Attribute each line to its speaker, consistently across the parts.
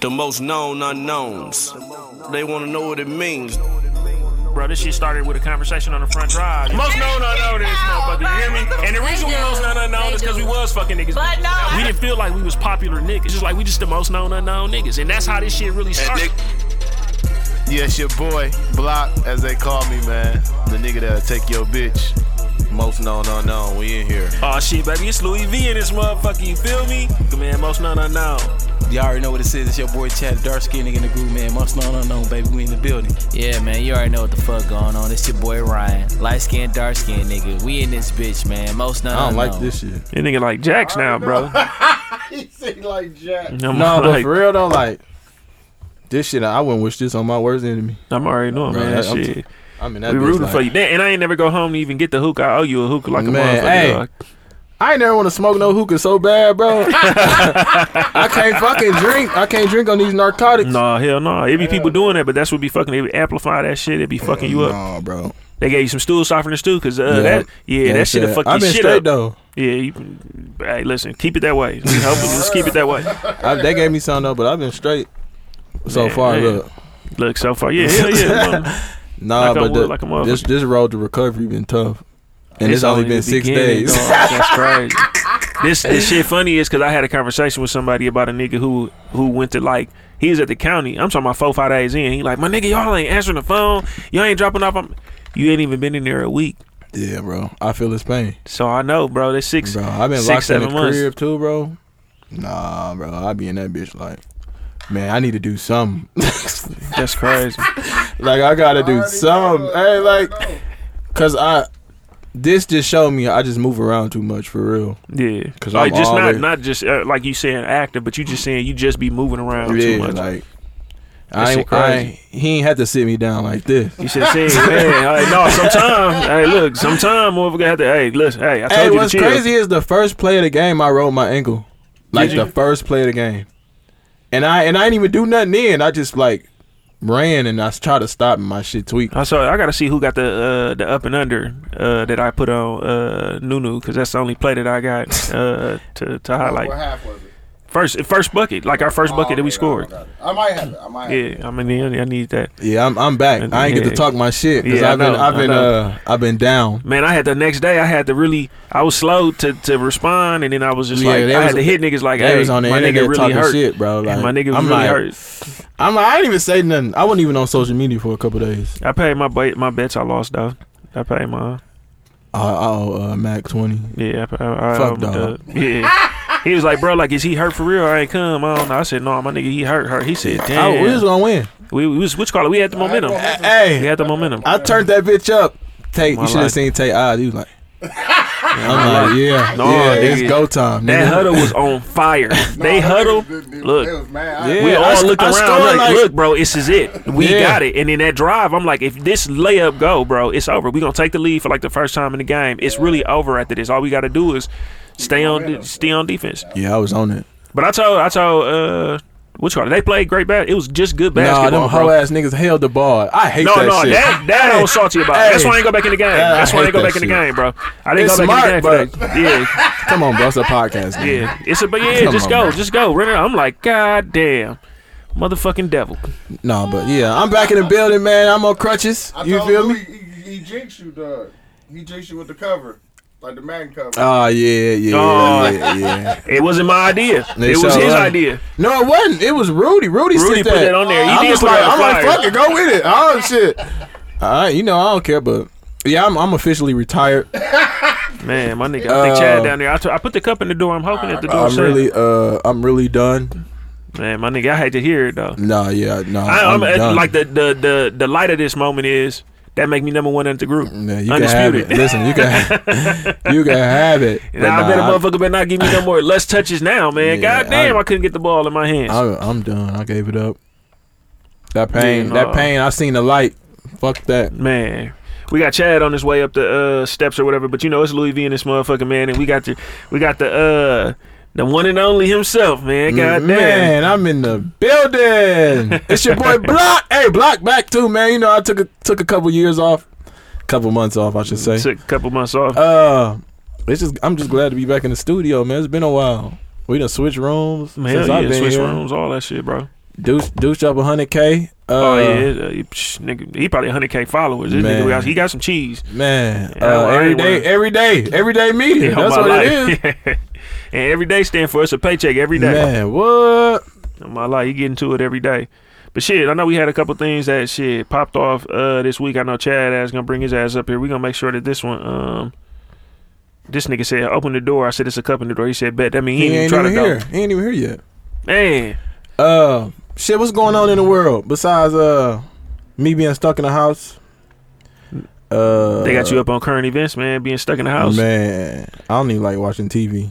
Speaker 1: the most known unknowns. They want to know what it means.
Speaker 2: Bro, this shit started with a conversation on the front drive. Most known unknown is this motherfucker, you hear me? And the reason we most known unknown is because we was fucking niggas.
Speaker 3: But no,
Speaker 2: we didn't feel like we was popular niggas. Just like we just the most known unknown niggas. And that's how this shit really started.
Speaker 4: Yes, your boy, Block, as they call me, man. The nigga that'll take your bitch. Most known unknown, we in here.
Speaker 2: Aw shit, baby, it's Louis V in this motherfucker, you feel me? Man, most known unknown.
Speaker 5: Y'all already know what it says. It's your boy Chad, dark skin nigga in the group, man. Must known unknown, baby. We in the building. Yeah, man. You already know what the fuck going on. It's your boy Ryan, light skin, dark skin nigga. We in this bitch, man. Most known.
Speaker 6: I don't like
Speaker 5: unknown.
Speaker 6: this shit.
Speaker 2: That nigga like Jax now, bro.
Speaker 6: he seem like Jack.
Speaker 2: I'm
Speaker 6: No, but
Speaker 2: like-
Speaker 6: for real though, like this shit, I wouldn't wish this on my worst enemy.
Speaker 2: I'm already knowing,
Speaker 6: Bro,
Speaker 2: man.
Speaker 6: that- I'm-
Speaker 2: shit.
Speaker 6: I mean, that
Speaker 2: We
Speaker 6: bitch,
Speaker 2: rooting
Speaker 6: like-
Speaker 2: for you. Damn, and I ain't never go home to even get the hookah. I owe you a hookah like a
Speaker 6: Man,
Speaker 2: motherfucker.
Speaker 6: hey.
Speaker 2: dog.
Speaker 6: I ain't never want to smoke no hookah so bad, bro. I can't fucking drink. I can't drink on these narcotics.
Speaker 2: Nah, hell no. Nah. It be people doing that, but that's what be fucking. They be amplify that shit. It be fucking you up.
Speaker 6: Nah, bro.
Speaker 2: They gave you some stool softeners too, cause uh,
Speaker 6: Yeah.
Speaker 2: that yeah, that shit
Speaker 6: yeah.
Speaker 2: fuck
Speaker 6: I've
Speaker 2: your
Speaker 6: been
Speaker 2: shit
Speaker 6: straight
Speaker 2: up.
Speaker 6: though.
Speaker 2: Yeah, you, hey, listen, keep it that way. Help us, just keep it that way.
Speaker 6: I, they gave me some though, but I've been straight so
Speaker 2: Man,
Speaker 6: far.
Speaker 2: man.
Speaker 6: Look,
Speaker 2: Look, so far, yeah, hell yeah. man.
Speaker 6: nah,
Speaker 2: Like I
Speaker 6: but
Speaker 2: would,
Speaker 6: the,
Speaker 2: like a motherfucker.
Speaker 6: this this road to recovery been tough, and it's,
Speaker 2: It's
Speaker 6: only,
Speaker 2: the
Speaker 6: been six
Speaker 2: beginning,
Speaker 6: days.
Speaker 2: dog. That's crazy. This this shit funny is because I had a conversation with somebody about a nigga who who went to like he was at the county. I'm talking about four five days in. He like my nigga, y'all ain't answering the phone. Y'all ain't dropping off. I'm, you ain't even been in there a week,
Speaker 6: yeah, bro. I feel his pain,
Speaker 2: so I know, bro. That's six.
Speaker 6: bro. I've been
Speaker 2: six,
Speaker 6: locked in
Speaker 2: seven
Speaker 6: the
Speaker 2: months.
Speaker 6: crib too, bro. Nah, bro. I be in that bitch like, man. I need to do something.
Speaker 2: That's crazy.
Speaker 6: Like I gotta do some. Hey, like, cause I this just showed me I just move around too much for real.
Speaker 2: Yeah,
Speaker 6: 'Cause
Speaker 2: like
Speaker 6: I'm
Speaker 2: just not
Speaker 6: always-
Speaker 2: not just uh, like you saying active, but you just saying you just be moving around Oh, too
Speaker 6: Yeah,
Speaker 2: much.
Speaker 6: like
Speaker 2: That
Speaker 6: I
Speaker 2: shit
Speaker 6: ain't, I
Speaker 2: crazy.
Speaker 6: ain't, he ain't had to sit me down like this.
Speaker 2: you should have said, man, hey, no, sometime, hey, look, sometime, motherfucker, have to, hey, listen, hey, I told
Speaker 6: Hey,
Speaker 2: you to
Speaker 6: what's
Speaker 2: chill.
Speaker 6: crazy is the first play of the game I rolled my ankle, like
Speaker 2: Did you?
Speaker 6: the first play of the game, and I and I didn't even do nothing then. I just like ran and I tried to stop and my shit tweaked.
Speaker 2: I saw. I gotta see who got the uh, the up and under uh, that I put on uh, Nunu because that's the only play that I got uh, to to highlight.
Speaker 7: half was it?
Speaker 2: First first bucket, like our first bucket that we scored.
Speaker 7: I might have it. I might. Have it.
Speaker 2: Yeah, I mean, I need that.
Speaker 6: Yeah, I'm I'm back. I ain't get
Speaker 2: Yeah.
Speaker 6: to talk my shit because
Speaker 2: Yeah, I
Speaker 6: I've been
Speaker 2: know,
Speaker 6: I've
Speaker 2: I
Speaker 6: been
Speaker 2: know.
Speaker 6: uh I've been down.
Speaker 2: Man, I had the next day. I had to really. I was slow to, to respond, and then I was just
Speaker 6: Yeah,
Speaker 2: like,
Speaker 6: they
Speaker 2: I
Speaker 6: was-
Speaker 2: had to hit niggas like,
Speaker 6: They
Speaker 2: hey,
Speaker 6: was on the
Speaker 2: my
Speaker 6: internet
Speaker 2: nigga really
Speaker 6: talking
Speaker 2: hurt.
Speaker 6: shit, bro. Like,
Speaker 2: my nigga was
Speaker 6: I'm
Speaker 2: really
Speaker 6: like,
Speaker 2: hurt.
Speaker 6: I'm like, I didn't even say nothing. I wasn't even on social media for a couple days.
Speaker 2: I paid my ba- my bets. I lost though. I paid my
Speaker 6: Uh, oh, uh, Mac 20.
Speaker 2: yeah. I, I, I,
Speaker 6: Fuck
Speaker 2: um,
Speaker 6: dog.
Speaker 2: uh, yeah. He was like, bro, like, is he hurt for real? I ain't come. I don't know. I said, no, my nigga, he hurt. Hurt. He said,
Speaker 6: I,
Speaker 2: damn.
Speaker 6: Oh, we was gonna win.
Speaker 2: We, we was which call it? We had the momentum. We
Speaker 6: Hey,
Speaker 2: had the momentum.
Speaker 6: I turned that bitch up. Tate,
Speaker 2: My
Speaker 6: you should
Speaker 2: life.
Speaker 6: have seen Tate eyes. He was like, I'm like, yeah,
Speaker 2: No,
Speaker 6: yeah,
Speaker 2: nigga.
Speaker 6: it's go time.
Speaker 2: That
Speaker 6: nigga.
Speaker 2: huddle was on fire. They huddle.
Speaker 7: It
Speaker 2: Look,
Speaker 7: was mad.
Speaker 6: Yeah,
Speaker 2: we
Speaker 6: I
Speaker 2: all
Speaker 6: sc-
Speaker 2: looked
Speaker 6: I
Speaker 2: around.
Speaker 6: scored
Speaker 2: Like,
Speaker 6: like-
Speaker 2: look, bro, this is it. We
Speaker 6: Yeah.
Speaker 2: got it. And in that drive, I'm like, if this layup go, bro, it's over. We gonna take the lead for like the first time in the game. It's really over after this. All we gotta do is stay on, stay on defense.
Speaker 6: Yeah, I was on it.
Speaker 2: But I told, I told, uh, what you call it? They played great bad. It was just good
Speaker 6: Nah,
Speaker 2: basketball,
Speaker 6: them
Speaker 2: bro.
Speaker 6: hoe ass niggas held the ball. I hate
Speaker 2: No,
Speaker 6: that
Speaker 2: no,
Speaker 6: shit.
Speaker 2: that that I was salty about.
Speaker 6: Hey.
Speaker 2: That's why I ain't go back in the game.
Speaker 6: Yeah, I
Speaker 2: That's why I
Speaker 6: hate
Speaker 2: ain't go
Speaker 6: that
Speaker 2: back in the
Speaker 6: shit.
Speaker 2: game, bro. I didn't
Speaker 6: It's
Speaker 2: go back in
Speaker 6: smart,
Speaker 2: the game. For that. Yeah.
Speaker 6: Come on, bro, it's a podcast. nigga.
Speaker 2: Yeah, it's a but yeah,
Speaker 6: Come
Speaker 2: just
Speaker 6: on,
Speaker 2: go,
Speaker 6: man.
Speaker 2: just go. Run it. out. I'm like, God damn, motherfucking devil.
Speaker 6: Nah, but yeah, I'm back in the building, man. I'm on crutches.
Speaker 7: I
Speaker 6: You
Speaker 7: told
Speaker 6: feel
Speaker 7: Louis,
Speaker 6: me?
Speaker 7: He, he, he jinxed you, dog. He jinxed you with the cover, like the Madden cover.
Speaker 6: Oh yeah, yeah,
Speaker 2: Oh.
Speaker 6: yeah, yeah.
Speaker 2: It wasn't my idea.
Speaker 6: They
Speaker 2: it was
Speaker 6: showed
Speaker 2: his
Speaker 6: up.
Speaker 2: idea.
Speaker 6: No, it wasn't. It was Rudy. Rudy,
Speaker 2: Rudy
Speaker 6: said
Speaker 2: put that on there. He
Speaker 6: I'm
Speaker 2: did
Speaker 6: just
Speaker 2: put
Speaker 6: like,
Speaker 2: that on
Speaker 6: I'm like,
Speaker 2: fire.
Speaker 6: fuck it, go with it. Oh shit. All right, you know I don't care, but yeah, I'm, I'm officially retired.
Speaker 2: Man, my nigga, I think
Speaker 6: Uh,
Speaker 2: Chad down there. I, t- I put the cup in the door. I'm hoping that the door.
Speaker 6: I'm
Speaker 2: shut.
Speaker 6: really, uh, I'm really done.
Speaker 2: Man, my nigga, I had to hear it though.
Speaker 6: Nah, yeah, no, nah,
Speaker 2: I, I'm,
Speaker 6: I'm,
Speaker 2: uh,
Speaker 6: done.
Speaker 2: like the, the the the light of this moment is that make me number one in the group.
Speaker 6: yeah, you can have
Speaker 2: Undisputed.
Speaker 6: it. Listen, you can, have, you can have it. But
Speaker 2: Nah, I bet a
Speaker 6: nah,
Speaker 2: motherfucker better not give me no more less touches now, man.
Speaker 6: Yeah,
Speaker 2: God damn, I,
Speaker 6: I-
Speaker 2: couldn't get the ball in my hands.
Speaker 6: I, I, I'm done. I gave it up. That pain,
Speaker 2: Yeah, nah.
Speaker 6: that pain. I seen the light. Fuck that.
Speaker 2: Man, we got Chad on his way up the uh, steps or whatever, but you know it's Louis V and this motherfucker man, and we got the we got the uh the one and only himself, man. God damn.
Speaker 6: Mm, Man, I'm in the building. It's your boy Block. Hey, Block back too, man. You know I took a, took a couple years off, couple months off, I should say.
Speaker 2: Took a couple months off.
Speaker 6: Uh, it's just I'm just glad to be back in the studio, man. It's been a while. We done switched rooms
Speaker 2: Man,
Speaker 6: since
Speaker 2: Hell
Speaker 6: I've
Speaker 2: yeah,
Speaker 6: been
Speaker 2: switch
Speaker 6: here. Uh,
Speaker 2: rooms, all that shit, bro.
Speaker 6: Deuce, Deuce up 100K. Uh,
Speaker 2: oh yeah, uh, he- psh, nigga, he probably 100k followers. This
Speaker 6: Man.
Speaker 2: nigga, got- he got some cheese.
Speaker 6: Man,
Speaker 2: Yeah,
Speaker 6: uh,
Speaker 2: I
Speaker 6: every
Speaker 2: ain't
Speaker 6: day,
Speaker 2: wanna-
Speaker 6: every day, every day meeting.
Speaker 2: Yeah,
Speaker 6: That's
Speaker 2: my
Speaker 6: what it is.
Speaker 2: life. and every day stand for us a paycheck every day.
Speaker 6: Man, what?
Speaker 2: In my life, you get into it every day. But shit, I know we had a couple things that shit popped off uh this week. I know Chad ass gonna bring his ass up here. We gonna make sure that this one um this nigga said open the door. I said it's a cup in the door. He said bet. That mean he,
Speaker 6: He,
Speaker 2: ain't
Speaker 6: ain't
Speaker 2: even
Speaker 6: even
Speaker 2: try to
Speaker 6: here.
Speaker 2: dunk.
Speaker 6: He ain't even here yet.
Speaker 2: Man,
Speaker 6: Uh, shit, what's going on in the world besides uh me being stuck in the house? Uh,
Speaker 2: they got you up on current events, man. Being stuck in the house.
Speaker 6: Man, I don't even like watching TV.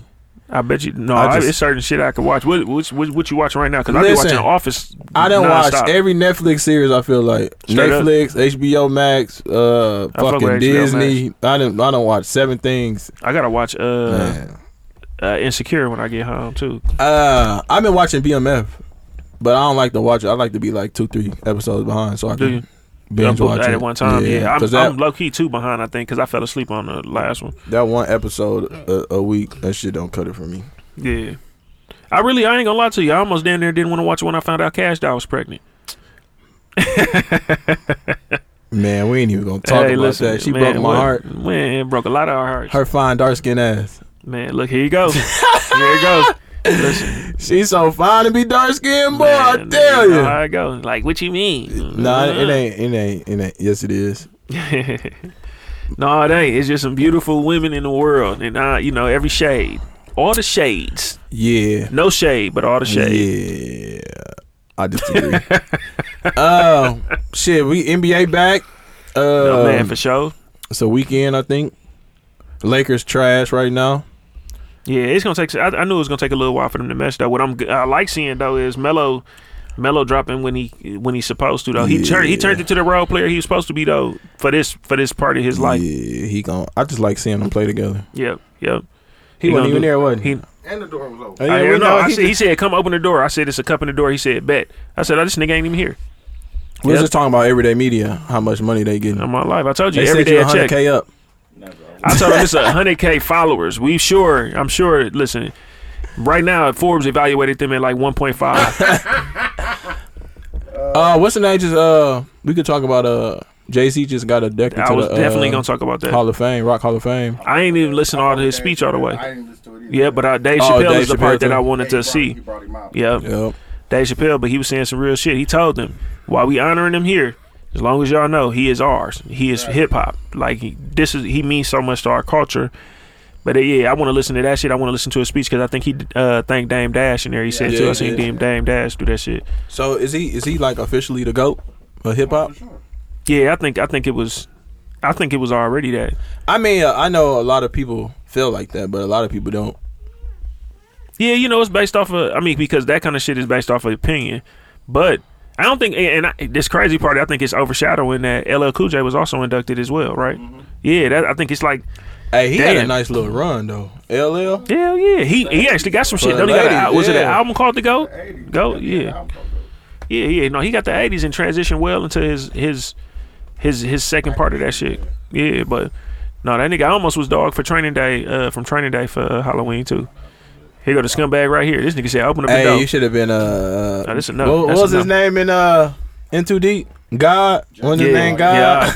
Speaker 2: I bet you no.
Speaker 6: I
Speaker 2: I
Speaker 6: just-
Speaker 2: it's certain shit I can watch. What what, what, what you watching right now? Because I be
Speaker 6: Listen,
Speaker 2: watching The Office.
Speaker 6: I done
Speaker 2: nonstop.
Speaker 6: watch every Netflix series. I feel like
Speaker 2: Straight up.
Speaker 6: Netflix, HBO Max, uh,
Speaker 2: I fuck
Speaker 6: fucking
Speaker 2: with HBO
Speaker 6: Disney. I don't. I don't watch seven things.
Speaker 2: I gotta watch uh,
Speaker 6: Man.
Speaker 2: uh Insecure when I get home too.
Speaker 6: Uh, I've been watching BMF, but I don't like to watch it. I like to be like two, three episodes behind, so I
Speaker 2: Do you?
Speaker 6: can binge
Speaker 2: I'm-
Speaker 6: watch it
Speaker 2: at one time. Yeah, I'm,
Speaker 6: 'cause that,
Speaker 2: I'm low key two behind. I think because I fell asleep on the last one.
Speaker 6: that one episode a, a week, that shit don't cut it for me.
Speaker 2: Yeah, I really I ain't gonna lie to you. I almost down there didn't want to watch it when I found out Cash Doll was pregnant.
Speaker 6: Man, we ain't even gonna talk
Speaker 2: Hey,
Speaker 6: about
Speaker 2: listen,
Speaker 6: that. She
Speaker 2: man,
Speaker 6: broke my
Speaker 2: what-
Speaker 6: heart.
Speaker 2: Man, it broke a lot of our hearts.
Speaker 6: Her fine dark skinned ass.
Speaker 2: Man, look here you go. here it goes. Listen,
Speaker 6: She's so fine to be dark skinned, boy. I
Speaker 2: man,
Speaker 6: tell you.
Speaker 2: How it goes? Like what you mean?
Speaker 6: Nah, it ain't. It ain't. It ain't. Yes, it is.
Speaker 2: no, it ain't. It's just some beautiful women in the world, and I, you know, every shade, all the shades,
Speaker 6: Yeah.
Speaker 2: no shade, but all the shade.
Speaker 6: Yeah. I disagree. uh, shit. We NBA back. Uh,
Speaker 2: No, man, for sure.
Speaker 6: it's a weekend, I think. Lakers trash right now.
Speaker 2: Yeah, it's gonna take. I, I knew it was gonna take a little while for them to mesh. Though what I'm I like seeing though is Melo, Melo dropping when he when he's supposed to though. He turned he turned into the role player he was supposed to be though for this for this part of his life. Yeah,
Speaker 6: yeah, he gon' I just like seeing them play together.
Speaker 2: yep, yep.
Speaker 6: He, wasn't
Speaker 2: gonna
Speaker 6: even
Speaker 2: do-
Speaker 6: there, was
Speaker 2: He,
Speaker 7: And the door was open.
Speaker 6: Oh, yeah,
Speaker 2: I,
Speaker 6: we
Speaker 2: no,
Speaker 6: know
Speaker 2: I
Speaker 6: he
Speaker 2: said, he said, "Come open the door." I said, "It's a cup in the door." He said, "Bet." I said, "Oh, this nigga ain't even here."
Speaker 6: We was
Speaker 2: Yep.
Speaker 6: just talking about everyday media, how much money they getting.
Speaker 2: I'm my life. I told you
Speaker 6: they
Speaker 2: every
Speaker 6: sent
Speaker 2: day
Speaker 6: you
Speaker 2: a Um, check.
Speaker 6: 100k up.
Speaker 2: I told him it's a hundred k followers. We sure, I'm sure. Listen, right now Forbes evaluated them at like one point five.
Speaker 6: Uh, what's the name? Just uh, we could talk about uh, Jay Z just got elected
Speaker 2: I
Speaker 6: to
Speaker 2: was
Speaker 6: the,
Speaker 2: definitely
Speaker 6: uh,
Speaker 2: gonna talk about that.
Speaker 6: Hall of Fame, Rock Hall of Fame.
Speaker 2: I ain't even listen to all his speech all the
Speaker 7: I
Speaker 2: way.
Speaker 7: didn't listen to it either.
Speaker 2: Yeah, but uh, Dave
Speaker 6: Oh,
Speaker 2: Chappelle
Speaker 6: Dave
Speaker 2: is the part
Speaker 6: Chappelle,
Speaker 2: that I
Speaker 6: too.
Speaker 2: wanted
Speaker 7: He
Speaker 2: to
Speaker 7: brought-
Speaker 2: see.
Speaker 7: He brought him out.
Speaker 2: Yep.
Speaker 6: Yep.
Speaker 2: Dave Chappelle, but he was saying some real shit. He told them, while we honoring him here, as long as y'all know, he is ours. He is hip hop. Like he, this is he means so much to our culture. But uh, yeah, I want to listen to that shit. I want to listen to his speech because I think he uh, thanked Dame Dash in there. He said
Speaker 6: Yeah,
Speaker 2: too.
Speaker 6: he
Speaker 2: I seen
Speaker 6: did.
Speaker 2: Dame Dame Dash do that shit.
Speaker 6: So is he is he like officially the goat of hip hop?
Speaker 2: Yeah, I think I think it was, I think it was already that.
Speaker 6: I mean, uh, I know a lot of people feel like that, but a lot of people don't.
Speaker 2: Yeah, you know, it's based off of. I mean, because that kind of shit is based off of opinion. But I don't think, and I, this crazy part, I think it's overshadowing that LL Cool J was also inducted as well, right? Yeah, that I think it's like
Speaker 6: Hey, he had a
Speaker 2: Damn.
Speaker 6: nice little run though. LL.
Speaker 2: hell yeah, he he actually got some shit. Don't he got a-
Speaker 6: Ladies,
Speaker 2: was it an
Speaker 6: yeah.
Speaker 2: album called The Goat?
Speaker 7: 80s.
Speaker 2: Goat,
Speaker 7: Yeah,
Speaker 2: yeah.
Speaker 7: I'm fucked up.
Speaker 2: Yeah, yeah. No, he got the '80s and transitioned well into his his his his second part of that shit. Yeah, but no, that nigga almost was dog for training day uh, from training day for uh, Halloween too. Here go the scumbag right here. This nigga said, "Open up the
Speaker 6: Hey,
Speaker 2: door."
Speaker 6: you should have been uh.
Speaker 2: No, this a
Speaker 6: what,
Speaker 2: no.
Speaker 6: what
Speaker 2: That's a
Speaker 6: was his
Speaker 2: no.
Speaker 6: name in uh in too deep? God. One his
Speaker 2: Yeah,
Speaker 6: name God.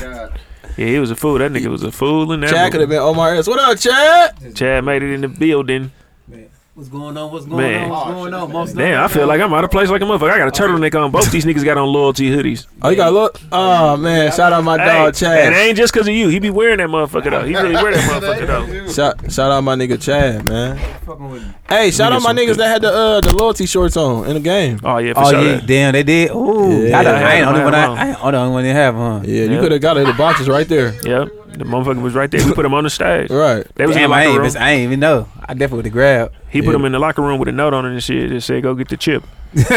Speaker 7: God,
Speaker 2: Yeah, he was a fool. That nigga was a fool in that.
Speaker 6: Chad
Speaker 2: movie.
Speaker 6: could have been Omar S. What up, Chad?
Speaker 2: Chad made it in the building.
Speaker 5: What's going on? What's going
Speaker 2: Man.
Speaker 5: on? What's going on? Most
Speaker 2: Damn, I feel like I'm out of place like a motherfucker. I got a turtleneck on. Both these niggas got on loyalty hoodies.
Speaker 6: Oh, you got look. Oh man, shout out my
Speaker 2: Hey,
Speaker 6: dog Chad.
Speaker 2: And it ain't just because of you. He be wearing that motherfucker though. He really wear that motherfucker though.
Speaker 6: Shout, shout out my nigga Chad, man.
Speaker 5: fucking with me.
Speaker 6: Hey, shout
Speaker 2: get
Speaker 6: out my
Speaker 2: some
Speaker 6: niggas
Speaker 2: good-
Speaker 6: that had the uh the loyalty shorts on in the game.
Speaker 2: Oh yeah, for
Speaker 5: Oh
Speaker 2: sure.
Speaker 5: yeah, damn, they did. Ooh,
Speaker 6: Yeah.
Speaker 5: I, don't,
Speaker 2: Yeah,
Speaker 5: I ain't
Speaker 2: I
Speaker 5: only
Speaker 2: had
Speaker 5: one. I,
Speaker 2: mine.
Speaker 5: I ain't only one they have, huh?
Speaker 6: Yeah, you
Speaker 2: Yeah.
Speaker 6: could have got it. The boxes right there.
Speaker 2: Yep, the motherfucker was right there. We put him on the stage.
Speaker 6: Right.
Speaker 2: They was in
Speaker 5: Damn,
Speaker 2: the
Speaker 5: I, ain't
Speaker 2: locker room.
Speaker 5: even, I ain't even know. I definitely would have grabbed.
Speaker 2: He put him in the locker room with a note on it and shit that said, "Go get the chip."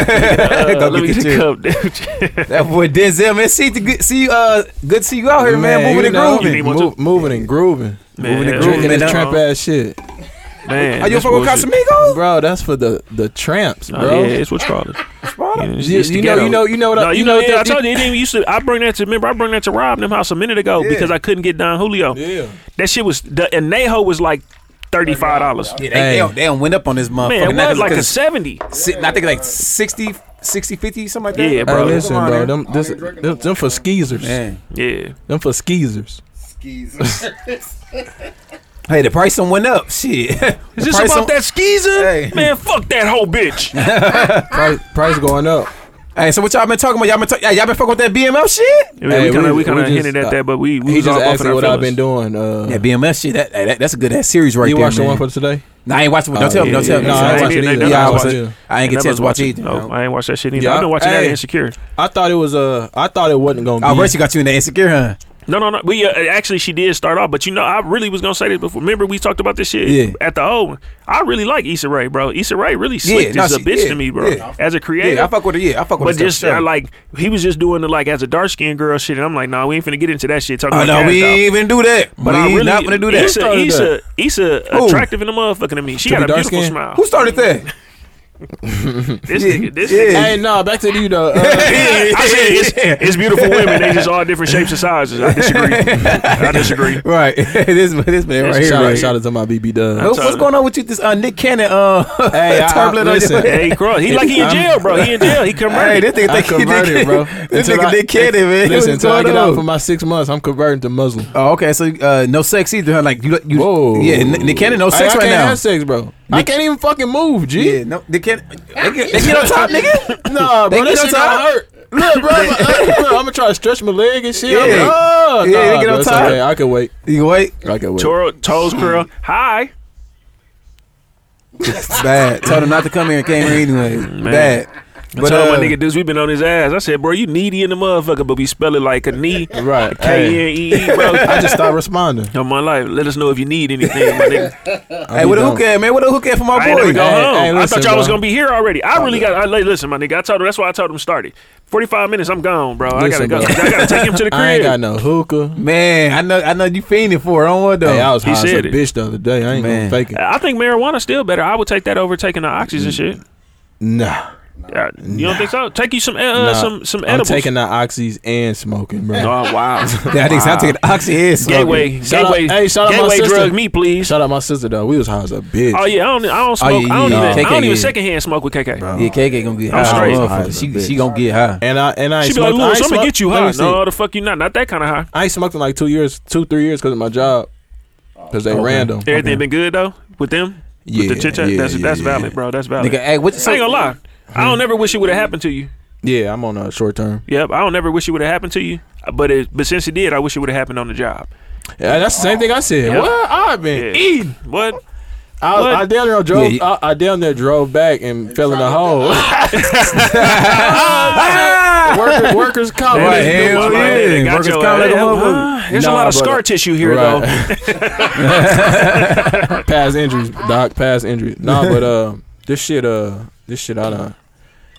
Speaker 2: Uh,
Speaker 5: Go
Speaker 2: let me
Speaker 5: get the chip.
Speaker 2: the cup.
Speaker 5: That boy Denzel, man. See, the good, see, you, uh, good to see you out here, man.
Speaker 6: you
Speaker 5: moving
Speaker 6: know,
Speaker 5: and grooving.
Speaker 2: You need one
Speaker 6: Move- moving and grooving.
Speaker 2: Man, hell
Speaker 5: the groove,
Speaker 2: yeah.
Speaker 6: Drinking
Speaker 5: man,
Speaker 6: this
Speaker 5: that-
Speaker 6: tramp ass shit.
Speaker 2: Man,
Speaker 5: Are Oh, you
Speaker 2: this
Speaker 5: fucking with
Speaker 2: bullshit.
Speaker 5: Casamigos?
Speaker 6: Bro, that's for the the tramps,
Speaker 2: Oh,
Speaker 6: bro.
Speaker 2: yeah, it's what you call it.
Speaker 5: Bro,
Speaker 2: Yeah, it's-
Speaker 6: You-
Speaker 2: it's the
Speaker 6: you know-
Speaker 2: ghetto.
Speaker 6: you know- you know what I-
Speaker 2: No,
Speaker 6: you
Speaker 2: you
Speaker 6: know
Speaker 2: know.
Speaker 6: what
Speaker 2: yeah, I
Speaker 6: that-
Speaker 2: told you. It didn't used to. I bring that to. Remember, I bring that to Rob in them house a minute ago because I couldn't get Don Julio.
Speaker 6: Yeah.
Speaker 2: That shit was the anejo was like thirty five dollars.
Speaker 5: Yeah, they,
Speaker 6: Hey.
Speaker 5: they, don't, they don't went up on this motherfucker.
Speaker 2: Man, it
Speaker 5: Not
Speaker 2: was
Speaker 5: 'cause-
Speaker 2: like a
Speaker 5: 'cause
Speaker 2: seventy.
Speaker 5: si- I think like Uh, 60,
Speaker 3: 60, 50, something like that.
Speaker 2: Yeah,
Speaker 6: Hey,
Speaker 2: Bro,
Speaker 6: listen,
Speaker 3: come on
Speaker 6: bro.
Speaker 3: now.
Speaker 5: Oh,
Speaker 6: Them, this,
Speaker 7: I ain't drinking
Speaker 6: them,
Speaker 7: no
Speaker 6: them for skeezers.
Speaker 3: Man.
Speaker 2: Yeah.
Speaker 6: Them for skeezers.
Speaker 7: Skis.
Speaker 3: Hey, the price done went up. Shit.
Speaker 2: Is this about that skeezer?
Speaker 3: Hey.
Speaker 2: Man, fuck that whole bitch.
Speaker 5: Ah.
Speaker 6: Price, price going up.
Speaker 3: Hey, so what y'all been talking about? Y'all been talk- y'all been fucking with that BML shit?
Speaker 2: I mean,
Speaker 6: Hey,
Speaker 2: we kind
Speaker 6: we-
Speaker 2: of we kind of
Speaker 6: we just-
Speaker 2: hinted at that, but we we
Speaker 6: He
Speaker 2: was
Speaker 6: just
Speaker 2: all
Speaker 6: asked
Speaker 2: off
Speaker 6: me
Speaker 2: in
Speaker 6: what
Speaker 2: our
Speaker 6: I've been
Speaker 2: feelings.
Speaker 6: doing. Uh,
Speaker 3: That BML shit. That, hey, that that's a good ass series right
Speaker 6: you
Speaker 3: there.
Speaker 6: watched the
Speaker 3: man.
Speaker 6: one for today?
Speaker 3: Nah, I ain't watching. Don't
Speaker 6: Oh,
Speaker 3: tell me.
Speaker 6: yeah,
Speaker 3: Don't tell me.
Speaker 6: yeah,
Speaker 2: yeah.
Speaker 3: I ain't
Speaker 2: I
Speaker 3: watched
Speaker 2: didn't-
Speaker 3: it either.
Speaker 2: I
Speaker 3: Yeah, I
Speaker 2: didn't
Speaker 3: watched
Speaker 2: watch
Speaker 3: it.
Speaker 6: it.
Speaker 3: I ain't
Speaker 2: And
Speaker 3: get
Speaker 2: I
Speaker 3: a chance
Speaker 2: was
Speaker 3: to watch it
Speaker 2: watching-
Speaker 3: either.
Speaker 2: No, I ain't watched that shit either.
Speaker 6: Yeah,
Speaker 2: I've been watching that
Speaker 6: hey.
Speaker 2: Insecure.
Speaker 6: I thought it was uh, I thought it wasn't gonna be.
Speaker 3: Oh, Rachel got you in the insecure, huh?
Speaker 2: No, no, no. We uh, actually she did start off, but you know I really was gonna say this before. Remember we talkissa about this shit
Speaker 3: Yeah.
Speaker 2: at the old one. I really like Issa Rae, bro. Issa Rae really
Speaker 3: Yeah,
Speaker 2: slicked
Speaker 3: no,
Speaker 2: as a
Speaker 3: she-
Speaker 2: bitch
Speaker 3: yeah,
Speaker 2: to me, bro.
Speaker 3: yeah.
Speaker 2: As a creator,
Speaker 3: Yeah, I fuck with her. Yeah, I fuck with
Speaker 2: But
Speaker 3: her.
Speaker 2: just
Speaker 3: stuff,
Speaker 2: uh,
Speaker 3: sure.
Speaker 2: like he was just doing the like as a dark skinned girl shit, and I'm like, nah, we ain't finna get into that shit. Talking
Speaker 3: oh
Speaker 2: about
Speaker 3: no,
Speaker 2: cash
Speaker 3: we
Speaker 2: out.
Speaker 3: ain't even do that. But
Speaker 2: But
Speaker 3: we
Speaker 2: I really
Speaker 3: not gonna do that.
Speaker 2: Issa,
Speaker 6: Who
Speaker 2: Issa,
Speaker 6: started
Speaker 2: Issa,
Speaker 3: Who?
Speaker 2: attractive in the motherfucking to me. She got
Speaker 6: be
Speaker 2: a beautiful
Speaker 6: dark-skinned?
Speaker 2: smile.
Speaker 3: Who started that?
Speaker 2: This
Speaker 3: Yeah,
Speaker 2: nigga, this
Speaker 3: yeah.
Speaker 2: nigga.
Speaker 6: Hey, no, back to you though. Uh,
Speaker 2: I said it's, it's beautiful women. They just all different shapes and sizes. I disagree. I disagree.
Speaker 3: Right. this this man right here.
Speaker 6: shout,
Speaker 3: right
Speaker 6: out,
Speaker 3: here.
Speaker 6: shout out to my BB
Speaker 3: Who-
Speaker 6: Dub.
Speaker 3: What's going on with you? This uh, Nick Cannon. Uh,
Speaker 6: Hey, I- I-
Speaker 3: turbulent on
Speaker 6: listen.
Speaker 3: your-
Speaker 2: Hey, Cross, he like he in jail, bro. He in jail. He
Speaker 3: Hey,
Speaker 2: converted.
Speaker 3: this nigga
Speaker 6: I
Speaker 3: think he
Speaker 6: converted,
Speaker 3: Nick-
Speaker 6: bro.
Speaker 3: This
Speaker 6: Until
Speaker 3: nigga
Speaker 6: I-
Speaker 3: Nick Cannon, man.
Speaker 6: Listen,
Speaker 3: What's
Speaker 6: until I
Speaker 3: going
Speaker 6: get
Speaker 3: on?
Speaker 6: out for my six months, I'm converting to Muslim.
Speaker 3: Oh, okay. So uh, no sex either. huh? Like you, you
Speaker 6: Whoa.
Speaker 3: yeah. N- Nick Cannon, no
Speaker 6: Hey,
Speaker 3: sex
Speaker 6: I
Speaker 3: right
Speaker 6: can't
Speaker 3: now.
Speaker 6: have sex, bro. I can't even fucking move, G.
Speaker 3: Yeah, no, Nick Cannon. They get, they get on top, nigga.
Speaker 6: Nah,
Speaker 3: They
Speaker 6: bro,
Speaker 3: get
Speaker 6: that
Speaker 3: on
Speaker 6: shit gonna
Speaker 3: top.
Speaker 6: hurt. Look, bro, I'm gonna try to stretch my leg and shit.
Speaker 3: Yeah.
Speaker 6: I'm like, oh,
Speaker 3: Yeah, they
Speaker 6: nah,
Speaker 3: get
Speaker 6: bro,
Speaker 3: on
Speaker 6: it's
Speaker 3: top.
Speaker 6: okay. I can wait.
Speaker 3: You can wait.
Speaker 6: I can wait.
Speaker 2: Toro, toes curl. Hi.
Speaker 3: Bad. Told him not to come here and came here anyway. Bad.
Speaker 2: I
Speaker 3: But
Speaker 2: told my
Speaker 3: uh,
Speaker 2: nigga dudes we been on his ass. I said, bro, you needy in the motherfucker, but we spell it like a knee.
Speaker 6: Right. Hey,
Speaker 2: K N E E, bro.
Speaker 6: I just stopped responding.
Speaker 2: On my life, let us know if you need anything, my nigga.
Speaker 3: hey, what a hook at, man? What a hook at for my
Speaker 2: I ain't
Speaker 3: boy?
Speaker 2: never go
Speaker 6: Hey,
Speaker 2: home.
Speaker 6: hey,
Speaker 2: I
Speaker 6: listen,
Speaker 2: thought y'all was
Speaker 6: bro.
Speaker 2: gonna be here already. I really got. I like, listen, my nigga. I told him that's why I told him to start it. Forty five minutes. I'm gone, bro. I
Speaker 6: Listen,
Speaker 2: gotta go.
Speaker 6: bro.
Speaker 2: I gotta take him to the crib.
Speaker 6: I ain't got no hookah.
Speaker 3: Man, I know, I know you fiending for. It. I don't want though.
Speaker 6: Hey, I was
Speaker 2: He
Speaker 6: high as
Speaker 2: said
Speaker 6: a
Speaker 2: it.
Speaker 6: bitch the other day. I ain't gonna
Speaker 3: Man.
Speaker 6: fake it.
Speaker 2: I think marijuana's still better. I would take that over taking the oxys
Speaker 6: Mm.
Speaker 2: and shit.
Speaker 6: Nah,
Speaker 2: Uh, you don't think so? Take you some uh,
Speaker 6: nah.
Speaker 2: some some
Speaker 6: I'm
Speaker 2: edibles.
Speaker 6: taking the oxys and smoking, bro.
Speaker 2: oh wow.
Speaker 3: yeah, I think so. I'm taking oxy head.
Speaker 2: gateway
Speaker 6: Shout out-
Speaker 2: gateway
Speaker 6: hey, shout out my
Speaker 2: gateway
Speaker 6: sister.
Speaker 2: drug me please.
Speaker 6: Shout out my sister though. We was high as a bitch.
Speaker 2: Oh yeah, I don't I don't
Speaker 3: Oh,
Speaker 2: smoke.
Speaker 3: yeah,
Speaker 2: I don't
Speaker 3: yeah,
Speaker 2: even
Speaker 3: yeah.
Speaker 2: I don't
Speaker 3: KK,
Speaker 2: even
Speaker 3: yeah.
Speaker 2: secondhand smoke with KK.
Speaker 3: Yeah, KK gonna get high.
Speaker 2: straight.
Speaker 3: motherfucker. She, she gonna get high.
Speaker 6: And I and I
Speaker 2: She
Speaker 6: ain't
Speaker 2: be like,
Speaker 6: smoked. I
Speaker 2: Lewis,
Speaker 6: ain't
Speaker 2: I'm gonna
Speaker 6: smoked-
Speaker 2: get you
Speaker 6: let me
Speaker 2: high.
Speaker 6: see.
Speaker 2: No, the fuck you not. Not that kind of high.
Speaker 6: I ain't smoked in like two years, two three years because of my job. Because they random.
Speaker 2: Everything been good though with them.
Speaker 6: Yeah,
Speaker 2: with the chit chat.
Speaker 6: yeah,
Speaker 2: that's
Speaker 6: yeah,
Speaker 2: that's
Speaker 6: yeah.
Speaker 2: valid, bro. That's valid.
Speaker 3: Nigga, hey, what you
Speaker 2: I
Speaker 3: say?
Speaker 2: ain't gonna lie. I don't ever wish it would have happened to you.
Speaker 6: Yeah, I'm on a short term.
Speaker 2: Yep, I don't ever wish it would have happened to you. But it, but since it did, I wish it would have happened on the job.
Speaker 6: Yeah, that's the same thing I said.
Speaker 2: Yeah.
Speaker 6: What I've been
Speaker 2: Yeah.
Speaker 6: eating.
Speaker 2: What?
Speaker 6: I,
Speaker 2: What?
Speaker 6: I down there drove.
Speaker 3: Yeah,
Speaker 6: I, I down there drove back and fell in a hole. Worker, workers comp.
Speaker 2: Man,
Speaker 3: Right,
Speaker 2: this dude
Speaker 3: hell
Speaker 2: was like,
Speaker 3: yeah.
Speaker 2: "Hey, got
Speaker 3: Workers'
Speaker 2: your
Speaker 3: comp like a
Speaker 2: ass."
Speaker 3: motherfucker.
Speaker 2: Uh, There's a
Speaker 6: Nah,
Speaker 2: lot of
Speaker 6: but-
Speaker 2: scar tissue here though.
Speaker 6: Right. past injuries, doc. Past injuries. Nah, but uh, this shit, uh, this shit, I done,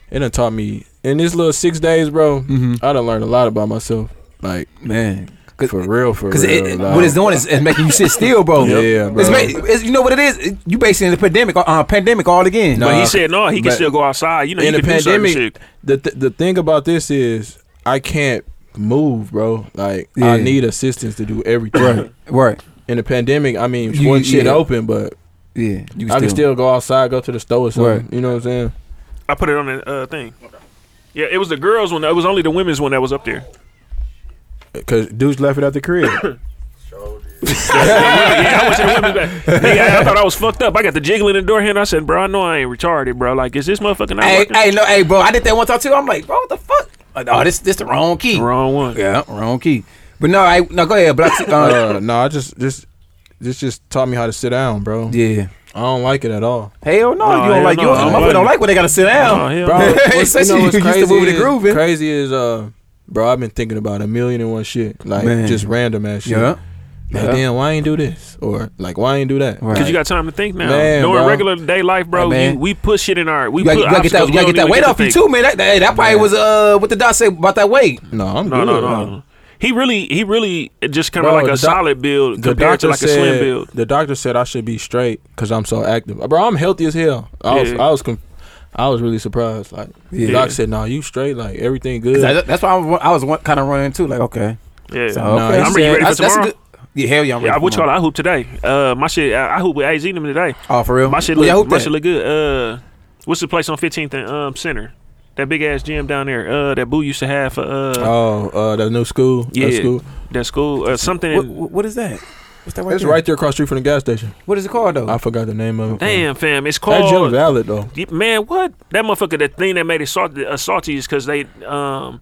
Speaker 6: it done taught me in this little six days, bro. I done learned a lot about myself. Like
Speaker 3: Man,
Speaker 6: for real, for
Speaker 3: Cause
Speaker 6: real.
Speaker 3: it, it-
Speaker 6: like-
Speaker 3: what it's doing is, is making you sit still, bro.
Speaker 6: Yeah, bro.
Speaker 3: It's ma- it's- you know what it is? It- You basically in the pandemic, uh, pandemic all again.
Speaker 6: No.
Speaker 2: But he
Speaker 6: Uh,
Speaker 2: said no, he can
Speaker 6: but-
Speaker 2: still go outside. You know,
Speaker 6: in
Speaker 2: you
Speaker 6: the
Speaker 2: can do certain shit.
Speaker 6: pandemic, the th- the thing about this is I can't move, bro. Like
Speaker 3: Yeah.
Speaker 6: I need assistance to do everything.
Speaker 3: Right.
Speaker 6: In the pandemic, I mean,
Speaker 3: You-
Speaker 6: one shit
Speaker 3: yeah.
Speaker 6: open, but
Speaker 3: Yeah. You
Speaker 6: I can still go outside, go to the store or something.
Speaker 3: Right.
Speaker 6: You know what I'm saying?
Speaker 2: I put it on the uh, thing. Yeah, it was the girls one. It was only the women's one that was up there.
Speaker 6: Because dudes left it at the crib.
Speaker 2: Yeah, I went to the women's back. Nigga, I thought I was fucked up. I got the jiggling in the door handle. I said, bro, I know I ain't retarded, bro. Like, is this motherfucking not
Speaker 3: Hey,
Speaker 2: working?
Speaker 3: hey, no, hey, bro. I did that one time too. I'm like, bro, what the fuck? Like, oh, this this the wrong key.
Speaker 2: Wrong one.
Speaker 3: Yeah, wrong key. But no, I no go ahead, but I, uh,
Speaker 6: uh, no, I just just this just taught me how to sit down, bro.
Speaker 3: yeah.
Speaker 6: I don't like it at all.
Speaker 3: Hell no, you
Speaker 2: hell
Speaker 3: don't like
Speaker 2: no,
Speaker 3: you.
Speaker 2: I
Speaker 3: Don't, my boy
Speaker 2: wouldn't.
Speaker 3: don't like when they gotta sit
Speaker 2: Oh,
Speaker 3: down.
Speaker 2: hell
Speaker 6: Bro,
Speaker 2: no.
Speaker 6: what's, you
Speaker 3: Especially
Speaker 6: know what's
Speaker 3: if you used to
Speaker 6: crazy
Speaker 3: move the
Speaker 6: is-
Speaker 3: groove in.
Speaker 6: Crazy is uh, bro, I've been thinking about a million and one shit, like
Speaker 3: Man.
Speaker 6: just random ass shit.
Speaker 3: Yeah.
Speaker 6: Like,
Speaker 3: Yeah.
Speaker 6: damn, why I ain't do this? Or like, why I ain't do that?
Speaker 3: Right.
Speaker 2: Cause you got time to think now.
Speaker 6: Man,
Speaker 2: During
Speaker 6: bro.
Speaker 2: regular day life, bro,
Speaker 3: Hey, man.
Speaker 2: you, we put shit in our. We
Speaker 3: You gotta,
Speaker 2: put
Speaker 3: you gotta get that, you
Speaker 2: obstacles.
Speaker 3: gotta
Speaker 2: We
Speaker 3: get that
Speaker 2: don't
Speaker 3: weight
Speaker 2: even
Speaker 3: off
Speaker 2: get
Speaker 3: you
Speaker 2: to think.
Speaker 3: too, man. That, that, that probably was uh what the doc say about that weight.
Speaker 6: No, I'm
Speaker 2: No,
Speaker 6: good.
Speaker 2: no,
Speaker 6: bro.
Speaker 2: no. He really, he really just kind of
Speaker 6: Bro,
Speaker 2: like a
Speaker 6: the doc-
Speaker 2: solid build
Speaker 6: The
Speaker 2: compared
Speaker 6: doctor
Speaker 2: to like
Speaker 6: said
Speaker 2: a slim build.
Speaker 6: the doctor said I should be straight because I'm so active, bro. I'm healthy as hell. I was,
Speaker 2: Yeah.
Speaker 6: I was, com- I was really surprised. Like the doc said, "Nah, you straight. Like everything good."
Speaker 3: That- That's why I was, I was kind of running too. Like okay,
Speaker 2: Yeah.
Speaker 6: Nah,
Speaker 3: okay.
Speaker 2: I'm
Speaker 6: he
Speaker 2: ready,
Speaker 6: said-
Speaker 2: ready for
Speaker 3: That's- that's a
Speaker 2: tomorrow.
Speaker 3: good- yeah, hell yeah, I'm ready
Speaker 2: Yeah,
Speaker 3: for
Speaker 2: what y'all?
Speaker 3: tomorrow.
Speaker 2: I hoop today. Uh, my shit. I, I hoop with AZ them today.
Speaker 3: Oh, for real?
Speaker 2: My shit
Speaker 3: Well,
Speaker 2: look.
Speaker 3: y'all hoop
Speaker 2: my
Speaker 3: that.
Speaker 2: shit look good. Uh, what's the place on 15th and um Center? That big ass gym down there, uh, that Boo used to have for uh,
Speaker 6: Oh, uh, the new school. that
Speaker 2: yeah,
Speaker 6: school.
Speaker 2: that school, uh, something.
Speaker 3: What, what- what is that? What's that right
Speaker 6: It's
Speaker 3: there?
Speaker 6: right there across the street from the gas station.
Speaker 3: What is it called though?
Speaker 6: I forgot the name of it.
Speaker 2: Damn, fam, it's
Speaker 6: That gym
Speaker 2: called.
Speaker 6: valid though.
Speaker 2: Yeah, Man, what that motherfucker? That thing that made it salty, uh, salty is because they um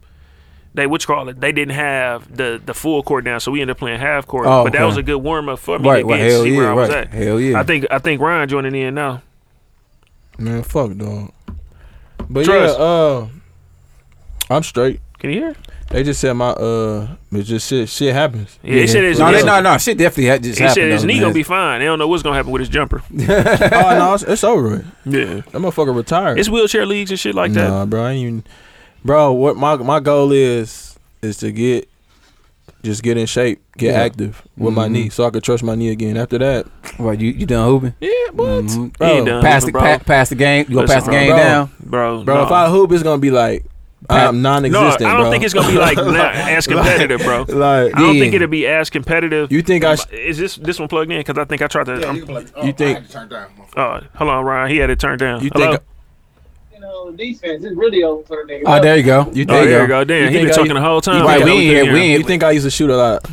Speaker 2: they which call it? They didn't have the the full court now, so we ended up playing half court.
Speaker 6: Oh,
Speaker 2: but that
Speaker 6: okay.
Speaker 2: was a good warm up for me
Speaker 3: right,
Speaker 2: to
Speaker 3: right,
Speaker 2: get to
Speaker 3: hell
Speaker 2: see
Speaker 3: yeah,
Speaker 2: where I was
Speaker 3: right,
Speaker 2: at.
Speaker 3: hell yeah.
Speaker 2: I think I think Ryan joining in now.
Speaker 6: Man, fuck dog. But
Speaker 2: Trust.
Speaker 6: yeah, uh, I'm straight.
Speaker 2: Can you hear?
Speaker 6: They just said my uh, it just shit, shit happens.
Speaker 2: Yeah, he said his
Speaker 3: no,
Speaker 2: knee.
Speaker 3: they, no, no, shit definitely had just
Speaker 2: he
Speaker 3: happened.
Speaker 2: said his
Speaker 3: though,
Speaker 2: knee
Speaker 3: man.
Speaker 2: gonna be fine. They don't know what's gonna happen with his jumper.
Speaker 6: oh no, it's, it's over. With.
Speaker 2: Yeah,
Speaker 6: That motherfucker retired.
Speaker 2: it's wheelchair leagues and shit like that.
Speaker 6: Nah, bro, I ain't even. Bro, what my my goal is is to get, just get in shape, get
Speaker 3: Yeah.
Speaker 6: active with my
Speaker 2: Mm-hmm.
Speaker 3: Mhm.
Speaker 6: knee, so I could trust my knee again. After that,
Speaker 3: What you you done hooping?
Speaker 6: yeah, what?
Speaker 3: Mhm.
Speaker 6: Bro,
Speaker 2: he done,
Speaker 3: Pass the
Speaker 2: bro,
Speaker 3: pa- pass the game. You gonna
Speaker 2: Listen,
Speaker 3: pass the
Speaker 2: bro.
Speaker 3: game
Speaker 6: Bro.
Speaker 3: down?
Speaker 2: bro,
Speaker 6: Bro,
Speaker 2: no.
Speaker 6: if I hoop, it's gonna be like I'm
Speaker 2: no, I
Speaker 6: non-existent.
Speaker 2: don't
Speaker 6: bro.
Speaker 2: think it's gonna be like not as competitive, bro.
Speaker 6: like.
Speaker 2: I don't
Speaker 3: Yeah.
Speaker 2: think it'll be as competitive.
Speaker 6: You think I? Sh-
Speaker 2: is this this one plugged in? Because I think I tried to.
Speaker 7: Yeah,
Speaker 2: I'm-
Speaker 7: you, can play, oh,
Speaker 6: you think-
Speaker 7: I had to turn down. my phone.
Speaker 2: uh, hold on, Ryan. He had it turned down.
Speaker 6: you
Speaker 2: Hello?
Speaker 6: think?
Speaker 8: you know, defense is really over for the nigga.
Speaker 3: Oh, there you go.
Speaker 6: You think?
Speaker 2: Oh, there
Speaker 6: I-
Speaker 2: you go.
Speaker 6: you
Speaker 2: Damn, he
Speaker 6: think
Speaker 2: been
Speaker 6: I-
Speaker 2: talking the whole time.
Speaker 6: you think
Speaker 3: Right, we
Speaker 6: I-
Speaker 3: ain't here. We
Speaker 6: You
Speaker 3: ain't
Speaker 6: think I used to shoot a lot?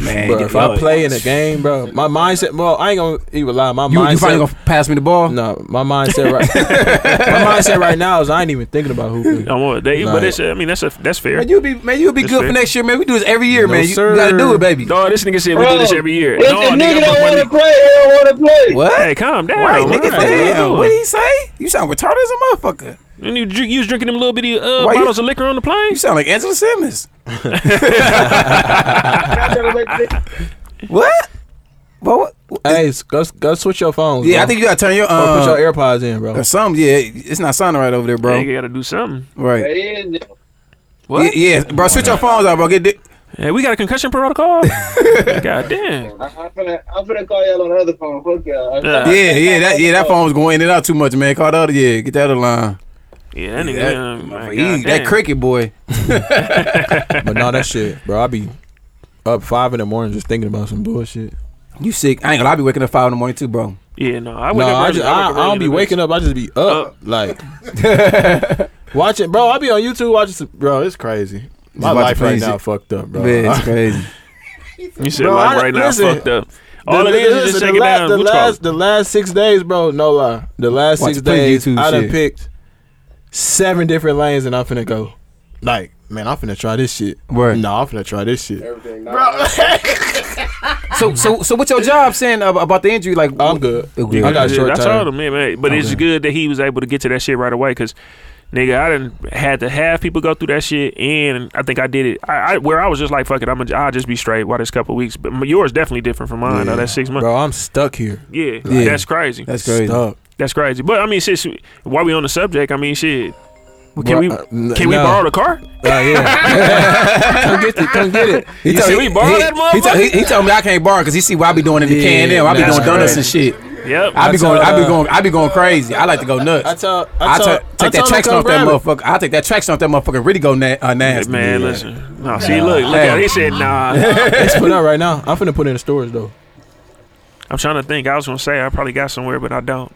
Speaker 3: man.
Speaker 6: Bro,
Speaker 3: get
Speaker 6: if I
Speaker 3: low.
Speaker 6: play in a game, bro, my mindset. Well, I ain't gonna even lie. My
Speaker 3: you,
Speaker 6: mindset.
Speaker 3: you finally gonna pass me the ball?
Speaker 6: no, my mindset right. my mindset right now is I ain't even thinking about hooping.
Speaker 2: I'm on, they, but
Speaker 6: Like-
Speaker 2: it's, I mean, that's a, that's fair.
Speaker 3: Man, you be man, you be
Speaker 2: That's
Speaker 3: good
Speaker 2: fair.
Speaker 3: for next year, man. We do this every year,
Speaker 6: No,
Speaker 3: man. You, you
Speaker 6: sir.
Speaker 3: gotta do it, baby.
Speaker 2: No, this nigga said we do this every year.
Speaker 8: If
Speaker 2: No,
Speaker 8: the nigga
Speaker 2: fuck
Speaker 8: don't
Speaker 2: my
Speaker 8: want to
Speaker 2: nigga.
Speaker 8: play, he don't want to play.
Speaker 3: What?
Speaker 2: Hey, calm down.
Speaker 3: right, nigga.
Speaker 2: Ryan.
Speaker 3: damn.
Speaker 2: What
Speaker 3: What
Speaker 2: you
Speaker 3: did he say? You sound retarded as a motherfucker.
Speaker 2: doing? And you, drink- you was drinking them little bitty uh,
Speaker 3: Why you-
Speaker 2: bottles of liquor on the plane?
Speaker 3: You sound like Angela Simmons.
Speaker 8: I never let the
Speaker 3: What? But what?
Speaker 6: Hey, s- go go switch your phones.
Speaker 3: Yeah,
Speaker 6: bro.
Speaker 3: I think you gotta turn your
Speaker 6: Or
Speaker 3: um,
Speaker 6: put your AirPods in, bro.
Speaker 3: or something. Yeah, it's not sounding right over there, bro.
Speaker 2: Hey, you gotta do something.
Speaker 3: Right.
Speaker 8: nigga in.
Speaker 3: Yeah, yeah, bro. Switch your phones out, bro. Get di-
Speaker 2: Hey, we got a concussion protocol. God damn.
Speaker 8: I- I'm finna, I'm finna call y'all on the other phone. Fuck y'all.
Speaker 2: Yeah.
Speaker 3: yeah, yeah, that yeah, that phone was going in and out too much, man. Call the other, yeah, get that other line.
Speaker 2: Yeah, that nigga.
Speaker 3: That,
Speaker 2: uh, my
Speaker 3: he-
Speaker 2: God,
Speaker 3: that
Speaker 2: damn.
Speaker 3: cricket boy.
Speaker 6: But no, that shit, bro. I be up five in the morning just thinking about some bullshit.
Speaker 3: You sick? I ain't gonna. I be waking up five in the morning too, bro.
Speaker 2: Yeah, no. I wake
Speaker 6: No,
Speaker 2: up
Speaker 6: I
Speaker 2: early.
Speaker 6: just
Speaker 2: wake
Speaker 6: I, I
Speaker 2: up early
Speaker 6: don't
Speaker 2: to
Speaker 6: be
Speaker 2: do
Speaker 6: waking up. I just be up,
Speaker 2: Up.
Speaker 6: like watching, bro. I be on YouTube watching, some, bro. It's crazy. My
Speaker 3: about to
Speaker 6: life right
Speaker 3: freeze
Speaker 6: now
Speaker 3: it.
Speaker 6: fucked up, bro.
Speaker 3: Man, it's crazy.
Speaker 2: this. You said
Speaker 6: Bro,
Speaker 2: like
Speaker 6: I-
Speaker 2: right now,
Speaker 6: listen.
Speaker 2: fucked up. All it is is just
Speaker 6: the,
Speaker 2: taking
Speaker 6: la-
Speaker 2: down.
Speaker 6: the
Speaker 2: What you call it?
Speaker 6: last the last six days, bro. No lie, the last
Speaker 3: Watch,
Speaker 6: six
Speaker 3: play
Speaker 6: days,
Speaker 3: YouTube
Speaker 6: I done
Speaker 3: shit.
Speaker 6: picked seven different lanes, and I'm finna go. Like, man, I'm finna try this shit.
Speaker 3: Word.
Speaker 6: No, I'm finna try this shit.
Speaker 7: Everything. Bro,
Speaker 3: So, so, so, what's your job saying ab- about the injury? Like,
Speaker 6: I'm good.
Speaker 3: Yeah.
Speaker 6: I got
Speaker 2: Yeah,
Speaker 6: short
Speaker 2: I told
Speaker 6: term.
Speaker 2: him, man, man. But it's
Speaker 3: Okay.
Speaker 2: good that he was able to get to that shit right away because, nigga, I didn't had to have people go through that shit, and I think I did it. I, I where I was just like, fuck it, I'm a, I'll just be straight. Why this couple weeks? But m- yours definitely different from mine. though. That's six months.
Speaker 6: Bro, I'm stuck here.
Speaker 2: Yeah,
Speaker 3: Yeah.
Speaker 2: that's crazy.
Speaker 3: That's crazy.
Speaker 6: Stuck.
Speaker 2: That's crazy. But I mean, shit, shit, while we on the subject, I mean, shit. Well,
Speaker 6: Bro,
Speaker 2: Can we
Speaker 6: uh, n-
Speaker 2: can we
Speaker 6: no.
Speaker 2: borrow the car?
Speaker 6: Oh yeah. come get it. Come get it.
Speaker 3: He told
Speaker 2: said we borrow
Speaker 3: he,
Speaker 2: that
Speaker 3: he told- he- he told me I can't borrow because he see what I be doing in the
Speaker 6: Yeah,
Speaker 3: can now. I be
Speaker 6: that's
Speaker 3: doing donuts and
Speaker 6: crazy.
Speaker 3: shit.
Speaker 2: Yep.
Speaker 3: I be
Speaker 6: I
Speaker 3: going. I be
Speaker 6: told, uh,
Speaker 3: going. I be going crazy. I like to go nuts.
Speaker 6: I tell.
Speaker 3: I
Speaker 6: I
Speaker 3: ta-
Speaker 6: tell. I
Speaker 3: take that
Speaker 6: told him
Speaker 3: traction
Speaker 6: come
Speaker 3: off that
Speaker 6: grab it.
Speaker 3: motherfucker. I take that traction off that motherfucker. Really go na- uh, nasty.
Speaker 2: man,
Speaker 3: Yeah.
Speaker 2: listen. No, see, look, look at it. He said, nah.
Speaker 6: It's put out right now. I'm finna put it in the storage though.
Speaker 2: I'm trying to think. I was gonna say I probably got somewhere, but I don't.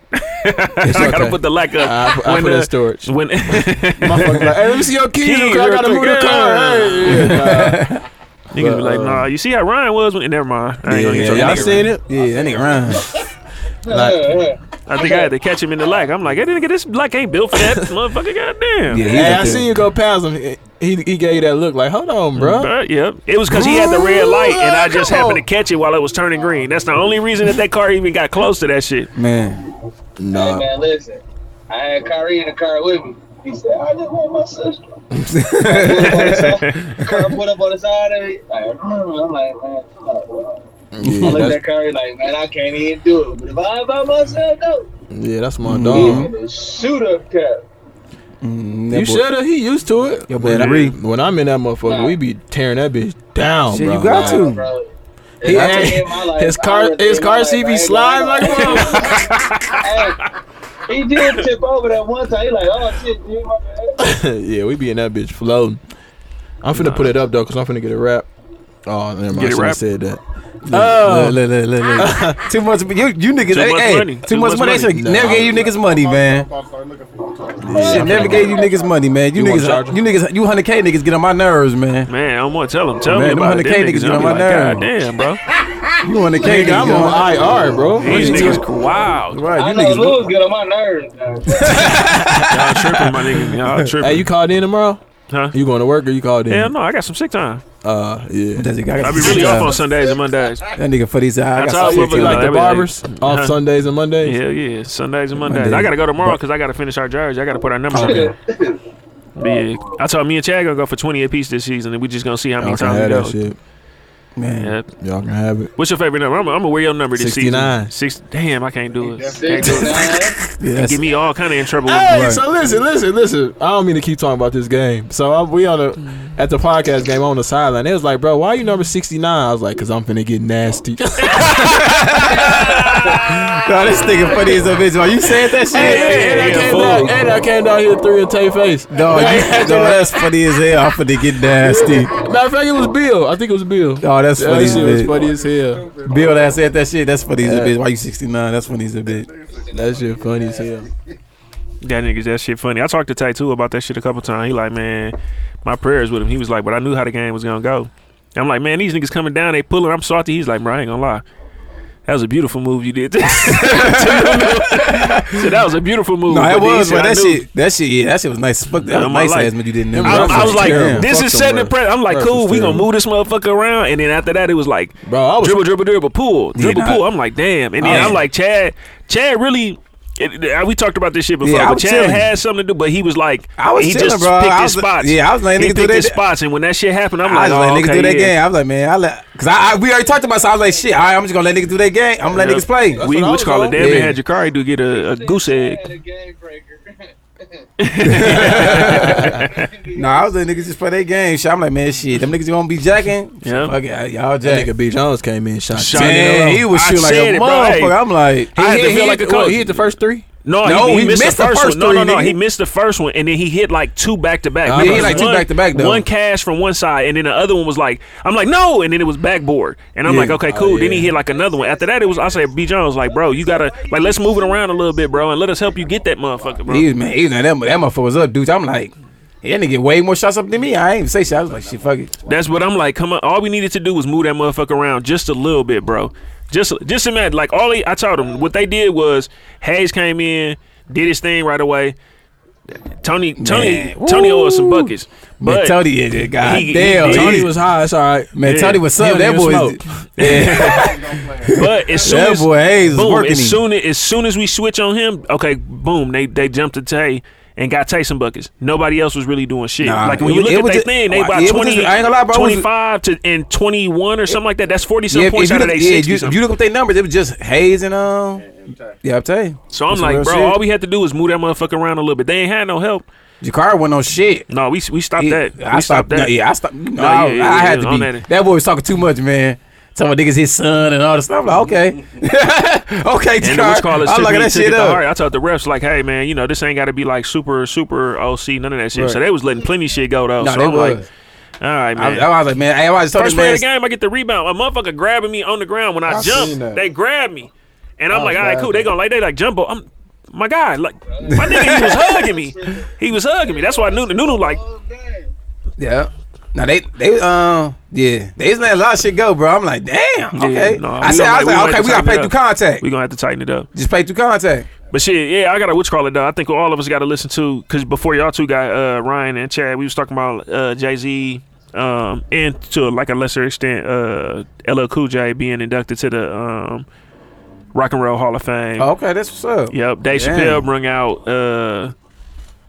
Speaker 6: It's
Speaker 2: I gotta
Speaker 6: okay.
Speaker 2: put the lack up.
Speaker 6: I, I
Speaker 2: when
Speaker 6: put it in
Speaker 2: the-
Speaker 6: storage.
Speaker 2: when
Speaker 6: Motherfucker like, hey, let me see your keys.
Speaker 2: Keys
Speaker 6: real quick. I
Speaker 2: real
Speaker 6: gotta
Speaker 2: quick.
Speaker 6: move the car. Hey, yeah.
Speaker 2: Niggas be
Speaker 6: But,
Speaker 2: like,
Speaker 6: uh,
Speaker 2: nah, you see how Ryan was when never mind. I ain't gonna get
Speaker 6: Yeah,
Speaker 2: y'all.
Speaker 6: y'all seen it?
Speaker 3: Yeah, that nigga run.
Speaker 2: I think I had to catch him in the lack. I'm like, hey, nigga, this black ain't built for that motherfucker, goddamn. Yeah.
Speaker 3: Yeah, he
Speaker 6: Hey,
Speaker 3: up
Speaker 6: I
Speaker 3: there.
Speaker 6: seen you go past him. He, he he gave you that look like, hold on, bro.
Speaker 2: But, yep. It was because he had the red light and I just
Speaker 6: Come
Speaker 2: happened
Speaker 6: on.
Speaker 2: to catch it while it was turning green. That's the only reason that that car even got close to that shit.
Speaker 3: man.
Speaker 8: Hey, man, listen. I had Kyrie in the car with me. He said, I just want my sister. I put up on the side of it. Like, I'm like, man, come on, bro. I looked
Speaker 6: that's,
Speaker 8: at Kyrie like, man, I can't even do it. But if I by myself, though,
Speaker 3: Mm-hmm.
Speaker 6: yeah, that's my
Speaker 8: mm
Speaker 6: dog.
Speaker 8: shoot up cap.
Speaker 3: Mm, that
Speaker 6: You
Speaker 3: boy-
Speaker 6: shoulda. He used to it.
Speaker 3: Your boy
Speaker 6: When I-
Speaker 3: Larry.
Speaker 6: When I'm in that motherfucker, we be tearing that bitch down,
Speaker 3: Shit,
Speaker 6: bro.
Speaker 3: you got
Speaker 6: Like,
Speaker 3: to.
Speaker 8: Bro,
Speaker 6: He
Speaker 8: If I
Speaker 6: had-
Speaker 8: took in my life,
Speaker 6: his
Speaker 8: I
Speaker 6: car,
Speaker 8: would've
Speaker 6: his
Speaker 8: taken my
Speaker 6: car
Speaker 8: life.
Speaker 6: seat
Speaker 8: I
Speaker 6: be
Speaker 8: ain't
Speaker 6: sliding like,
Speaker 8: gonna lie.
Speaker 6: bro.
Speaker 8: Hey, he did tip over that one time. He like, oh shit, dude, my bad.
Speaker 6: yeah, we be in that bitch floating. I'm finna put it up though, cause I'm finna get a wrap. Oh, never
Speaker 2: Get a
Speaker 6: mind. I shouldn't
Speaker 2: wrap?
Speaker 6: have said that.
Speaker 3: Oh.
Speaker 9: Look, look, look, look, look.
Speaker 3: Too much, you, you niggas,
Speaker 2: Too
Speaker 3: hey,
Speaker 2: much
Speaker 3: hey,
Speaker 2: money.
Speaker 3: Too, much, money. They should
Speaker 9: Nah.
Speaker 3: never gave you niggas money, man. Shit, never gave you niggas money, man. You,
Speaker 6: You want a
Speaker 3: niggas,
Speaker 6: charger?
Speaker 3: you niggas, you hundred K niggas get on my nerves, man.
Speaker 2: Man, I'm gonna tell him. Tell
Speaker 3: Man,
Speaker 2: me
Speaker 3: them
Speaker 2: about it.
Speaker 3: 100K
Speaker 2: Them
Speaker 3: niggas
Speaker 2: niggas,
Speaker 3: on
Speaker 2: I'm
Speaker 3: my
Speaker 2: like,
Speaker 3: nerve.
Speaker 2: God damn, bro.
Speaker 3: You hundred K
Speaker 6: Nigga,
Speaker 3: niggas,
Speaker 6: I'm on IR, bro.
Speaker 2: These
Speaker 6: What you
Speaker 2: niggas
Speaker 6: talking-
Speaker 2: wild.
Speaker 3: Right,
Speaker 8: I
Speaker 3: you
Speaker 8: know
Speaker 3: niggas.
Speaker 8: Louis get on my nerves. dog.
Speaker 2: Y'all tripping, my niggas. Y'all tripping.
Speaker 6: Hey, you called in tomorrow?
Speaker 2: huh?
Speaker 6: You going to work or you called in?
Speaker 2: Hell no, I got some sick time.
Speaker 6: Uh, yeah.
Speaker 3: That nigga, I
Speaker 2: I
Speaker 3: got
Speaker 2: be
Speaker 3: some
Speaker 2: really
Speaker 3: shit
Speaker 2: off on
Speaker 3: out.
Speaker 2: Sundays and Mondays.
Speaker 3: That nigga for these. I
Speaker 2: That's
Speaker 3: got
Speaker 2: all
Speaker 3: some
Speaker 2: I'm
Speaker 3: shit to
Speaker 2: up
Speaker 6: You
Speaker 3: do.
Speaker 6: like the
Speaker 2: Everything.
Speaker 6: barbers off
Speaker 2: Huh.
Speaker 6: Sundays and Mondays?
Speaker 2: Hell yeah, Sundays and Mondays.
Speaker 3: Monday. Oh,
Speaker 2: I gotta go tomorrow because I gotta finish our jersey. I gotta put our numbers up there. But yeah, I told me and Chad gonna go for twenty apiece this season, and we just gonna see how many
Speaker 6: Y'all can
Speaker 2: times we
Speaker 6: have that
Speaker 2: go.
Speaker 6: shit.
Speaker 3: Man,
Speaker 2: Yeah.
Speaker 6: Y'all can have it.
Speaker 2: What's your favorite number? I'm gonna wear your number this season.
Speaker 6: 69.
Speaker 2: Six. Damn, I can't do it. Can't
Speaker 8: Six,
Speaker 2: do it.
Speaker 8: nine.
Speaker 3: yeah, that's-
Speaker 2: Get me all kind of in trouble. With
Speaker 6: Hey, so listen, listen, listen. Mm. I don't mean to keep talking about this game. So I'm, we on the at the podcast game on the sideline. It was like, bro, why you number sixty nine? I was like, cause I'm finna get nasty.
Speaker 3: Nah, this nigga funny as a bitch. Why you said that shit?
Speaker 6: and, I came down, and I came down here three and Tay face.
Speaker 3: No, you,
Speaker 6: Matter
Speaker 3: no, that's funny as hell. I'm finna get nasty.
Speaker 6: of fact, it was Bill. I think it was Bill.
Speaker 3: Oh, that's
Speaker 6: That
Speaker 3: funny as
Speaker 6: shit was
Speaker 3: a bitch.
Speaker 6: funny as hell.
Speaker 3: Bill that said that shit, that's funny as a
Speaker 6: Yeah.
Speaker 3: bitch. Why you 69? That's funny as a bitch.
Speaker 6: That shit funny as hell.
Speaker 2: That niggas, that shit funny. I talked to Tattoo about that shit a couple times. He like, man, my prayers with him. He was like, but I knew how the game was gonna go. I'm like, man, these niggas coming down, they pulling. I'm salty. He's like, bro, I ain't gonna lie. That was a beautiful move you did. so that was a beautiful move.
Speaker 3: No, that
Speaker 2: But then he
Speaker 3: was,
Speaker 2: said,
Speaker 3: but
Speaker 2: I
Speaker 3: that
Speaker 2: knew.
Speaker 3: shit, that shit, yeah, that shit was nice. as Fuck, that
Speaker 2: Yeah,
Speaker 3: was
Speaker 2: my
Speaker 3: nice
Speaker 2: life.
Speaker 3: ass when you didn't. them
Speaker 2: I, was- I
Speaker 3: references.
Speaker 2: was like,
Speaker 6: terrible.
Speaker 2: this
Speaker 6: Fuck
Speaker 2: is
Speaker 6: them
Speaker 2: setting the
Speaker 6: ref-
Speaker 2: press. I'm like,
Speaker 6: refs
Speaker 2: cool,
Speaker 6: was
Speaker 2: we gonna
Speaker 6: terrible.
Speaker 2: move this motherfucker around. And then after that, it was like,
Speaker 6: Bro, I was
Speaker 2: dribble, dribble, dribble, pull, dribble,
Speaker 3: nah.
Speaker 2: pull. I'm like, damn. And then
Speaker 3: Oh,
Speaker 2: I'm
Speaker 3: yeah.
Speaker 2: like, Chad, Chad really. It, it- we talked about this shit before,
Speaker 3: Yeah, I
Speaker 2: but
Speaker 3: was
Speaker 2: Chad
Speaker 3: chilling.
Speaker 2: had something to do, but he was like,
Speaker 3: I was
Speaker 2: he
Speaker 3: chilling,
Speaker 2: just
Speaker 3: bro.
Speaker 2: picked
Speaker 3: I
Speaker 2: his
Speaker 3: was-
Speaker 2: spots.
Speaker 3: yeah, I was letting
Speaker 2: he
Speaker 3: niggas do
Speaker 2: picked
Speaker 3: their-
Speaker 2: his spots, and when that shit happened, I'm
Speaker 3: I
Speaker 2: like,
Speaker 3: was letting
Speaker 2: oh,
Speaker 3: niggas
Speaker 2: okay,
Speaker 3: do their
Speaker 2: yeah.
Speaker 3: game. I was like, man, I let, cause I, I we already talked about. So I was like, shit, all right, I'm just gonna let niggas do their game. I'm gonna let
Speaker 2: Yeah.
Speaker 3: niggas play.
Speaker 2: We
Speaker 6: what I
Speaker 2: was
Speaker 6: was
Speaker 2: call it
Speaker 6: on.
Speaker 2: damn near
Speaker 3: Yeah.
Speaker 2: had Jakari do get a, a goose egg.
Speaker 8: Had a game breaker.
Speaker 3: No, I was letting niggas just play their game. Shit, I'm like, man, shit, them niggas gonna be jacking.
Speaker 2: Yeah.
Speaker 3: fuck it, y'all
Speaker 6: That
Speaker 3: jacking.
Speaker 6: nigga B Jones came in, shot.
Speaker 2: Shot.
Speaker 6: ten.
Speaker 3: Man, he was
Speaker 2: I
Speaker 3: shooting like
Speaker 2: said
Speaker 3: a
Speaker 2: it, bro. Hey.
Speaker 3: motherfucker. I'm like,
Speaker 2: I had to
Speaker 6: He
Speaker 2: feel
Speaker 6: hit-
Speaker 2: like a
Speaker 6: what,
Speaker 2: coach.
Speaker 6: He hit the first three.
Speaker 2: No,
Speaker 3: No,
Speaker 2: he, he,
Speaker 3: he
Speaker 2: missed, the first, one. No,
Speaker 3: three,
Speaker 2: no, no.
Speaker 3: nigga.
Speaker 2: He missed the first one, and then he hit like two back to back.
Speaker 6: Yeah,
Speaker 2: Because
Speaker 6: he hit, like,
Speaker 3: two
Speaker 2: one-
Speaker 3: back-to-back, though.
Speaker 2: One cash from one side, and then the other one was like, I'm like, no, and then it was backboard, and I'm
Speaker 3: Yeah.
Speaker 2: like, okay, cool. Then he hit like another one. After that, it was I said, B Jones, like, bro, you gotta like let's move it around a little bit, bro, and let us help you get that motherfucker, bro.
Speaker 3: He was man, he was, that, that motherfucker was up, dude. I'm like, that nigga way more shots up than me. I ain't even say shit. I was like, shit, fuck it.
Speaker 2: That's what I'm like. Come on, all we needed to do was move that motherfucker around just a little bit, bro. Just, just imagine. Like all he, I told him what they did was Hayes came in, did his thing right away. Tony, Tony,
Speaker 3: Man,
Speaker 2: Tony
Speaker 3: woo.
Speaker 2: owed us some buckets,
Speaker 3: Man,
Speaker 2: but
Speaker 3: Tony is it. God
Speaker 2: He- he-
Speaker 3: damn.
Speaker 2: he-
Speaker 6: Tony
Speaker 3: Tony,
Speaker 6: was high. It's all right.
Speaker 3: man,
Speaker 2: yeah.
Speaker 3: Tony was
Speaker 6: Him
Speaker 3: sub. That
Speaker 6: and
Speaker 3: boy,
Speaker 6: Smoke.
Speaker 3: is- yeah,
Speaker 2: But as soon
Speaker 3: that
Speaker 2: as
Speaker 3: boy Hayes was
Speaker 2: boom,
Speaker 3: working.
Speaker 2: as
Speaker 3: him.
Speaker 2: soon as, as soon as we switch on him, okay, boom, they they jumped to Tay and got Tay some buckets. Nobody else was really doing shit.
Speaker 3: Nah,
Speaker 2: like when
Speaker 3: it
Speaker 2: you
Speaker 3: was-
Speaker 2: look
Speaker 3: it
Speaker 2: at
Speaker 3: was
Speaker 2: their
Speaker 3: just-
Speaker 2: thing, they
Speaker 3: it
Speaker 2: about
Speaker 3: was just-
Speaker 2: 20,
Speaker 3: I ain't gonna lie, bro, it was-
Speaker 2: 25 to and twenty one or something like that. That's forty some
Speaker 3: Yeah, if
Speaker 2: points
Speaker 3: you
Speaker 2: out of
Speaker 3: look,
Speaker 2: their
Speaker 3: yeah,
Speaker 2: sixty.
Speaker 3: you,
Speaker 2: something.
Speaker 3: you look at their numbers, it was just Hayes and um, yeah, I'm telling you,
Speaker 2: so I'm
Speaker 3: that's
Speaker 2: like,
Speaker 3: real
Speaker 2: bro,
Speaker 3: shit.
Speaker 2: all we had to do was move that motherfucker around a little bit. They ain't had no help.
Speaker 3: Jakar went on shit.
Speaker 2: No, we we stopped
Speaker 3: He-
Speaker 2: that. We
Speaker 3: I stopped.
Speaker 2: that.
Speaker 3: No, yeah, I stopped. No,
Speaker 2: yeah,
Speaker 3: I,
Speaker 2: yeah,
Speaker 3: I
Speaker 2: yeah,
Speaker 3: had to
Speaker 2: on
Speaker 3: be.
Speaker 2: that.
Speaker 3: That. boy was talking too much, man. Talking about niggas his son and all this stuff. I'm like, okay, okay,
Speaker 2: And the what's
Speaker 3: Jakar.
Speaker 2: called it
Speaker 3: I'm
Speaker 2: took me
Speaker 3: looking that
Speaker 2: took it
Speaker 3: shit
Speaker 2: to
Speaker 3: up.
Speaker 2: heart. I told the refs like, hey man, you know this ain't got to be like super super OC, none of that shit.
Speaker 3: Right.
Speaker 2: So they was letting plenty of shit go though.
Speaker 3: No,
Speaker 2: so
Speaker 3: they
Speaker 2: I'm
Speaker 3: was.
Speaker 2: like, all right man.
Speaker 3: I, I was like, man, I was talking
Speaker 2: First play
Speaker 3: man,
Speaker 2: of the game, I get the rebound. A motherfucker grabbing me on the ground when I,
Speaker 6: I seen
Speaker 2: jump.
Speaker 6: that.
Speaker 2: They grab me, and I'm
Speaker 6: I
Speaker 2: like,
Speaker 6: was
Speaker 2: all right, cool. They
Speaker 6: laughing.
Speaker 2: gonna like they like jumbo. I'm my guy. Like my nigga, he was hugging me. He was hugging me. That's why Nunu Nunu like
Speaker 3: Yeah. Now they they um yeah they just let a lot of shit go, bro. I'm like, damn. Okay.
Speaker 2: no,
Speaker 3: I
Speaker 2: we gonna-
Speaker 3: said I was
Speaker 2: we
Speaker 3: like,
Speaker 2: gonna
Speaker 3: okay,
Speaker 2: have to
Speaker 3: we gotta
Speaker 2: tighten
Speaker 3: pay
Speaker 2: it
Speaker 3: through
Speaker 2: up.
Speaker 3: contact.
Speaker 2: we gonna have to tighten it up.
Speaker 3: Just pay through contact.
Speaker 2: But shit, yeah, I got a witch call it though. I think all of us got to listen to because before y'all two got uh, Ryan and Chad, we was talking about uh, Jay Z. Um, and to like a lesser extent, uh, LL Cool J being inducted to the um, Rock and Roll Hall of Fame.
Speaker 3: Oh, okay, that's what's up.
Speaker 2: Yep, Dave
Speaker 3: Damn.
Speaker 2: Chappelle brung out uh,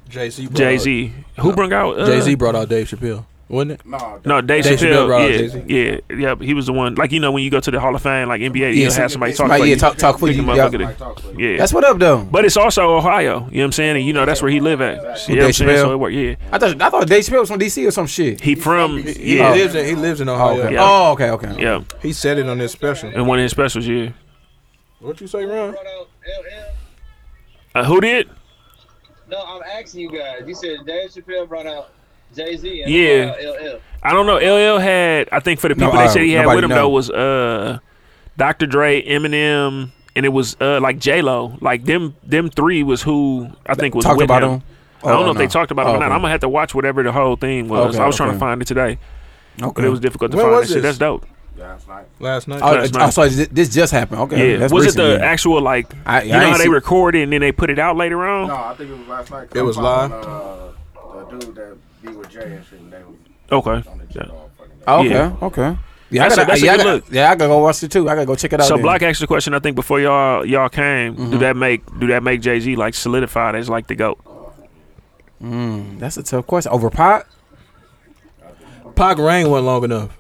Speaker 6: Jay Z.
Speaker 2: Jay Z. Who brung out uh,
Speaker 6: Jay Z brought out Dave Chappelle, wasn't it?
Speaker 2: No, Dave
Speaker 6: Dave Chappelle brought out
Speaker 2: Chappelle.
Speaker 6: Jay-Z.
Speaker 2: Yeah, yeah, yeah. He was the one. Like you know, when you go to the Hall of Fame, like NBA, you
Speaker 3: so-
Speaker 2: have somebody talk
Speaker 3: somebody,
Speaker 2: for
Speaker 3: yeah,
Speaker 2: you.
Speaker 3: talk talk for
Speaker 2: Pick
Speaker 3: you.
Speaker 2: the
Speaker 3: yeah.
Speaker 2: motherfucker to- Yeah.
Speaker 3: That's what up though.
Speaker 2: but it's also Ohio. You know what I'm saying? And you know that's where he live at. You know what I'm saying?
Speaker 3: Dave
Speaker 2: So
Speaker 3: Chappelle?
Speaker 2: it work. Yeah.
Speaker 3: I thought I thought Dave Chappelle was from DC or some shit.
Speaker 2: He from
Speaker 6: He
Speaker 2: yeah.
Speaker 6: lives in he lives in Ohio.
Speaker 3: Okay.
Speaker 2: Yeah.
Speaker 3: Oh, okay, okay.
Speaker 2: Yeah,
Speaker 6: He said it on his special.
Speaker 2: and one of his specials, yeah.
Speaker 6: What you say, Ron?
Speaker 8: Brought out LL.
Speaker 2: Uh, who did?
Speaker 8: No, I'm asking you guys. You said Dave Chappelle brought out Jay Z.
Speaker 2: Yeah. I don't know. LL had, I think for the people
Speaker 3: No,
Speaker 2: that said he
Speaker 3: uh,
Speaker 2: had with him
Speaker 3: nobody know.
Speaker 2: though was uh, Dr. Dre, Eminem, and it was uh like J Lo. Like them, them three was who I think was
Speaker 3: Talked
Speaker 2: with
Speaker 3: about
Speaker 2: him.
Speaker 3: him?
Speaker 2: I don't
Speaker 3: Oh,
Speaker 2: know if they
Speaker 3: no.
Speaker 2: talked about
Speaker 3: Oh,
Speaker 2: him or not.
Speaker 3: okay.
Speaker 2: I'm gonna have to watch whatever the whole thing was.
Speaker 6: Okay,
Speaker 2: I was trying
Speaker 6: okay.
Speaker 2: to find it today, but
Speaker 3: Okay.
Speaker 2: it was difficult to
Speaker 6: When
Speaker 2: find.
Speaker 6: was
Speaker 2: That shit.
Speaker 6: this?
Speaker 2: That's dope.
Speaker 6: Last night.
Speaker 3: Oh,
Speaker 2: last
Speaker 3: uh,
Speaker 2: night.
Speaker 3: so this this just happened. Okay.
Speaker 2: yeah.
Speaker 3: that's
Speaker 2: Was
Speaker 3: recent,
Speaker 2: it the
Speaker 3: yeah.
Speaker 2: actual like?
Speaker 3: I- I
Speaker 2: you know
Speaker 3: ain't
Speaker 2: how they
Speaker 3: see-
Speaker 2: record it and then they put it out later on?
Speaker 7: No, I think it was last night. 'cause
Speaker 6: It
Speaker 7: I'm
Speaker 6: was
Speaker 7: following,
Speaker 6: live?
Speaker 7: Uh, the dude that be with Jay and shit, and they was
Speaker 2: Okay.
Speaker 7: on the
Speaker 2: Yeah.
Speaker 7: jet all fucking day.
Speaker 3: Oh, okay.
Speaker 2: Yeah.
Speaker 3: Okay. Yeah, I
Speaker 2: That's a-
Speaker 3: gotta,
Speaker 2: that's a
Speaker 3: yeah, I
Speaker 2: good
Speaker 3: gotta-
Speaker 2: look.
Speaker 3: yeah, I gotta go watch it too. I gotta go check it Mm-hmm. out.
Speaker 2: So
Speaker 3: then.
Speaker 2: Block asked the question I think before y'all y'all came. Do that make do that make Jay Z like solidified as like the goat?
Speaker 3: That's a tough question. Over pot?
Speaker 6: Pac reign wasn't long enough.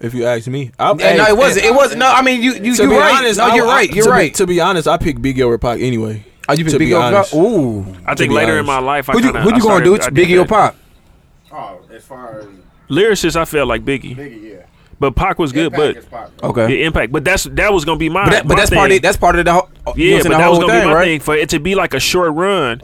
Speaker 6: If you ask me, I,
Speaker 3: Yeah, no,
Speaker 6: hey,
Speaker 3: it wasn't. It wasn't. No, I mean you. You.
Speaker 6: To
Speaker 3: You're
Speaker 6: be
Speaker 3: right.
Speaker 6: honest,
Speaker 3: no,
Speaker 6: I-
Speaker 3: you're
Speaker 6: I-
Speaker 3: right. You're
Speaker 6: to be-
Speaker 3: right.
Speaker 6: to be honest, I picked Big over Pac anyway.
Speaker 3: Are you
Speaker 6: to
Speaker 3: pick
Speaker 6: be
Speaker 3: Biggie or
Speaker 6: honest.
Speaker 3: Pop? Ooh.
Speaker 2: I
Speaker 6: To
Speaker 2: think
Speaker 6: be
Speaker 2: later in
Speaker 6: honest.
Speaker 2: my life, I
Speaker 3: Who you,
Speaker 2: kind of
Speaker 3: who you gonna do? Biggie or Pop?
Speaker 7: Oh, as far as
Speaker 2: Lyricist, I feel like Biggie,
Speaker 7: Biggie, yeah.
Speaker 2: but Pac was good,
Speaker 7: Impact
Speaker 2: but
Speaker 7: is popular.
Speaker 3: Okay.
Speaker 2: the impact. But that's that was gonna be my.
Speaker 3: But, that, but
Speaker 2: my
Speaker 3: that's part
Speaker 2: thing.
Speaker 3: of that's part of the whole
Speaker 2: yeah,
Speaker 3: you know,
Speaker 2: but
Speaker 3: the
Speaker 2: that was
Speaker 3: whole
Speaker 2: gonna
Speaker 3: thing,
Speaker 2: be my
Speaker 3: right?
Speaker 2: thing for it to be like a short run.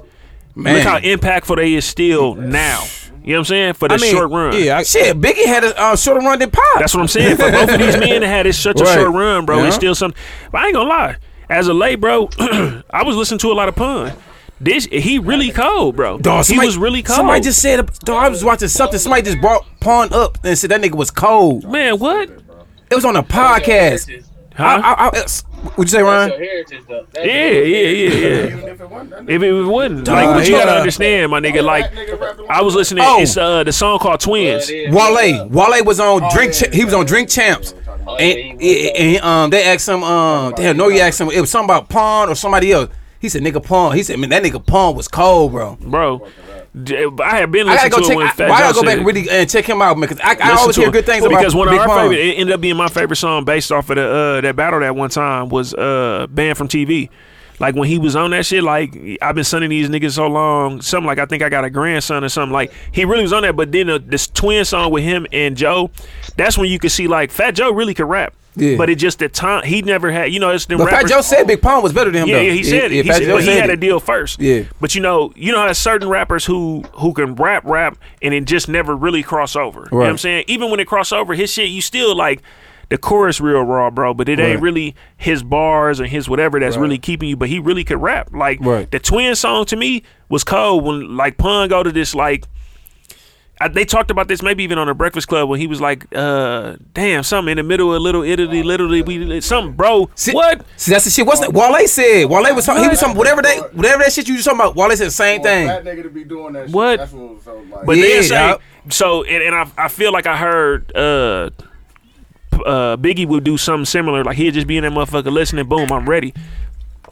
Speaker 3: Man,
Speaker 2: Look how impactful they is still now. You know what I'm saying? For the
Speaker 6: I mean,
Speaker 2: short run.
Speaker 6: Yeah, I,
Speaker 3: shit, Biggie had a uh, shorter run than Pop.
Speaker 2: That's what I'm saying. For both of these men that had it such
Speaker 3: Right.
Speaker 2: a short run, bro.
Speaker 3: Yeah.
Speaker 2: It's still something. But I ain't gonna lie. As a late, bro, I was listening to a lot of pun. This he really cold, bro.
Speaker 3: Dog,
Speaker 2: he
Speaker 3: somebody-
Speaker 2: was really cold.
Speaker 3: Somebody just said, dog, I was watching something. Somebody just brought Pawn up and said that nigga was cold.
Speaker 2: man, what?
Speaker 3: It was on a podcast.
Speaker 2: Huh?
Speaker 3: I, I, I, it's- what'd you say, Ryan?
Speaker 2: yeah, yeah, yeah, yeah.
Speaker 7: Even if it wasn't, that nigga,
Speaker 2: If it wasn't, like,
Speaker 3: Dog,
Speaker 2: but you
Speaker 3: yeah.
Speaker 2: gotta understand, my nigga. Like,
Speaker 7: that nigga rapping
Speaker 2: I was listening.
Speaker 3: Oh.
Speaker 2: It's uh the song called Twins.
Speaker 3: Wale, Wale was on Drink. Cha- he was on Drink Champs,
Speaker 8: Oh, yeah,
Speaker 3: and,
Speaker 8: he was
Speaker 3: and, um, they asked him. Um, damn, no, you asked him. It was something about Pawn or somebody else. He said, "Nigga, Pawn." He said, "Man, that nigga Pawn was cold, bro."
Speaker 2: bro. d- I have been
Speaker 3: I gotta
Speaker 2: listening
Speaker 3: go
Speaker 2: to it when
Speaker 3: check. I,
Speaker 2: Fat
Speaker 3: why I
Speaker 2: Joe
Speaker 3: gotta go
Speaker 2: said
Speaker 3: back
Speaker 2: it.
Speaker 3: and really and check him out because I, I
Speaker 2: Listen
Speaker 3: always
Speaker 2: to
Speaker 3: hear
Speaker 2: it.
Speaker 3: good things about
Speaker 2: because one of
Speaker 3: Big
Speaker 2: our
Speaker 3: Pun.
Speaker 2: favorite it ended up being my favorite song based off of the uh, that battle that one time was uh banned from TV. Like when he was on that shit, like I've been sunning these niggas so long, something like I think I got a grandson or something. Like he really was on that, but then uh, this twin song with him and Joe, that's when you could see like Fat Joe really could rap.
Speaker 3: Yeah.
Speaker 2: But it just the time he never had, you know, it's the
Speaker 3: But Fat
Speaker 2: rappers. Oh.
Speaker 3: Joe said Big Pawn was better than him.
Speaker 2: Yeah,
Speaker 3: though.
Speaker 2: yeah, he said it. He
Speaker 3: Fat
Speaker 2: said,
Speaker 3: Joe
Speaker 2: but he
Speaker 3: said
Speaker 2: had
Speaker 3: it.
Speaker 2: a deal first.
Speaker 3: Yeah.
Speaker 2: But you know, you know how certain rappers who who can rap rap and it just never really cross over. You know what I'm
Speaker 3: Right.
Speaker 2: saying? Even when it cross over, his shit, you still like the chorus real raw, bro, but it ain't
Speaker 3: Right.
Speaker 2: really his bars and his whatever that's really keeping you. But he really could rap. Like
Speaker 3: Right.
Speaker 2: the twin song to me was cold when like Pun go to this like I, they talked about this maybe even on the Breakfast Club when he was like, uh, "Damn, something in the middle of Little Italy, literally, we something, bro.
Speaker 3: See-
Speaker 2: what?
Speaker 3: See, that's the shit. What's that? Wale said. Wale was talking. He was talking. Whatever that. Whatever that shit you was talking about. Wale said the same
Speaker 7: for a
Speaker 3: thing.
Speaker 7: fat nigga to be doing that shit,
Speaker 2: What?
Speaker 7: That's what was so like.
Speaker 2: But
Speaker 3: Yeah,
Speaker 2: then say
Speaker 3: dawg.
Speaker 2: so, and, and I, I feel like I heard uh, p- uh, Biggie would do something similar. Like he'd just be in that motherfucker listening. Boom, I'm ready.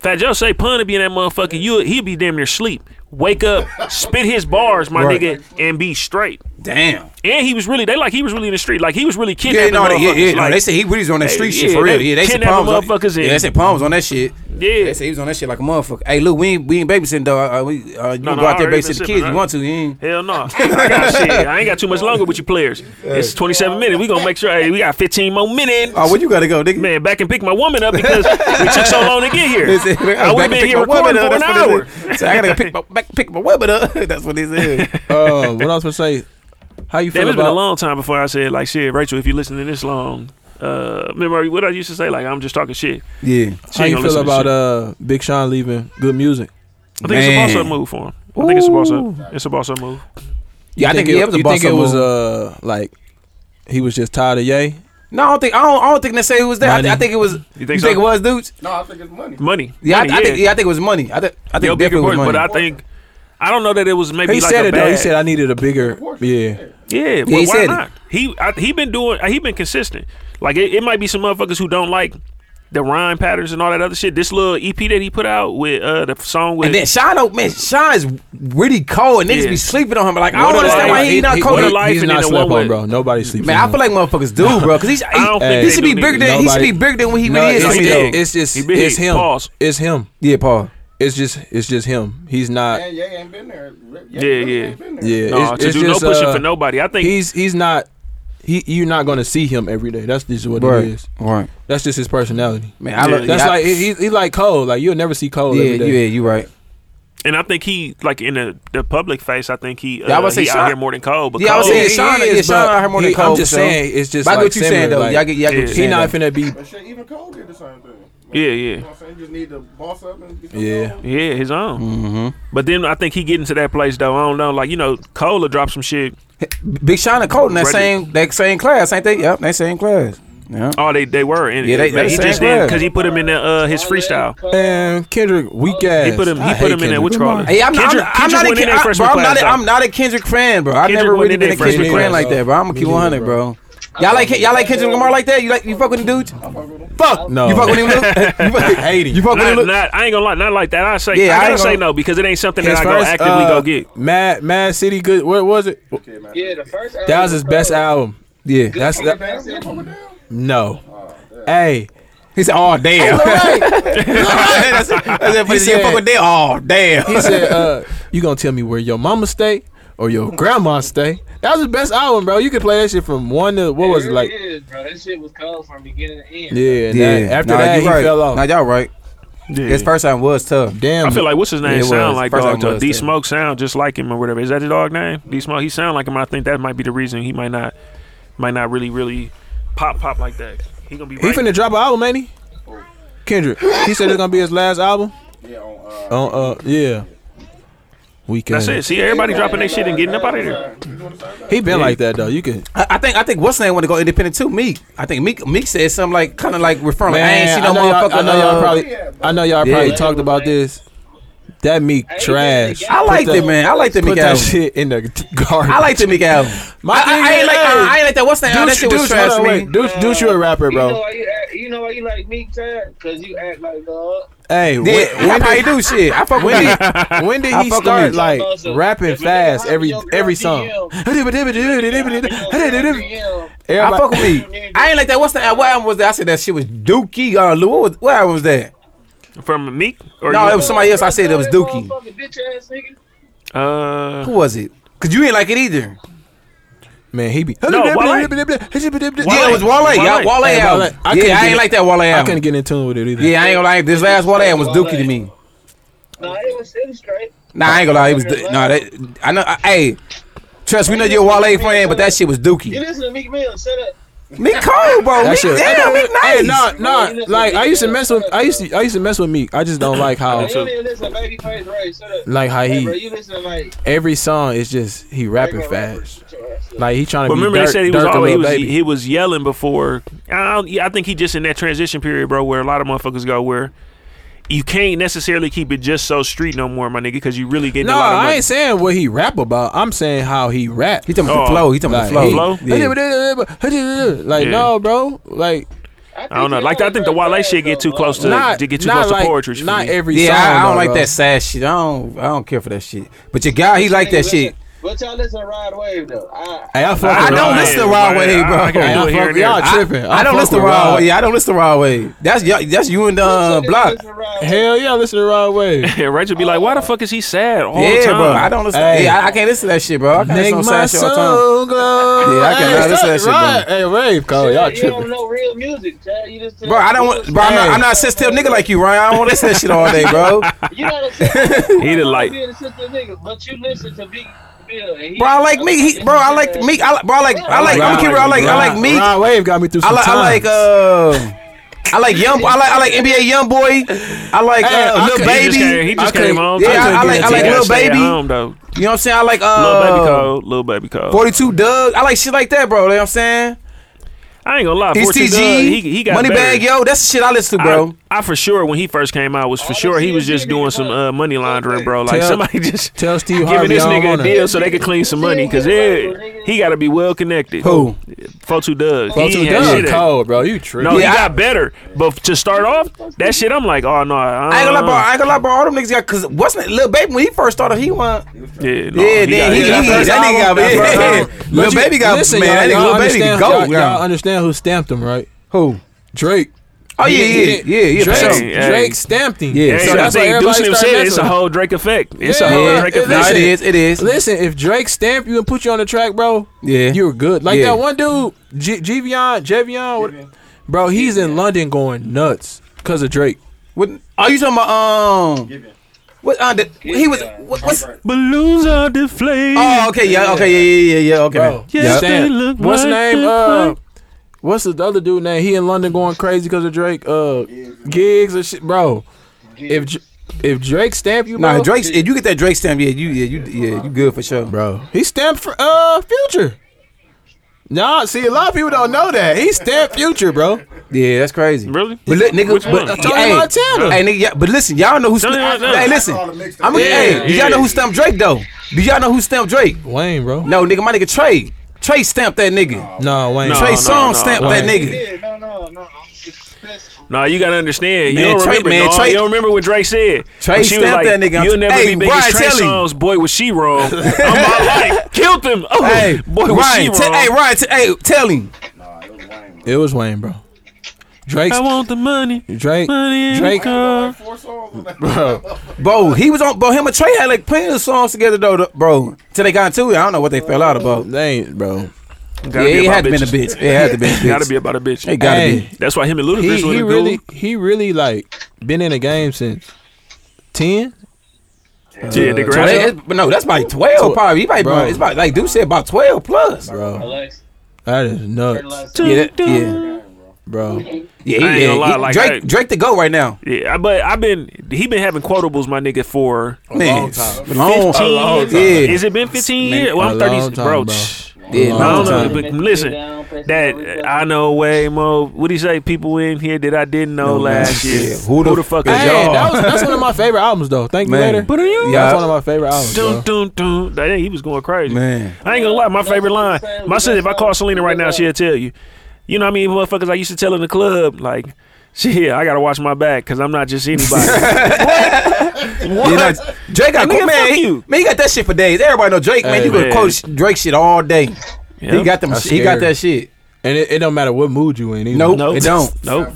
Speaker 2: Fat Joe say pun to be in that motherfucker. You he'd be damn near sleep. Wake up, spit his bars, my
Speaker 3: Right.
Speaker 2: nigga, and be straight.
Speaker 3: Damn.
Speaker 2: And he was really they like he was really in the street. Like he was really
Speaker 3: Yeah,
Speaker 2: kidnapping
Speaker 3: no, they, yeah,
Speaker 2: motherfuckers.
Speaker 3: yeah, no,
Speaker 2: like,
Speaker 3: they said he really was on that
Speaker 2: Hey,
Speaker 3: street
Speaker 2: yeah,
Speaker 3: shit for real.
Speaker 2: they
Speaker 3: Yeah, they said
Speaker 2: kidnapping
Speaker 3: Palm was on,
Speaker 2: motherfuckers
Speaker 3: yeah,
Speaker 2: in.
Speaker 3: they said Palm was on that shit.
Speaker 2: Yeah.
Speaker 3: they said he was on that shit like a motherfucker. Hey, look, we ain't, we ain't babysitting though. Uh, we, uh, you
Speaker 2: No, no,
Speaker 3: can go
Speaker 2: I
Speaker 3: out
Speaker 2: already
Speaker 3: there babysit
Speaker 2: been
Speaker 3: the kids.
Speaker 2: sipping,
Speaker 3: You
Speaker 2: huh?
Speaker 3: want to? You ain't.
Speaker 2: Hell no. I got shit. I ain't got too much longer with you players. It's 27 minutes. We gonna make sure hey, we got 15 more minutes.
Speaker 3: Oh, where you gotta go, nigga?
Speaker 2: Man, back and pick my woman up because we took so long to get here.
Speaker 3: They said, "Hey,
Speaker 2: I would
Speaker 3: back
Speaker 2: have
Speaker 3: and
Speaker 2: been
Speaker 3: pick
Speaker 2: here
Speaker 3: my woman
Speaker 2: recording
Speaker 3: up."
Speaker 2: for an
Speaker 3: That's what
Speaker 2: hour.
Speaker 3: they said. So I gotta go pick my back, pick my woman up. That's what he said.
Speaker 6: uh, what I was gonna say. How you
Speaker 2: Damn,
Speaker 6: feel
Speaker 2: it's been a
Speaker 6: about?
Speaker 2: long time before I said like shit, Rachel. If you listening this long, uh, remember what I used to say? Like I'm just talking shit.
Speaker 3: Yeah,
Speaker 2: She
Speaker 6: How
Speaker 2: ain't
Speaker 6: you
Speaker 2: gonna
Speaker 6: feel
Speaker 2: listen to
Speaker 6: about
Speaker 2: shit.
Speaker 6: uh Big Sean leaving Good Music?
Speaker 2: I think it's a boss
Speaker 3: Man.
Speaker 2: up move for him. I think it's a boss up. It's a boss up move.
Speaker 3: yeah. I think, yeah, it was a
Speaker 6: you
Speaker 3: boss
Speaker 6: think it was
Speaker 3: move.
Speaker 6: uh like he was just tired of Ye?
Speaker 3: No, I don't think I don't, I don't think necessarily it was that. I, thi- I
Speaker 6: Money.
Speaker 3: think it was. You
Speaker 2: think
Speaker 3: think,
Speaker 2: so?
Speaker 3: it was, dudes?
Speaker 7: no, I think it's money.
Speaker 2: Money.
Speaker 3: Yeah,
Speaker 2: Money,
Speaker 3: I, I think yeah, I think it was money. I, th- I
Speaker 2: Yo, big
Speaker 3: think definitely was
Speaker 2: important,
Speaker 3: money.
Speaker 2: but I think I don't know that it was maybe
Speaker 6: He
Speaker 2: like
Speaker 6: said
Speaker 2: a
Speaker 6: it
Speaker 2: bad,
Speaker 6: though. He said I needed a bigger. Yeah.
Speaker 2: Yeah, well,
Speaker 3: he
Speaker 2: why
Speaker 3: said it.
Speaker 2: not? He I, he been doing. He been consistent. Like it, it might be some motherfuckers who don't like the rhyme patterns and all that other shit. This little EP that he put out with uh the song with
Speaker 3: And then Sean, oh man, Sean is really cold, and niggas
Speaker 2: Yeah.
Speaker 3: be sleeping on him. Like I
Speaker 2: What
Speaker 3: don't
Speaker 2: a
Speaker 3: understand
Speaker 2: life.
Speaker 3: why he,
Speaker 2: He-
Speaker 3: not
Speaker 2: he-
Speaker 3: cold.
Speaker 2: what a life
Speaker 6: He's
Speaker 2: and
Speaker 6: not
Speaker 2: then the
Speaker 6: slept
Speaker 2: one
Speaker 6: on,
Speaker 2: with-
Speaker 6: bro. Nobody sleeps.
Speaker 3: man,
Speaker 6: on
Speaker 3: I feel like motherfuckers do, bro. Because he's
Speaker 2: I don't
Speaker 3: he,
Speaker 2: think
Speaker 3: he
Speaker 2: they
Speaker 3: should
Speaker 2: do
Speaker 3: be bigger
Speaker 2: neither.
Speaker 3: than he should
Speaker 6: Nobody-
Speaker 3: be bigger than when he
Speaker 6: him. no,
Speaker 3: really is.
Speaker 6: it's,
Speaker 3: to
Speaker 2: he
Speaker 3: me, though.
Speaker 2: big.
Speaker 6: it's just
Speaker 2: He big.
Speaker 6: it's him.
Speaker 2: Pause.
Speaker 6: It's him.
Speaker 3: Yeah, Paul.
Speaker 6: It's just it's just him. He's not.
Speaker 7: And Ye ain't been there. Ye
Speaker 2: Yeah,
Speaker 7: really
Speaker 2: yeah.
Speaker 7: ain't been there.
Speaker 6: Yeah,
Speaker 2: No,
Speaker 6: it's,
Speaker 2: to
Speaker 6: it's
Speaker 2: do
Speaker 6: just,
Speaker 2: no pushing
Speaker 6: uh,
Speaker 2: for nobody. I think
Speaker 6: He's he's not. He you're not gonna see him every day. That's just what it
Speaker 3: Right,
Speaker 6: is.
Speaker 3: right.
Speaker 6: That's just his personality.
Speaker 3: Man, I love
Speaker 6: That's
Speaker 3: yeah,
Speaker 6: like he, he he like Cole. Like you'll never see Cole
Speaker 3: yeah,
Speaker 6: every
Speaker 3: you-
Speaker 6: day.
Speaker 3: yeah. You right.
Speaker 2: And I think he like in the, the public face. I think he uh,
Speaker 3: Yeah, I would say
Speaker 2: he
Speaker 3: Sean-
Speaker 2: out here more than Cole. Because
Speaker 3: Yeah, I would say
Speaker 6: Yeah,
Speaker 3: it's Sean.
Speaker 6: he
Speaker 3: Yeah,
Speaker 6: is,
Speaker 3: Sean
Speaker 6: but
Speaker 3: out here more than
Speaker 6: he- I'm
Speaker 3: Cole.
Speaker 6: just
Speaker 3: so.
Speaker 6: saying, it's just
Speaker 3: But I get
Speaker 6: like
Speaker 3: what you saying
Speaker 6: similar,
Speaker 3: though.
Speaker 6: like,
Speaker 3: y'all get, y'all get what
Speaker 2: yeah.
Speaker 3: you
Speaker 6: He
Speaker 3: saying.
Speaker 6: not
Speaker 3: though.
Speaker 6: finna be.
Speaker 7: But shit, even Cole did the same thing. Like,
Speaker 2: Yeah,
Speaker 7: You
Speaker 2: yeah,
Speaker 7: know what I'm saying? You just need to boss up and become
Speaker 6: Yeah.
Speaker 7: Cole.
Speaker 2: yeah, his own.
Speaker 3: Mm-hmm.
Speaker 2: But then I think he getting to that place though. I don't know. Like you know, Cole will drop some shit.
Speaker 3: Big Sean and Cole in that
Speaker 2: Right.
Speaker 3: same that same class, ain't they? Yep, that same class. Yeah.
Speaker 2: Oh, they they were. And,
Speaker 3: Yeah, they- they
Speaker 2: he
Speaker 3: the
Speaker 2: just
Speaker 3: same
Speaker 2: didn't
Speaker 3: class.
Speaker 2: because he put him in that uh, his freestyle.
Speaker 6: And Kendrick, weak ass.
Speaker 2: He put him. He
Speaker 6: I
Speaker 2: put
Speaker 6: hate
Speaker 2: him in that
Speaker 6: Kendrick.
Speaker 2: witch crawler.
Speaker 3: Hey, I'm,
Speaker 2: Kendrick,
Speaker 3: not, I'm,
Speaker 2: Kendrick
Speaker 3: not a,
Speaker 2: went in
Speaker 3: Ken-
Speaker 2: that
Speaker 3: I, bro,
Speaker 2: freshman
Speaker 3: I'm,
Speaker 2: class.
Speaker 3: not a,
Speaker 2: though.
Speaker 3: I'm not a Kendrick fan, bro. I
Speaker 2: Kendrick
Speaker 3: never
Speaker 2: went
Speaker 3: really
Speaker 2: in their
Speaker 3: been a
Speaker 2: freshman
Speaker 3: Kendrick fan
Speaker 2: class.
Speaker 3: like that, bro. I'm a
Speaker 6: Me
Speaker 3: keep
Speaker 6: neither,
Speaker 3: 100,
Speaker 6: bro.
Speaker 3: bro. Y'all like y'all like Kendrick Lamar like that? You like you fuck with the dude? Fuck
Speaker 6: No.
Speaker 3: You fuck with him? Luke? You fuck-
Speaker 6: Hate him.
Speaker 3: You fuck with him?
Speaker 2: Not,
Speaker 3: Luke?
Speaker 2: not, I ain't gonna lie, not like that. I say,
Speaker 3: Yeah, I
Speaker 2: I gotta
Speaker 3: ain't
Speaker 2: say
Speaker 3: gonna-
Speaker 2: no because it ain't something
Speaker 6: His
Speaker 2: that I go
Speaker 6: first,
Speaker 2: actively
Speaker 6: uh,
Speaker 2: go get.
Speaker 6: Mad Mad City Good. What was it?
Speaker 8: Yeah, the first album
Speaker 6: That was his best album.
Speaker 3: Yeah.
Speaker 6: That's
Speaker 8: Fuck
Speaker 6: that.
Speaker 8: with them.
Speaker 6: No. Hey,
Speaker 3: He said, "Oh damn." That's it. That's it. He said,
Speaker 6: said-
Speaker 3: "Fuck with them." Oh damn.
Speaker 6: he said, uh, "You gonna tell me where your mama stay or your grandma stay?" That was his best album, bro. You could play that shit from one to what was it like?
Speaker 8: really is, bro. That shit was cold from beginning to end.
Speaker 6: Yeah. and that- after
Speaker 3: Nah,
Speaker 6: that,
Speaker 3: you
Speaker 6: he
Speaker 3: right.
Speaker 6: fell off.
Speaker 3: Nah, y'all right. His first time was tough.
Speaker 6: Damn.
Speaker 2: I feel like what's his name
Speaker 3: Yeah, it
Speaker 2: sound
Speaker 3: was.
Speaker 2: like
Speaker 3: First
Speaker 2: dog.
Speaker 3: album was,
Speaker 2: D
Speaker 3: yeah.
Speaker 2: Smoke sound just like him or whatever. Is that the dog name? D Smoke. He sound like him. I think that might be the reason he might not might not really really pop pop like that. He gonna be
Speaker 6: he
Speaker 2: right.
Speaker 6: finna drop an album, ain't he? Kendrick. He said it's gonna be his last album.
Speaker 7: Yeah, on, uh,
Speaker 6: On uh, yeah. Weekend.
Speaker 2: That's it. See everybody dropping their shit and getting up out of there.
Speaker 6: He been like that though. You can.
Speaker 3: I, I think I think what's name want to go independent too. Meek. I think Meek Meek said something like kind of like referring. Like, I ain't see no
Speaker 6: know y'all-
Speaker 3: motherfucker.
Speaker 6: I know
Speaker 3: uh,
Speaker 6: y'all probably. I know y'all
Speaker 3: Yeah.
Speaker 6: probably talked about this. That meek
Speaker 8: Hey,
Speaker 6: trash.
Speaker 8: yeah,
Speaker 3: I
Speaker 6: Put
Speaker 3: liked
Speaker 6: that-
Speaker 3: it, man. I liked the
Speaker 6: Put
Speaker 3: Meek
Speaker 6: that
Speaker 3: album.
Speaker 6: shit in the t- garbage.
Speaker 3: I liked the Meek album.
Speaker 6: My
Speaker 3: I,
Speaker 6: thing
Speaker 3: I, I ain't
Speaker 6: is,
Speaker 3: like I,
Speaker 6: hey,
Speaker 3: I ain't like that. What's the name? That shit was trash to
Speaker 6: hold on,
Speaker 3: me.
Speaker 6: wait. Deuce, Deuce, you a rapper,
Speaker 8: You know
Speaker 6: bro.
Speaker 8: why you, act, you know why you like Meek Chad? Cause you act like the
Speaker 6: Hey, when,
Speaker 3: Yeah,
Speaker 6: when
Speaker 3: I probably do shit. I fuck with
Speaker 6: when
Speaker 3: Meek.
Speaker 6: did, when did
Speaker 3: I
Speaker 6: he
Speaker 3: fuck with
Speaker 6: start
Speaker 3: Meek.
Speaker 6: like
Speaker 8: Also,
Speaker 6: rapping
Speaker 8: if you
Speaker 6: fast
Speaker 8: hop in
Speaker 6: every
Speaker 8: your girl
Speaker 6: every song?
Speaker 8: DM,
Speaker 6: Everybody,
Speaker 3: I fuck with Meek. I ain't like that. What's the what album was that? I said that shit was Dookie. Uh, Lou, what, was, what album was that?
Speaker 2: From Meek or
Speaker 3: No,
Speaker 2: you-
Speaker 3: it was somebody else. I said it was Dookie.
Speaker 2: uh,
Speaker 3: Who was it? Cause you ain't like it either.
Speaker 6: man, he be.
Speaker 2: No, Wale.
Speaker 3: Yeah, it was Wale. Yeah,
Speaker 2: Wale.
Speaker 3: Wale
Speaker 6: Hey, Wale.
Speaker 3: album.
Speaker 6: I couldn't
Speaker 3: Yeah, I
Speaker 6: get it.
Speaker 3: ain't like that Wale
Speaker 6: I couldn't
Speaker 3: album.
Speaker 6: get in tune with it either.
Speaker 3: Yeah, I ain't gonna lie. This last Wale album was Dookie to me.
Speaker 8: No, it was it was straight.
Speaker 3: Nah, I ain't gonna lie. It was nah. That, I know. I, hey, trust me, know you're a Wale fan, but that shit was
Speaker 8: You
Speaker 3: Dookie.
Speaker 8: listen to Meek Mill, shut up.
Speaker 3: Me cold, bro.
Speaker 6: That
Speaker 3: Me,
Speaker 6: shit.
Speaker 3: damn,
Speaker 6: Hey,
Speaker 3: me nice.
Speaker 6: Hey, no,
Speaker 8: Bro, you
Speaker 6: no.
Speaker 8: listen
Speaker 6: Like
Speaker 8: to
Speaker 6: I used to
Speaker 8: Meek
Speaker 6: mess
Speaker 8: Mill.
Speaker 6: with. I used to. I used to mess with Meek. I just don't like how.
Speaker 8: You don't even listen to Babyface Ray, shut up.
Speaker 6: Oh, Like how
Speaker 8: Hey,
Speaker 6: he-
Speaker 8: bro, you listen to like
Speaker 6: every song is just he rapping
Speaker 8: regular
Speaker 6: fast.
Speaker 8: rappers.
Speaker 6: Like he trying to
Speaker 2: But
Speaker 6: be
Speaker 2: remember
Speaker 6: Dirk,
Speaker 2: they said he was
Speaker 6: Dirk a
Speaker 2: always, he
Speaker 6: little
Speaker 2: was,
Speaker 6: baby.
Speaker 2: he was yelling before. I, don't, yeah, I think he just in that transition period, bro, where a lot of motherfuckers go where you can't necessarily keep it just so street no more, my nigga, because you really get
Speaker 6: no,
Speaker 2: a lot of
Speaker 6: I
Speaker 2: money.
Speaker 6: ain't saying what he rap about. I'm saying how he rap.
Speaker 3: He talking about
Speaker 2: Oh,
Speaker 3: the flow. He talking
Speaker 6: like,
Speaker 3: about the
Speaker 2: flow?
Speaker 3: flow. Yeah.
Speaker 6: He, like
Speaker 2: Yeah.
Speaker 6: no, bro. Like
Speaker 8: think
Speaker 2: I don't know.
Speaker 8: he
Speaker 2: Like I
Speaker 8: always
Speaker 2: think the
Speaker 8: rap
Speaker 2: Wale
Speaker 8: fast,
Speaker 2: shit get
Speaker 8: though,
Speaker 2: too close to,
Speaker 8: bro.
Speaker 6: not
Speaker 2: to get too
Speaker 6: not
Speaker 2: close
Speaker 6: like,
Speaker 2: to poetry. for
Speaker 6: Not
Speaker 2: me.
Speaker 6: every song.
Speaker 3: Yeah, I, I don't
Speaker 6: though,
Speaker 3: like
Speaker 6: bro.
Speaker 3: that sad shit. I don't. I don't care for that shit. But your guy, he like that
Speaker 8: Hey,
Speaker 3: shit.
Speaker 8: But y'all listen to Rod Wave though. I,
Speaker 6: Hey, I fuck
Speaker 2: I
Speaker 6: with
Speaker 3: don't
Speaker 6: Rod.
Speaker 3: listen to
Speaker 2: Hey,
Speaker 3: Rod
Speaker 2: man,
Speaker 3: Wave,
Speaker 2: I-
Speaker 3: bro.
Speaker 2: I can
Speaker 6: Hey,
Speaker 2: do it
Speaker 6: I
Speaker 2: here
Speaker 6: fuck
Speaker 2: and
Speaker 6: with
Speaker 2: there.
Speaker 6: y'all
Speaker 2: I-
Speaker 6: tripping.
Speaker 3: I don't
Speaker 6: fuck
Speaker 3: listen to
Speaker 6: with
Speaker 3: Rod Wave. I don't listen to Rod Wave. That's y- that's you and uh, Block.
Speaker 6: Hell yeah, I listen to Rod Wave.
Speaker 2: Yeah, Rachel be like, "Why the fuck is he sad all the
Speaker 3: Yeah,
Speaker 2: time?"
Speaker 3: bro. I don't listen.
Speaker 6: Hey.
Speaker 3: Yeah, I, I can't listen to that shit, bro. I can't
Speaker 6: Make
Speaker 3: listen to
Speaker 6: my
Speaker 3: sad shit all the time.
Speaker 6: soul glow.
Speaker 3: Yeah, I cannot
Speaker 6: Hey,
Speaker 3: listen to that
Speaker 6: stop-
Speaker 3: shit, bro.
Speaker 6: Rod- Hey, Rave, call y'all
Speaker 8: you don't
Speaker 6: tripping.
Speaker 8: know real music, Chad. You just
Speaker 3: Oh, Bro, I don't want. Bro, I'm not, I'm not a sensitive nigga like you, Ryan. I don't want to listen to that shit all day, bro.
Speaker 8: You know what I'm saying?
Speaker 2: He done like-
Speaker 8: being a sister nigga, but you listen to Big Bill. and he-
Speaker 3: Bro, I like me. He, bro, I like me. I, like- bro, I like. I like. I'm gonna keep it. real. I like. I like me.
Speaker 6: Rod Wave got me through
Speaker 3: I
Speaker 6: some
Speaker 3: like I like
Speaker 6: times.
Speaker 3: uh I like young I like I like NBA young boy. I like
Speaker 6: Hey, I
Speaker 3: uh,
Speaker 6: could-
Speaker 3: Lil
Speaker 2: He just
Speaker 3: Baby.
Speaker 2: came, he just
Speaker 6: I
Speaker 2: came
Speaker 6: couldn't-
Speaker 2: home.
Speaker 3: yeah,
Speaker 2: too.
Speaker 3: I- I like- I like
Speaker 2: You gotta
Speaker 3: Lil
Speaker 2: stay at
Speaker 3: Baby.
Speaker 2: home, though.
Speaker 3: You know what I'm saying? I like
Speaker 2: Little baby
Speaker 3: uh
Speaker 2: code, little baby code.
Speaker 3: 42 Doug. I like shit like that, bro. You know what I'm saying?
Speaker 2: I ain't gonna lie, 14
Speaker 3: ECG,
Speaker 2: Doug, he, he got
Speaker 3: Money
Speaker 2: better.
Speaker 3: Bag Yo. That's the shit I listen to, bro.
Speaker 2: I, I for sure when he first came out was for
Speaker 8: All
Speaker 2: sure
Speaker 8: them
Speaker 2: he was
Speaker 8: CMG
Speaker 2: just doing
Speaker 8: niggas,
Speaker 2: some
Speaker 8: huh?
Speaker 2: uh, money laundering, bro. Like
Speaker 6: Tell-
Speaker 2: somebody just
Speaker 6: Tell Steve
Speaker 2: giving
Speaker 6: Harvey
Speaker 2: this
Speaker 6: I don't
Speaker 2: nigga
Speaker 6: wanna-
Speaker 2: a deal so they could clean some money because he got to be well connected.
Speaker 3: Who?
Speaker 2: Four two Doug.
Speaker 6: Go
Speaker 2: He
Speaker 6: to
Speaker 2: ain't
Speaker 6: the
Speaker 2: had shit
Speaker 6: shit
Speaker 2: at-
Speaker 6: cold, bro. You tripping?
Speaker 2: No,
Speaker 3: Yeah,
Speaker 2: he
Speaker 3: I-
Speaker 2: got better, but to start off, that shit I'm like, oh no, I,
Speaker 3: I ain't gonna lie,
Speaker 2: don't
Speaker 3: bro. I ain't gonna lie, bro. All them niggas got cause wasn't it Lil Baby when he first started, he
Speaker 2: know.
Speaker 3: won.
Speaker 2: Yeah, no,
Speaker 3: yeah,
Speaker 2: he
Speaker 3: then
Speaker 2: got-
Speaker 3: he,
Speaker 2: he got better.
Speaker 3: he- that nigga got
Speaker 6: That's first album.
Speaker 3: yeah. Lil
Speaker 6: But you-
Speaker 3: Baby got
Speaker 6: listen,
Speaker 3: man. that
Speaker 6: y'all-
Speaker 3: nigga
Speaker 6: y'all
Speaker 3: Lil Baby
Speaker 6: understand-
Speaker 3: go.
Speaker 6: Y'all, y'all
Speaker 3: yeah.
Speaker 6: understand who stamped him, right?
Speaker 3: Who?
Speaker 6: Drake.
Speaker 3: Oh yeah,
Speaker 6: He-
Speaker 3: yeah, yeah, yeah. for
Speaker 6: Drake,
Speaker 3: sure.
Speaker 2: Hey, hey.
Speaker 6: Drake stamped him.
Speaker 3: Yeah,
Speaker 2: Yeah,
Speaker 3: So
Speaker 2: so
Speaker 3: that's
Speaker 2: that's
Speaker 6: why
Speaker 2: Deuce
Speaker 6: everybody
Speaker 2: Nip
Speaker 6: started
Speaker 2: said it's a
Speaker 6: messing with
Speaker 2: whole Drake effect. It's a
Speaker 6: Yeah,
Speaker 2: whole
Speaker 6: yeah.
Speaker 2: Drake
Speaker 6: It-
Speaker 2: effect.
Speaker 3: No, it
Speaker 6: listen.
Speaker 3: is, it is.
Speaker 6: him. Listen, if Drake stamped you and put you on the track, bro,
Speaker 3: Yeah.
Speaker 6: you were good. Like
Speaker 3: Yeah.
Speaker 6: that one dude, G- Jevion, Jevion, what- bro, he's in London going nuts because of Drake.
Speaker 3: oh, What, are you talking about? Um, What uh, the, he was what, what's
Speaker 2: Balloons are deflated.
Speaker 3: Oh, okay, yeah, okay, yeah, yeah, yeah, yeah, okay.
Speaker 6: Bro,
Speaker 3: man.
Speaker 2: Oh. yes,
Speaker 3: yeah.
Speaker 2: they look
Speaker 6: What's
Speaker 2: like
Speaker 6: name?
Speaker 2: the
Speaker 6: Uh,
Speaker 2: fuck-
Speaker 6: what's the other dude name? He in London going crazy because of Drake. Uh, gigs or shit, bro. If Dr- if Drake stamp you, bro,
Speaker 3: Nah, Drake. If you get that Drake stamp, yeah, you, yeah, you, yeah, you good for sure,
Speaker 6: bro, he stamped for uh Future. Nah, see, a lot of people don't know that he stamped Future, bro.
Speaker 3: Yeah, that's crazy.
Speaker 2: Really?
Speaker 3: But li- nigga,
Speaker 2: Which
Speaker 3: but,
Speaker 2: one?
Speaker 3: yeah,
Speaker 6: Tony
Speaker 3: hey,
Speaker 6: Montana.
Speaker 3: hey, nigga, yeah, but listen, y'all know who. Sn-
Speaker 2: Tony Montana.
Speaker 3: hey, listen,
Speaker 7: All the mixed
Speaker 3: I'm.
Speaker 7: up.
Speaker 3: hey, do y'all
Speaker 2: yeah.
Speaker 3: know who stamped Drake though? Do y'all know who stamped Drake?
Speaker 6: Wayne, bro.
Speaker 3: No, nigga, my nigga Trey. Trey stamped that nigga.
Speaker 6: No, Wayne.
Speaker 2: No.
Speaker 3: Trey Songz
Speaker 2: no,
Speaker 3: stamped
Speaker 6: no.
Speaker 3: that nigga.
Speaker 8: Yeah, no, no, no. I'm just pissed.
Speaker 2: Nah, you gotta understand.
Speaker 3: Man,
Speaker 2: you don't
Speaker 3: Trey-
Speaker 2: remember.
Speaker 3: man,
Speaker 2: dog.
Speaker 3: Trey-
Speaker 2: you don't remember what Drake said.
Speaker 3: Trey
Speaker 2: When she was
Speaker 3: stamped
Speaker 2: like,
Speaker 3: that nigga.
Speaker 2: You'll never
Speaker 3: Hey,
Speaker 2: be big as
Speaker 3: Ryan,
Speaker 2: Trey
Speaker 3: tell him.
Speaker 2: Songz. Boy, was she wrong? I'm my life. Killed him. Oh,
Speaker 3: Hey,
Speaker 2: boy, was she
Speaker 3: Ryan,
Speaker 2: wrong?
Speaker 3: te- hey, Ryan, te- hey, tell him.
Speaker 6: It was Wayne, bro. Drake,
Speaker 2: I want the money.
Speaker 6: Drake,
Speaker 2: Money in
Speaker 6: Drake.
Speaker 2: the car.
Speaker 7: Four songs on that.
Speaker 3: Bro, he was on. Bro, him and Trey had like plenty of songs together though, th- bro. Till they got into it, I don't know what they fell out about.
Speaker 6: They ain't, bro.
Speaker 2: Gotta
Speaker 3: Yeah,
Speaker 2: be
Speaker 3: he
Speaker 2: about
Speaker 3: had to been a
Speaker 2: bitches.
Speaker 3: bitch. It had to been a bitch.
Speaker 2: Gotta be about a bitch.
Speaker 3: It gotta
Speaker 6: Hey.
Speaker 3: be.
Speaker 2: That's why him and
Speaker 6: He,
Speaker 2: Ludacris was
Speaker 6: he
Speaker 2: a
Speaker 6: really,
Speaker 2: really,
Speaker 6: he really like been in the game since ten.
Speaker 2: Yeah, the
Speaker 3: So
Speaker 2: grass.
Speaker 3: that- but no, that's about twelve.
Speaker 6: Tw-
Speaker 3: Probably, he probably
Speaker 6: Uh, bro.
Speaker 3: it's about like dude said about twelve plus.
Speaker 6: bro.
Speaker 8: Alex,
Speaker 6: That is nuts,
Speaker 8: fertilize.
Speaker 3: Yeah, that- yeah,
Speaker 6: bro.
Speaker 2: I
Speaker 3: yeah.
Speaker 2: ain't
Speaker 3: yeah,
Speaker 2: gonna lie,
Speaker 3: yeah.
Speaker 2: like,
Speaker 3: Drake,
Speaker 2: I-
Speaker 3: Drake to go right now.
Speaker 2: Yeah, but I've been he been having quotables, my nigga, for
Speaker 3: Man,
Speaker 6: time.
Speaker 3: long,
Speaker 2: 15 years.
Speaker 3: Yeah,
Speaker 2: Is it been 15
Speaker 3: Man,
Speaker 2: years? Well,
Speaker 6: a
Speaker 2: I'm
Speaker 6: long
Speaker 2: 30,
Speaker 6: time,
Speaker 2: bro.
Speaker 6: bro.
Speaker 2: tch.
Speaker 3: yeah,
Speaker 2: I
Speaker 3: long
Speaker 2: don't know,
Speaker 3: time.
Speaker 2: but listen, that I know way more. What do you say? People in here that I didn't know last
Speaker 3: Yeah,
Speaker 2: year.
Speaker 3: who the
Speaker 2: fuck
Speaker 3: fuck
Speaker 2: is
Speaker 3: is
Speaker 6: Hey,
Speaker 3: y'all?
Speaker 6: that was, that's one of my favorite albums, though. Thank you
Speaker 3: Man.
Speaker 6: later.
Speaker 2: But are you?
Speaker 3: Yeah.
Speaker 6: That's one of my favorite albums.
Speaker 2: Dun,
Speaker 6: Bro.
Speaker 2: dun, dun. That, he was going crazy.
Speaker 3: Man.
Speaker 2: I ain't gonna lie, my favorite line. My sister, if I call Selena right now, she'll tell you. You know what I mean? Motherfuckers I used to tell in the club, like, shit, I gotta watch my back because I'm not just anybody. what?
Speaker 3: Yeah,
Speaker 2: What?
Speaker 3: like, Drake got
Speaker 2: Nigga,
Speaker 3: quote, man.
Speaker 2: fuck
Speaker 3: He,
Speaker 2: you.
Speaker 3: man, he got that shit for days. Everybody know Drake, man.
Speaker 6: Hey,
Speaker 3: You
Speaker 2: man.
Speaker 3: could quote sh- Drake shit all day. He
Speaker 2: Yep.
Speaker 3: got them.
Speaker 6: That's
Speaker 3: He got
Speaker 6: scary.
Speaker 3: that shit.
Speaker 6: And it, it don't matter what mood you in. Either.
Speaker 3: Nope,
Speaker 2: Nope.
Speaker 3: it don't.
Speaker 2: Nope.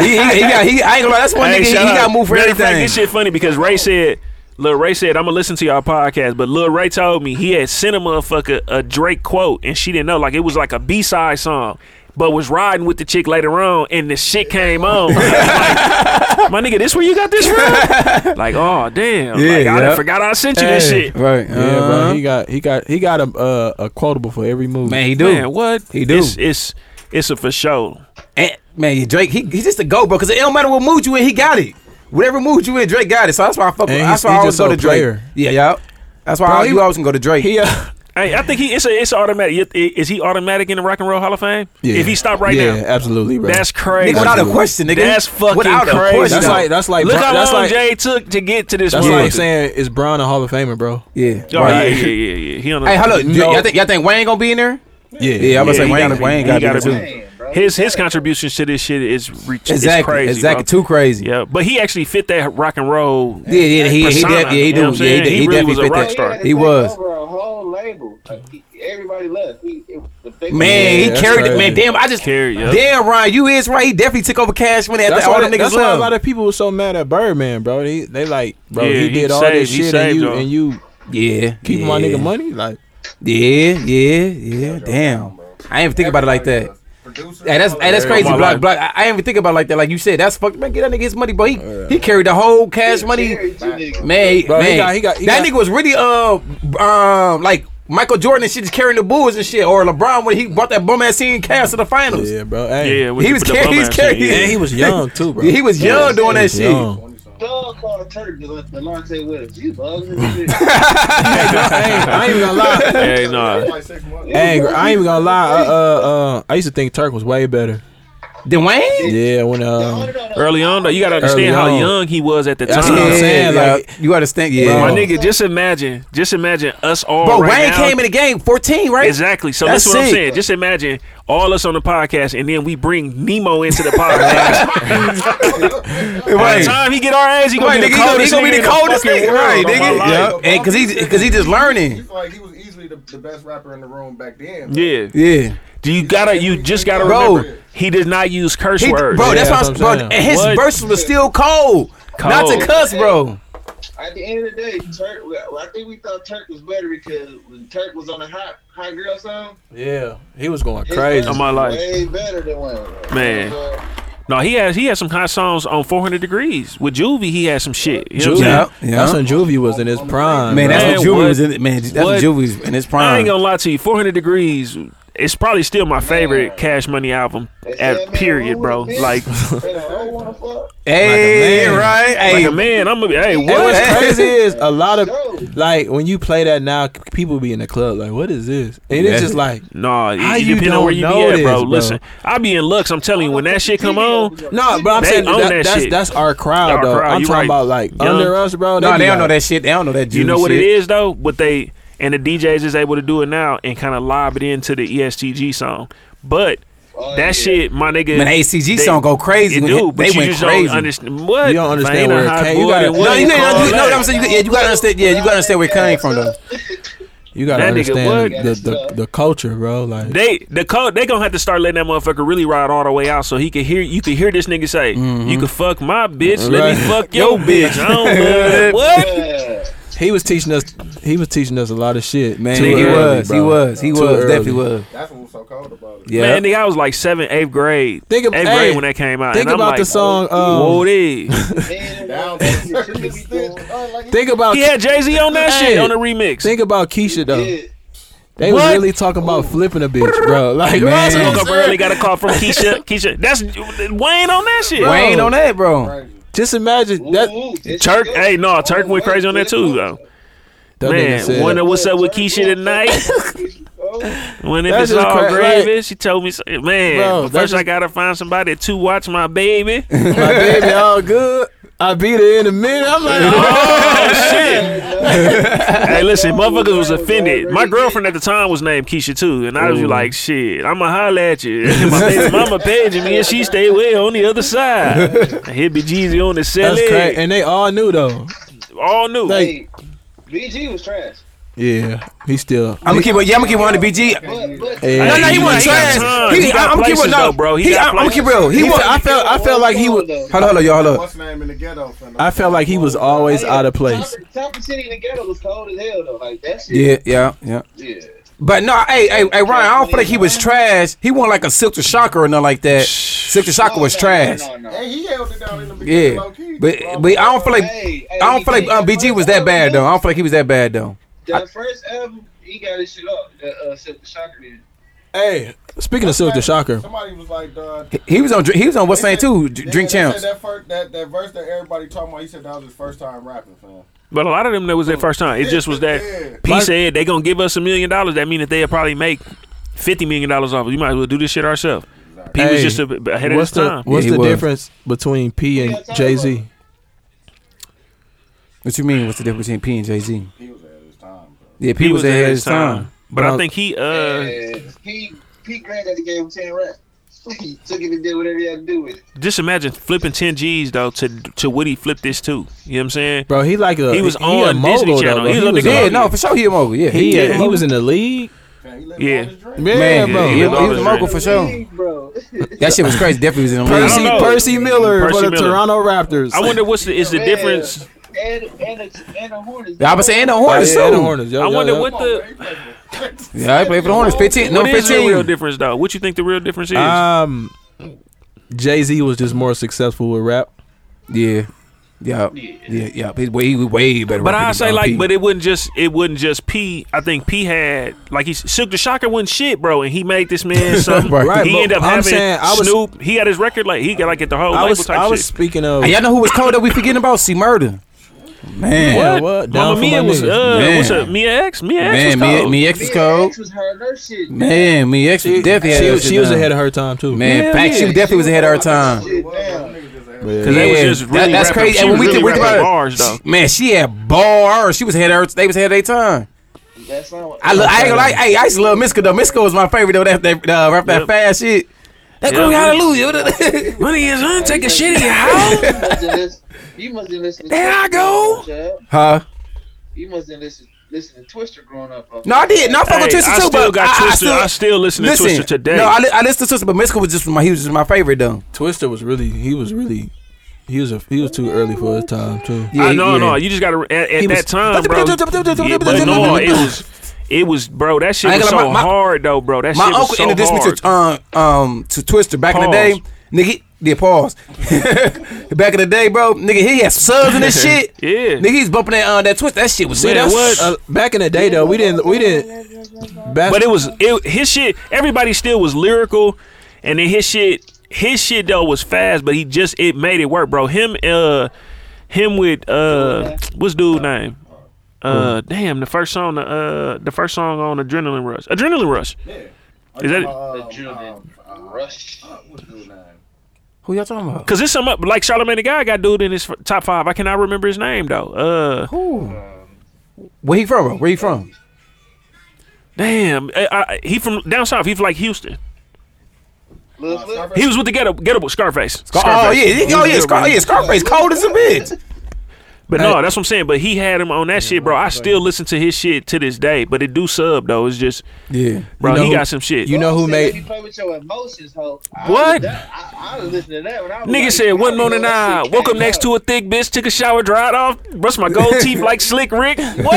Speaker 3: he, he, he got. He, I ain't gonna lie. That's one
Speaker 2: Hey,
Speaker 3: nigga. He, he
Speaker 2: shout out.
Speaker 3: got moved for
Speaker 2: Matter of fact,
Speaker 3: everything.
Speaker 2: This shit funny because Ray said, Lil Ray said, I'm gonna listen to y'all podcast, but Lil Ray told me he had sent a motherfucker a Drake quote and she didn't know. Like it was like a B side song, but was riding with the chick later on and the shit came on. Like, My nigga, this where you got this from? like, oh damn!
Speaker 3: Yeah,
Speaker 2: like, I
Speaker 3: yeah.
Speaker 2: done forgot I sent you this
Speaker 6: Hey.
Speaker 2: shit.
Speaker 3: Right.
Speaker 6: Yeah, bro. He got he got he got a uh, a quotable for every move.
Speaker 3: Uh-huh. man, he do.
Speaker 2: Man, what?
Speaker 3: He do.
Speaker 2: It's it's, it's a for sure.
Speaker 3: And, man, Drake, he, he's just a go, bro. Because it don't matter what mood you in, he got it. Whatever mood you in, Drake got it. So that's why I fuck. With,
Speaker 6: And
Speaker 3: that's
Speaker 6: he's-
Speaker 3: why I
Speaker 6: he
Speaker 3: always
Speaker 6: just
Speaker 3: go
Speaker 6: a
Speaker 3: to Drake.
Speaker 6: player.
Speaker 3: Yeah, yeah. That's why
Speaker 6: Bro,
Speaker 3: I,
Speaker 6: he-
Speaker 3: you always can go to Drake.
Speaker 6: He uh,
Speaker 2: Hey, I think he it's a, it's automatic. Is he automatic in the Rock and Roll Hall of Fame?
Speaker 6: yeah.
Speaker 2: If he stopped right
Speaker 6: yeah,
Speaker 2: now,
Speaker 6: absolutely, bro.
Speaker 2: that's crazy.
Speaker 3: nigga, without a question, nigga.
Speaker 2: That's fucking
Speaker 3: without
Speaker 2: crazy.
Speaker 3: A question,
Speaker 6: that's
Speaker 2: though.
Speaker 6: like that's like
Speaker 2: Look
Speaker 6: Bron-
Speaker 2: how
Speaker 6: that's
Speaker 2: long
Speaker 6: like
Speaker 2: Jay took to get to this
Speaker 6: that's
Speaker 2: point.
Speaker 6: like saying is Bron a Hall of Famer, bro?
Speaker 3: yeah.
Speaker 2: Oh, yeah,
Speaker 3: right.
Speaker 2: yeah, yeah, yeah. He on the-
Speaker 3: Hey, hello. do
Speaker 6: No.
Speaker 3: Y'all think y'all think Wayne gonna be in there?
Speaker 6: Yeah,
Speaker 3: Yeah, I'm
Speaker 2: Yeah,
Speaker 3: gonna say
Speaker 2: he
Speaker 3: Wayne.
Speaker 2: gotta be.
Speaker 3: Wayne
Speaker 2: He
Speaker 3: got
Speaker 2: gotta
Speaker 3: to
Speaker 2: be.
Speaker 3: too.
Speaker 2: His his contributions to this shit is re-
Speaker 3: Exactly.
Speaker 2: is crazy.
Speaker 3: exactly.
Speaker 2: bro.
Speaker 3: Too crazy.
Speaker 2: Yeah, but he actually fit that rock and roll.
Speaker 3: Yeah, yeah, he, he,
Speaker 2: Persona,
Speaker 3: def- yeah, he
Speaker 2: you know
Speaker 3: do.
Speaker 2: what I'm
Speaker 3: Yeah, he,
Speaker 2: saying?
Speaker 3: de-
Speaker 2: He
Speaker 3: he
Speaker 2: really
Speaker 3: definitely
Speaker 2: was a
Speaker 3: fit
Speaker 2: rock
Speaker 3: that.
Speaker 2: star.
Speaker 3: He was.
Speaker 8: Over a whole label. Like, he- everybody left. He, it, the big
Speaker 3: Man,
Speaker 6: Yeah,
Speaker 3: he
Speaker 6: that's
Speaker 3: carried it. Man,
Speaker 6: crazy.
Speaker 3: damn, I just
Speaker 2: Carried, yeah.
Speaker 3: damn Ryan, you is right. He definitely took over cash money after
Speaker 6: That's,
Speaker 3: all
Speaker 6: why,
Speaker 3: them niggas
Speaker 6: that's why a
Speaker 3: left.
Speaker 6: lot of people were so mad at Birdman, bro. They they like, bro,
Speaker 2: Yeah,
Speaker 6: he
Speaker 2: he
Speaker 6: did all
Speaker 2: saved-
Speaker 6: this
Speaker 2: he
Speaker 6: shit and
Speaker 2: saved
Speaker 6: you
Speaker 2: y'all.
Speaker 6: and you
Speaker 3: yeah,
Speaker 6: keeping
Speaker 3: yeah.
Speaker 6: my nigga money, like
Speaker 3: Yeah, yeah, yeah. Damn, I ain't even think about it like that.
Speaker 7: Producer.
Speaker 3: Hey, that's hey, that's
Speaker 2: Yeah,
Speaker 3: crazy,
Speaker 2: my
Speaker 3: block,
Speaker 2: life.
Speaker 3: block. I, I ain't even think about it like that. Like you said, that's fuck. Man, get that nigga his money, bro. He,
Speaker 2: Oh,
Speaker 3: he carried the whole cash money. Man, he-
Speaker 6: Bro,
Speaker 3: man,
Speaker 6: he got- he got- he
Speaker 3: that
Speaker 6: got-
Speaker 3: nigga was really uh um like Michael Jordan and shit, just carrying the Bulls and shit, or LeBron when he brought that bum ass team Cavs to the finals.
Speaker 6: yeah, bro. Hey.
Speaker 2: Yeah, with
Speaker 3: He
Speaker 2: the-
Speaker 3: was
Speaker 2: with the
Speaker 3: carrying-
Speaker 2: bum
Speaker 3: he's
Speaker 2: ass
Speaker 3: carrying-
Speaker 2: shit,
Speaker 6: and he was young too, bro.
Speaker 3: Yeah, he was young doing that
Speaker 6: was
Speaker 3: shit.
Speaker 6: young.
Speaker 8: Dog called a turkey. Let the Lawrence say with us. You bugs.
Speaker 6: Hey, I ain't even gonna lie.
Speaker 2: yeah. Hey, nah.
Speaker 7: Like six months.
Speaker 6: Hey, gr- I ain't even gonna lie. Uh, uh, uh, I used to think Turk was way better.
Speaker 3: Then Wayne.
Speaker 6: Yeah, when uh,
Speaker 2: Early on, though, you gotta
Speaker 6: Early
Speaker 2: understand how
Speaker 6: on.
Speaker 2: young he was at the
Speaker 6: That's what
Speaker 2: time.
Speaker 6: I'm saying,
Speaker 3: yeah,
Speaker 6: like-
Speaker 3: you understand? Yeah,
Speaker 2: My nigga, just imagine, just imagine us all.
Speaker 3: Bro,
Speaker 2: right
Speaker 3: Wayne
Speaker 2: now-
Speaker 3: came in the game 14, right?
Speaker 2: Exactly. So
Speaker 3: That's
Speaker 2: that's, what I'm
Speaker 3: sick.
Speaker 2: saying. Just imagine all us on the podcast, and then we bring Nemo into the podcast. By the
Speaker 3: Right.
Speaker 2: time he get our age, he gonna
Speaker 3: Right,
Speaker 2: be
Speaker 3: nigga,
Speaker 2: the
Speaker 3: he gonna, he
Speaker 2: coldest
Speaker 3: gonna be
Speaker 2: nigga in
Speaker 3: the coldest
Speaker 2: fucking
Speaker 3: nigga,
Speaker 2: world, on
Speaker 3: right,
Speaker 2: my
Speaker 3: nigga?
Speaker 2: life.
Speaker 3: Yeah, and cause he's cause he just
Speaker 7: He
Speaker 3: learning.
Speaker 7: feel like he was easily the, the best rapper in the room back then.
Speaker 2: Yeah.
Speaker 3: Yeah,
Speaker 2: Do you gotta? You just gotta
Speaker 3: Bro.
Speaker 2: remember he does not use curse
Speaker 3: he, bro,
Speaker 2: words.
Speaker 6: Yeah,
Speaker 3: that's why,
Speaker 6: that's
Speaker 3: I'm,
Speaker 6: what
Speaker 3: bro,
Speaker 6: I'm saying.
Speaker 3: and his
Speaker 2: What?
Speaker 3: verses was still cold. Not
Speaker 2: Cold.
Speaker 3: to cuss, bro.
Speaker 8: At the end of the day, Turk. I think we thought Turk was better because when Turk was on the hot hot girl song,
Speaker 6: yeah, he was going
Speaker 8: his
Speaker 6: crazy.
Speaker 8: verse
Speaker 2: On my
Speaker 8: was
Speaker 2: life.
Speaker 8: way better than Wayne.
Speaker 2: Man.
Speaker 8: So,
Speaker 2: No, he has he has some hot songs on 400 degrees with Juvie. He has some shit. You know
Speaker 6: Juvie.
Speaker 2: what I'm saying?
Speaker 6: Yep, That's when Juvie was in his prime.
Speaker 3: Man, that's
Speaker 2: Man,
Speaker 3: what Juvie
Speaker 2: what-
Speaker 3: was in. Man, that's
Speaker 2: what-
Speaker 3: what Juvie was in his
Speaker 2: I ain't
Speaker 3: prime.
Speaker 2: gonna lie to you. 400 degrees. It's probably still my favorite Cash Money album. At period, bro. Like,
Speaker 3: Hey,
Speaker 6: man.
Speaker 3: right?
Speaker 2: like
Speaker 3: Hey,
Speaker 2: a man, I'm gonna be. Hey,
Speaker 6: And
Speaker 2: what?
Speaker 6: what's crazy is a lot of like when you play that now, c- people be in the club like, "What is this?" And
Speaker 3: Yeah.
Speaker 6: it's just like,
Speaker 2: Nah,
Speaker 6: How
Speaker 2: it
Speaker 6: you
Speaker 2: depend on
Speaker 6: don't
Speaker 2: where you be
Speaker 6: know
Speaker 2: at,
Speaker 6: this,
Speaker 2: bro.
Speaker 6: bro?
Speaker 2: Listen, I be in Lux. I'm telling you, when that shit come on,
Speaker 6: no, but I'm
Speaker 2: They
Speaker 6: saying
Speaker 2: own
Speaker 6: that,
Speaker 2: that
Speaker 6: that's
Speaker 2: shit.
Speaker 6: that's our crowd
Speaker 2: Our
Speaker 6: though.
Speaker 2: crowd,
Speaker 6: I'm
Speaker 2: you
Speaker 6: talking
Speaker 2: right.
Speaker 6: about like
Speaker 2: Young.
Speaker 6: under us, bro.
Speaker 3: no,
Speaker 6: be
Speaker 3: they don't know
Speaker 6: like-
Speaker 3: that shit. They don't know that Juvie.
Speaker 2: you know what
Speaker 3: shit.
Speaker 2: it is though. But they and the DJs is able to do it now and kind of lob it into the E ESTG song. But that shit, my nigga,
Speaker 3: Man, ACG
Speaker 2: they-
Speaker 3: song go crazy.
Speaker 2: It
Speaker 3: when
Speaker 2: do,
Speaker 3: he-
Speaker 2: but
Speaker 3: they
Speaker 2: you
Speaker 3: went
Speaker 2: just don't
Speaker 3: crazy.
Speaker 2: understand what
Speaker 6: You don't understand
Speaker 2: Ain't a
Speaker 6: where it
Speaker 2: hot
Speaker 6: came- you
Speaker 2: boy
Speaker 6: gotta-
Speaker 2: than
Speaker 6: No,
Speaker 2: what
Speaker 3: No, you
Speaker 2: it
Speaker 3: know,
Speaker 2: called
Speaker 3: you know what I'm
Speaker 2: that.
Speaker 3: saying. You, yeah, you gotta understand. Yeah, you gotta understand where it came from, though.
Speaker 6: You gotta
Speaker 2: That nigga
Speaker 6: understand
Speaker 2: what?
Speaker 6: the, the, the culture, bro. Like
Speaker 2: They the code they gonna have to start letting that motherfucker really ride all the way out so he can hear you can hear this nigga say you can fuck my bitch let me
Speaker 6: Right.
Speaker 2: fuck your bitch I don't know what
Speaker 6: he was teaching us, he was teaching us a lot of shit, man.
Speaker 2: Nigga,
Speaker 6: Too
Speaker 3: he,
Speaker 6: early,
Speaker 3: was, he
Speaker 6: bro.
Speaker 3: was, he
Speaker 6: Too
Speaker 3: was,
Speaker 6: early.
Speaker 3: definitely was.
Speaker 7: That's what was so cold about it.
Speaker 6: Yeah.
Speaker 2: man nigga I was like seventh eighth grade
Speaker 6: Think ab-
Speaker 2: eighth
Speaker 6: hey,
Speaker 2: grade when that came out
Speaker 6: Think
Speaker 2: and I'm
Speaker 6: about
Speaker 2: like, "Oh,
Speaker 6: the song.
Speaker 2: whoa
Speaker 6: Um,
Speaker 2: this
Speaker 7: Down to
Speaker 6: think about
Speaker 2: he had Jay Z on that
Speaker 6: Hey,
Speaker 2: shit on the remix
Speaker 6: think about Keisha though. They
Speaker 2: What?
Speaker 6: was really talking about flipping a bitch, bro. Like
Speaker 3: Man.
Speaker 6: bro,
Speaker 2: woke up early got a call from Keisha Keisha that's Wayne on that shit
Speaker 3: Wayne on that, bro.
Speaker 7: crazy.
Speaker 6: Just imagine that.
Speaker 2: Turk hey no Turk went crazy on that too though
Speaker 6: that nigga
Speaker 2: man
Speaker 6: said,
Speaker 2: wonder what's up with Keisha tonight. When if
Speaker 6: That's
Speaker 2: it's
Speaker 6: just
Speaker 2: all
Speaker 6: cra-
Speaker 2: gravy,
Speaker 6: like-
Speaker 2: she told me, so- man,
Speaker 6: Bro,
Speaker 2: but
Speaker 6: that's
Speaker 2: first I
Speaker 6: just-
Speaker 2: gotta find somebody to watch my baby.
Speaker 6: my baby all good. I beat her in a minute. I'm like,
Speaker 2: oh shit! hey, listen, motherfuckers was offended. My girlfriend at the time was named Keisha too, and I was like, shit, I'ma holla at you. my baby mama paging me, and she stayed way on the other side. Hit be Jeezy on the cell.
Speaker 6: that's crazy. And they all knew though.
Speaker 2: All new.
Speaker 6: Like,
Speaker 8: BG was trash.
Speaker 6: yeah, he still.
Speaker 3: I'm gonna keep. Yeah, I'm gonna keep on the BG.
Speaker 8: But, but
Speaker 6: Hey,
Speaker 3: No, no, he
Speaker 2: he
Speaker 3: wasn't
Speaker 2: got
Speaker 3: trash.
Speaker 2: time.
Speaker 3: He,
Speaker 2: He got
Speaker 3: I, I'm keep
Speaker 2: places,
Speaker 3: real, no,
Speaker 2: though, bro. He
Speaker 3: He,
Speaker 2: got
Speaker 3: I, am
Speaker 2: places.
Speaker 3: keep real. He,
Speaker 6: he-
Speaker 3: was.
Speaker 6: I felt. I felt like he was.
Speaker 3: Hold on, hold on, y'all. Hold up.
Speaker 7: What's name in the ghetto? fella?
Speaker 6: I felt like he was always out of place.
Speaker 8: Top City in the ghetto was cold as hell though. Like that shit.
Speaker 3: Yeah, yeah, yeah.
Speaker 8: Yeah.
Speaker 3: But no, hey, hey, hey, Ryan. I don't feel like he was trash. He wasn't like a Silk to Shocker or nothing like that. Silk to Shocker was trash.
Speaker 8: No, no, no.
Speaker 7: Hey, he held it down in the beginning.
Speaker 3: Yeah,
Speaker 7: low key.
Speaker 3: but but I don't feel like I
Speaker 8: Hey, hey,
Speaker 3: don't feel like
Speaker 8: he-
Speaker 3: um, BG was that bad though. I don't feel like he was that bad though.
Speaker 8: That first album, he got his shit up. That uh, Silk the Shocker did.
Speaker 6: Hey, speaking of Silk the Shocker,
Speaker 7: Somebody was like, uh,
Speaker 3: He- He was on dr- he was on what's
Speaker 7: They
Speaker 3: name
Speaker 7: said-
Speaker 3: too?
Speaker 7: they-
Speaker 3: Dr- Drink
Speaker 7: they said
Speaker 3: Champs.
Speaker 7: That, first, that, that verse that everybody talking about, he said that was his first time rapping, fam.
Speaker 2: But a lot of them that was their first time. It just was that
Speaker 7: Yeah.
Speaker 2: he said they gonna give us a million dollars. That mean that they'll probably make fifty million dollars off. it. You might as well do this shit ourselves. P was
Speaker 6: Hey,
Speaker 2: just a, ahead of his
Speaker 6: what's the
Speaker 2: time.
Speaker 6: what's
Speaker 3: Yeah, he
Speaker 6: the
Speaker 3: was.
Speaker 6: difference between P and Jay Z?
Speaker 3: What you mean? What's the difference between P and Jay Z?
Speaker 7: He was at his time, bro.
Speaker 3: Yeah, P, was, ahead of his time.
Speaker 2: But
Speaker 6: Bro.
Speaker 2: I think he uh
Speaker 8: And he, Pete Grant got to gave him 10 racks. He took it and did whatever he had to do with it.
Speaker 2: just imagine flipping ten G's though to to Woody flip this too. You know what I'm saying?
Speaker 6: Bro, he like a
Speaker 2: He was on
Speaker 6: a
Speaker 2: Disney
Speaker 6: mogul, though,
Speaker 2: Channel.
Speaker 6: bro.
Speaker 2: He was a big
Speaker 3: Yeah,
Speaker 2: dog.
Speaker 3: no, for sure he a mogul. Yeah,
Speaker 6: He,
Speaker 3: he,
Speaker 6: he, was in the league.
Speaker 7: Fam, he
Speaker 2: Yeah.
Speaker 7: lived yeah.
Speaker 6: Man,
Speaker 3: man,
Speaker 2: bro.
Speaker 3: bro,
Speaker 2: Yeah,
Speaker 3: he, was- he was a
Speaker 2: yeah.
Speaker 3: mogul for sure.
Speaker 8: League, bro.
Speaker 3: That shit was crazy. Definitely was in the
Speaker 2: Percy-
Speaker 6: Percy,
Speaker 3: league.
Speaker 2: know.
Speaker 6: Percy Miller
Speaker 2: Percy
Speaker 6: for the
Speaker 2: Miller.
Speaker 6: Toronto Raptors.
Speaker 2: I wonder what's the is the
Speaker 8: Yeah.
Speaker 2: difference.
Speaker 8: and, and, a, and a Hornets.
Speaker 3: I was saying the
Speaker 6: Oh,
Speaker 3: Hornets
Speaker 6: yeah, and the
Speaker 3: too.
Speaker 6: Hornets. Yo,
Speaker 2: I
Speaker 6: yo,
Speaker 2: wonder
Speaker 6: yo.
Speaker 2: what the
Speaker 3: Yeah, I played for the Hornets. Fifteen, no,
Speaker 2: what is the real
Speaker 3: fifteen.
Speaker 2: difference though. What you think the real difference is?
Speaker 6: Um, Jay Z was just more successful with rap.
Speaker 3: Yeah, yeah, yeah, yeah. He's way, way better.
Speaker 2: But
Speaker 3: rapper
Speaker 2: I
Speaker 3: than
Speaker 2: say
Speaker 3: Don
Speaker 2: like,
Speaker 3: P.
Speaker 2: but it wasn't just it wasn't just P. I think P had like he Silk the Shocker wasn't shit, bro, and he made this man something.
Speaker 3: Right,
Speaker 2: he
Speaker 6: but
Speaker 2: ended up
Speaker 6: I'm
Speaker 2: having
Speaker 6: saying I was-
Speaker 2: Snoop. He got his record like he got like at the whole
Speaker 6: I
Speaker 2: label
Speaker 6: was
Speaker 2: type
Speaker 6: I was
Speaker 2: shit.
Speaker 6: speaking of
Speaker 3: Hey, y'all know who was cold that we forgetting about? C Murder. Man,
Speaker 6: Yeah, what? Down
Speaker 2: Mama
Speaker 6: for
Speaker 2: Mia
Speaker 6: my
Speaker 2: was uh,
Speaker 6: niggas.
Speaker 3: Man.
Speaker 2: what's up? Mia X, Mia X was
Speaker 3: man, me,
Speaker 2: cold.
Speaker 3: me ex
Speaker 8: Me
Speaker 3: is
Speaker 8: and
Speaker 3: cold.
Speaker 8: X was hard her shit.
Speaker 3: Man, me ex
Speaker 6: she,
Speaker 3: definitely. had
Speaker 6: she,
Speaker 3: that
Speaker 6: was- she
Speaker 3: shit
Speaker 6: was
Speaker 3: down.
Speaker 6: ahead of her time too.
Speaker 3: Man,
Speaker 2: Hell
Speaker 3: fact, she
Speaker 2: yeah.
Speaker 3: definitely was ahead of her time.
Speaker 8: Shit, damn.
Speaker 2: Cause they was
Speaker 3: Yeah,
Speaker 2: just
Speaker 3: that-
Speaker 2: really
Speaker 3: that's
Speaker 2: rapping-
Speaker 3: crazy.
Speaker 2: She
Speaker 3: And
Speaker 2: was
Speaker 3: when we
Speaker 2: really
Speaker 3: think- we think
Speaker 2: rapping
Speaker 3: about it-
Speaker 2: bars though.
Speaker 3: Man, she had bars. She was ahead of her. They was ahead of their time.
Speaker 8: That's not what
Speaker 3: I, lo- I ain't gonna lie. Hey, I used to love Misco though. Misco was my favorite though. That that uh, rap that
Speaker 2: Yep.
Speaker 3: fast shit. That
Speaker 2: Yeah.
Speaker 3: girl hallelujah.
Speaker 2: Money is on take a shit in your house.
Speaker 8: You must have lis- You must have listened.
Speaker 3: There I go.
Speaker 8: Chad.
Speaker 3: huh?
Speaker 8: You must have listened, listened to Twister growing up. bro.
Speaker 3: No, I did. No, I fuck
Speaker 2: Hey,
Speaker 3: with Twister
Speaker 2: I
Speaker 3: too.
Speaker 2: still
Speaker 3: but
Speaker 2: got
Speaker 3: I, I
Speaker 2: Twister.
Speaker 3: still
Speaker 2: I still listen to
Speaker 3: listen
Speaker 2: Twister today.
Speaker 3: No, I, li- I listened to Twister, but Misco was just my he was just my favorite though.
Speaker 6: Twister was really he was really he was a, he was too early for his time too.
Speaker 3: Yeah,
Speaker 2: I know,
Speaker 3: yeah.
Speaker 2: no. You just gotta at, at
Speaker 3: He
Speaker 2: that
Speaker 3: was-
Speaker 2: time, bro. yeah, but no, it was, it was, bro. That shit
Speaker 3: I ain't
Speaker 2: was so
Speaker 3: gonna lie, my- my-
Speaker 2: hard, though, bro. That
Speaker 3: My
Speaker 2: shit was
Speaker 3: uncle
Speaker 2: so
Speaker 3: introduced
Speaker 2: hard.
Speaker 3: me to um um to Twister back in the
Speaker 2: Pause.
Speaker 3: day. Nigga, Yeah, pause. Back in the day, bro, nigga, he had subs and this shit.
Speaker 2: Yeah.
Speaker 3: Nigga, he's bumping that uh, that twist. That shit was
Speaker 6: See,
Speaker 3: lit.
Speaker 6: that's
Speaker 2: what-
Speaker 6: uh,
Speaker 9: back in the day though, we didn't we didn't. Back,
Speaker 2: But it was it, his shit. Everybody still was lyrical, and then his shit, his shit though was fast. But he just it made it work, bro. Him, uh, him with uh, what's dude name? Uh, damn, the first song, uh, the first song on Adrenaline Rush. Adrenaline Rush. Is that
Speaker 7: Um,
Speaker 8: Adrenaline Rush.
Speaker 3: Who y'all talking about?
Speaker 2: because it's some up like Charlamagne the guy got dude in his f- top five. I cannot remember his name though. Uh,
Speaker 3: Where he from, bro? Where he from?
Speaker 2: damn, I, I, he from down south. He's like Houston.
Speaker 8: Lil Flip.
Speaker 2: He was with the ghetto, ghetto with Scarface.
Speaker 3: Oh
Speaker 2: Scarface.
Speaker 3: yeah, yeah, oh yeah, Scar- yeah, Scarface, cold as a bitch.
Speaker 2: But no, that's what I'm saying. But he had him on that shit, bro. I still listen to his shit to this day. But it do sub though. It's just,
Speaker 3: Yeah,
Speaker 2: bro,
Speaker 9: You know
Speaker 2: he
Speaker 9: who-
Speaker 2: got some shit.
Speaker 9: you know who
Speaker 8: Said
Speaker 9: made
Speaker 8: You play with your emotions, ho.
Speaker 2: What?
Speaker 8: I, I, I listened to that when I was
Speaker 2: Nigga
Speaker 8: like,
Speaker 2: said one morning
Speaker 8: that
Speaker 2: I
Speaker 8: shit
Speaker 2: woke up
Speaker 8: came
Speaker 2: next
Speaker 8: out.
Speaker 2: to a thick bitch, took a shower, dried off, brushed my gold teeth like Slick Rick. What?
Speaker 8: Bro,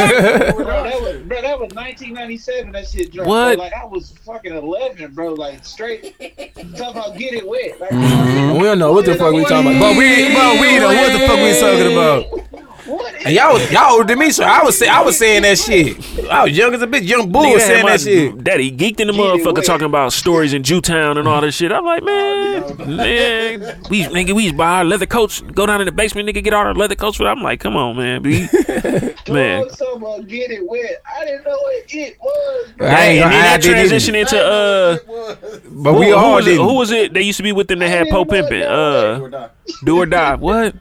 Speaker 8: that was, bro, that was 1997. That shit dropped.
Speaker 2: What?
Speaker 8: Bro. Like I was fucking 11, bro. Like straight. Talk about get it wet. Like,
Speaker 3: Mm-hmm.
Speaker 9: we don't know what the fuck we talking about.
Speaker 3: But we, but we know what the fuck we talking about.
Speaker 8: What is
Speaker 3: And y'all, was, y'all older than me, so I was say, I was saying that shit. I was young as a bitch, young bull
Speaker 2: Nigga had
Speaker 3: saying
Speaker 2: my
Speaker 3: that shit.
Speaker 2: Daddy geeked in the
Speaker 8: Get it
Speaker 2: motherfucker
Speaker 8: wet.
Speaker 2: talking about stories in Jewtown and all this shit. I'm like, man, man, we nigga, we used to buy our leather coats, go down in the basement, nigga, get all our leather coats. I'm like, come on, man, be- man.
Speaker 8: Throw some uh, get it wet. I didn't know what it was. Bro.
Speaker 3: I
Speaker 2: and
Speaker 3: ain't
Speaker 2: then
Speaker 3: gonna lie, I
Speaker 2: that
Speaker 3: didn't
Speaker 2: transition
Speaker 3: either.
Speaker 2: into uh,
Speaker 3: but
Speaker 2: who,
Speaker 3: Oh, we
Speaker 2: who
Speaker 3: all
Speaker 2: was it,
Speaker 3: did.
Speaker 2: who was it that used to be with them that had Pope Pimpin?
Speaker 7: you
Speaker 2: Uh,
Speaker 7: were not.
Speaker 2: do or die. What?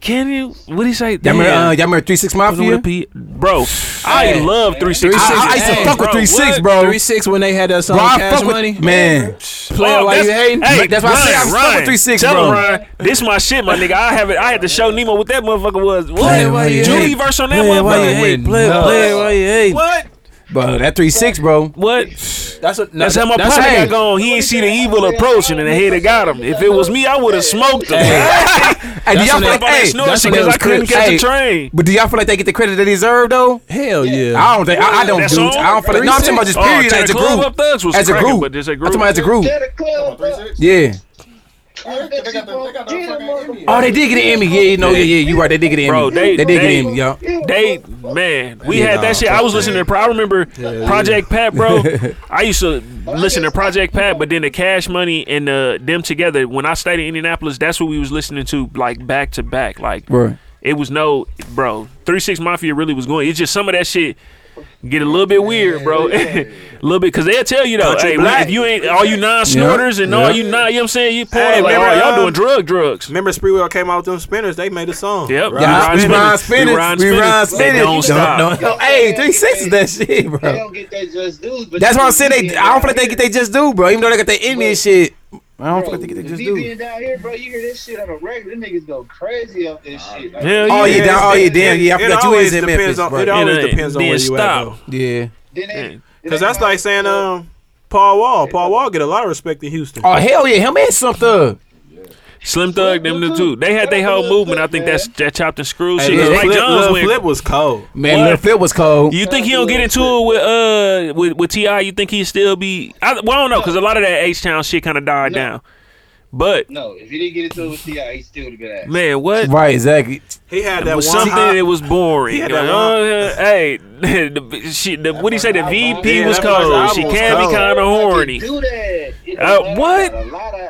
Speaker 2: Can you? What he say?
Speaker 3: Y'all remember,
Speaker 2: Damn.
Speaker 3: uh, y'all remember Three Six
Speaker 2: I was with
Speaker 3: Mafia?
Speaker 2: a P- bro, I love three six.
Speaker 3: I, I used to
Speaker 9: Hey,
Speaker 3: fuck with Three Six, bro.
Speaker 9: Three six when they had that song
Speaker 3: Bro, I
Speaker 9: Cash
Speaker 3: fuck with
Speaker 9: Money.
Speaker 3: man. Oh,
Speaker 9: Play it while you hating.
Speaker 2: Oh, Hey,
Speaker 3: That's why I said I was fucking with 3-6,
Speaker 2: Tell
Speaker 3: bro.
Speaker 2: him, Ryan, this my shit, my nigga. I have it. I had to show Nemo what that motherfucker was.
Speaker 9: Play it while
Speaker 2: What?
Speaker 9: you
Speaker 2: Julie
Speaker 9: hate.
Speaker 2: verse on that
Speaker 9: Play it while you
Speaker 2: motherfucker.
Speaker 9: hate. Play it-
Speaker 2: What?
Speaker 9: play it while you hate.
Speaker 2: What?
Speaker 3: Bro, that Three Six, bro.
Speaker 2: What?
Speaker 9: That's what.
Speaker 2: That's how my
Speaker 9: that's
Speaker 2: partner
Speaker 9: how-
Speaker 2: got gone. He ain't see the evil approaching, and the head that got him. If it was me, I would have smoked him.
Speaker 3: Hey, do
Speaker 9: That's
Speaker 3: y'all feel
Speaker 9: when they-
Speaker 3: like,
Speaker 2: Up on that
Speaker 3: hey,
Speaker 2: snort
Speaker 9: that's
Speaker 2: shit
Speaker 9: when
Speaker 2: because
Speaker 9: it
Speaker 2: I
Speaker 9: was
Speaker 2: couldn't
Speaker 3: Chris-
Speaker 2: catch
Speaker 3: hey,
Speaker 2: a train.
Speaker 3: But do y'all feel like they get the credit they deserve though?
Speaker 9: Hell yeah.
Speaker 3: I don't think I, I don't
Speaker 2: That
Speaker 3: do.
Speaker 2: song?
Speaker 3: I don't feel like. No, I'm talking about just
Speaker 2: Oh,
Speaker 3: period
Speaker 2: Teddy
Speaker 3: as a
Speaker 2: Club Up
Speaker 3: group.
Speaker 2: Thugs was
Speaker 3: As a
Speaker 2: cracking,
Speaker 3: group.
Speaker 2: but as a
Speaker 3: I'm
Speaker 2: group.
Speaker 3: talking about as a group.
Speaker 8: Get a club.
Speaker 7: Three
Speaker 8: up.
Speaker 7: six.
Speaker 3: Yeah.
Speaker 7: Yeah, they got the- they got the
Speaker 8: Get
Speaker 7: fucking
Speaker 8: him,
Speaker 7: Indian.
Speaker 3: Oh, they did get an Emmy. Yeah, you know, yeah, yeah, you right. They did get an Emmy.
Speaker 2: Bro, they-
Speaker 3: did get
Speaker 2: they-
Speaker 3: an Emmy, yo.
Speaker 2: They man, we had that shit. I was listening to. Pro- I remember Project Pat, bro. I used to listen to Project Pat, but then the Cash Money and the them together. When I stayed in Indianapolis, that's what we was listening to, like back to back. Like
Speaker 3: Right.
Speaker 2: it was no, bro. Three Six Mafia really was going. It's just some of that shit get a little bit weird, bro. A little bit, cause they'll tell you though, hey, we- if you ain't all you non snorters and all you non, you know what I'm saying, you poor,
Speaker 6: Hey,
Speaker 2: like,
Speaker 6: remember,
Speaker 2: oh, y'all
Speaker 6: uh,
Speaker 2: doing drug drugs.
Speaker 6: Remember Spreewell came out with them spinners? They made a song.
Speaker 2: Yep,
Speaker 6: Right.
Speaker 3: Yeah, we run
Speaker 2: We
Speaker 3: spinach.
Speaker 2: run
Speaker 3: We run
Speaker 2: spinach. They
Speaker 3: spinach.
Speaker 2: Don't stop.
Speaker 3: no. Hey, three six is that shit,
Speaker 8: They
Speaker 3: bro.
Speaker 8: don't get that just dues. But
Speaker 3: That's
Speaker 8: you
Speaker 3: why I'm
Speaker 8: be
Speaker 3: saying they.
Speaker 8: being
Speaker 3: I don't feel like
Speaker 8: down
Speaker 3: they get they just do, bro. Even though they got the Emmy and shit, I don't feel like they get they
Speaker 8: If
Speaker 3: just
Speaker 8: you
Speaker 3: do.
Speaker 8: being down here, bro, you hear this shit on a regular. Them niggas go crazy up this shit. Like,
Speaker 2: Hell
Speaker 3: Oh yeah,
Speaker 6: Yeah,
Speaker 3: down. Oh yeah,
Speaker 8: it-
Speaker 3: damn. Yeah, I
Speaker 6: It
Speaker 3: forgot you
Speaker 6: always
Speaker 3: is in
Speaker 6: depends
Speaker 3: Memphis,
Speaker 6: on. It
Speaker 3: bro.
Speaker 6: always
Speaker 2: It ain't-
Speaker 6: depends on
Speaker 2: then
Speaker 6: where you
Speaker 2: stop.
Speaker 6: at. Though.
Speaker 3: Yeah.
Speaker 8: Then they,
Speaker 6: Cause that's like saying um, Paul Wall. Paul Wall get a lot of respect in Houston.
Speaker 3: Oh hell yeah, him and something.
Speaker 2: Slim Thug, them the two. They had their whole movement. I think that's that chopped and screwed shit.
Speaker 6: Lil
Speaker 2: 'Cause Mike
Speaker 6: Flip,
Speaker 2: Jones
Speaker 6: Lil
Speaker 2: went.
Speaker 6: Flip was cold.
Speaker 3: Man,
Speaker 2: What?
Speaker 3: Lil Flip was cold.
Speaker 2: You think he don't get into it with uh with with Ti? You think he still be? I, well, I don't know because a lot of that H Town shit kind of died down. But
Speaker 8: No, if he didn't get into it with T.I., he still would have been at.
Speaker 2: man, what?
Speaker 3: Right, exactly.
Speaker 6: He had
Speaker 2: It
Speaker 6: that one.
Speaker 2: was something
Speaker 6: hot-
Speaker 2: that was boring.
Speaker 6: He had
Speaker 2: Like,
Speaker 6: that
Speaker 2: oh, yeah, hey, the, she, the, what do you say? The VP
Speaker 6: Yeah,
Speaker 2: was
Speaker 6: that first
Speaker 2: cold.
Speaker 6: album
Speaker 2: She
Speaker 6: was
Speaker 2: can be
Speaker 6: cold.
Speaker 2: kind of horny.
Speaker 8: Do that. It
Speaker 2: Uh,
Speaker 8: don't matter.
Speaker 2: what?
Speaker 8: A lot of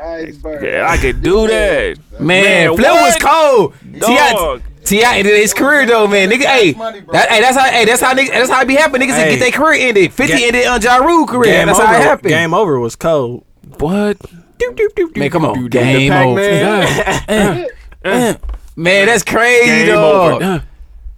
Speaker 8: icebergs.
Speaker 2: Yeah, I could do that.
Speaker 3: Man,
Speaker 2: Man,
Speaker 3: Flip was
Speaker 2: what?
Speaker 3: cold.
Speaker 2: Dog.
Speaker 3: Ti Ti ended his career though, man. Nigga, hey,
Speaker 7: money, bro.
Speaker 3: that, hey, that's how, hey, that's how, niggas, that's how it be happening. Niggas
Speaker 6: Hey.
Speaker 3: get their career ended. Fifty
Speaker 6: Ga-
Speaker 3: ended on Ja Rule career.
Speaker 6: Game
Speaker 3: that's
Speaker 6: over,
Speaker 3: how it happened.
Speaker 6: Game over was cold.
Speaker 2: What?
Speaker 3: man, come on, game
Speaker 6: Pac-Man.
Speaker 3: over.
Speaker 2: Uh,
Speaker 3: Man, that's crazy,
Speaker 2: game
Speaker 3: dog.
Speaker 2: over. Uh,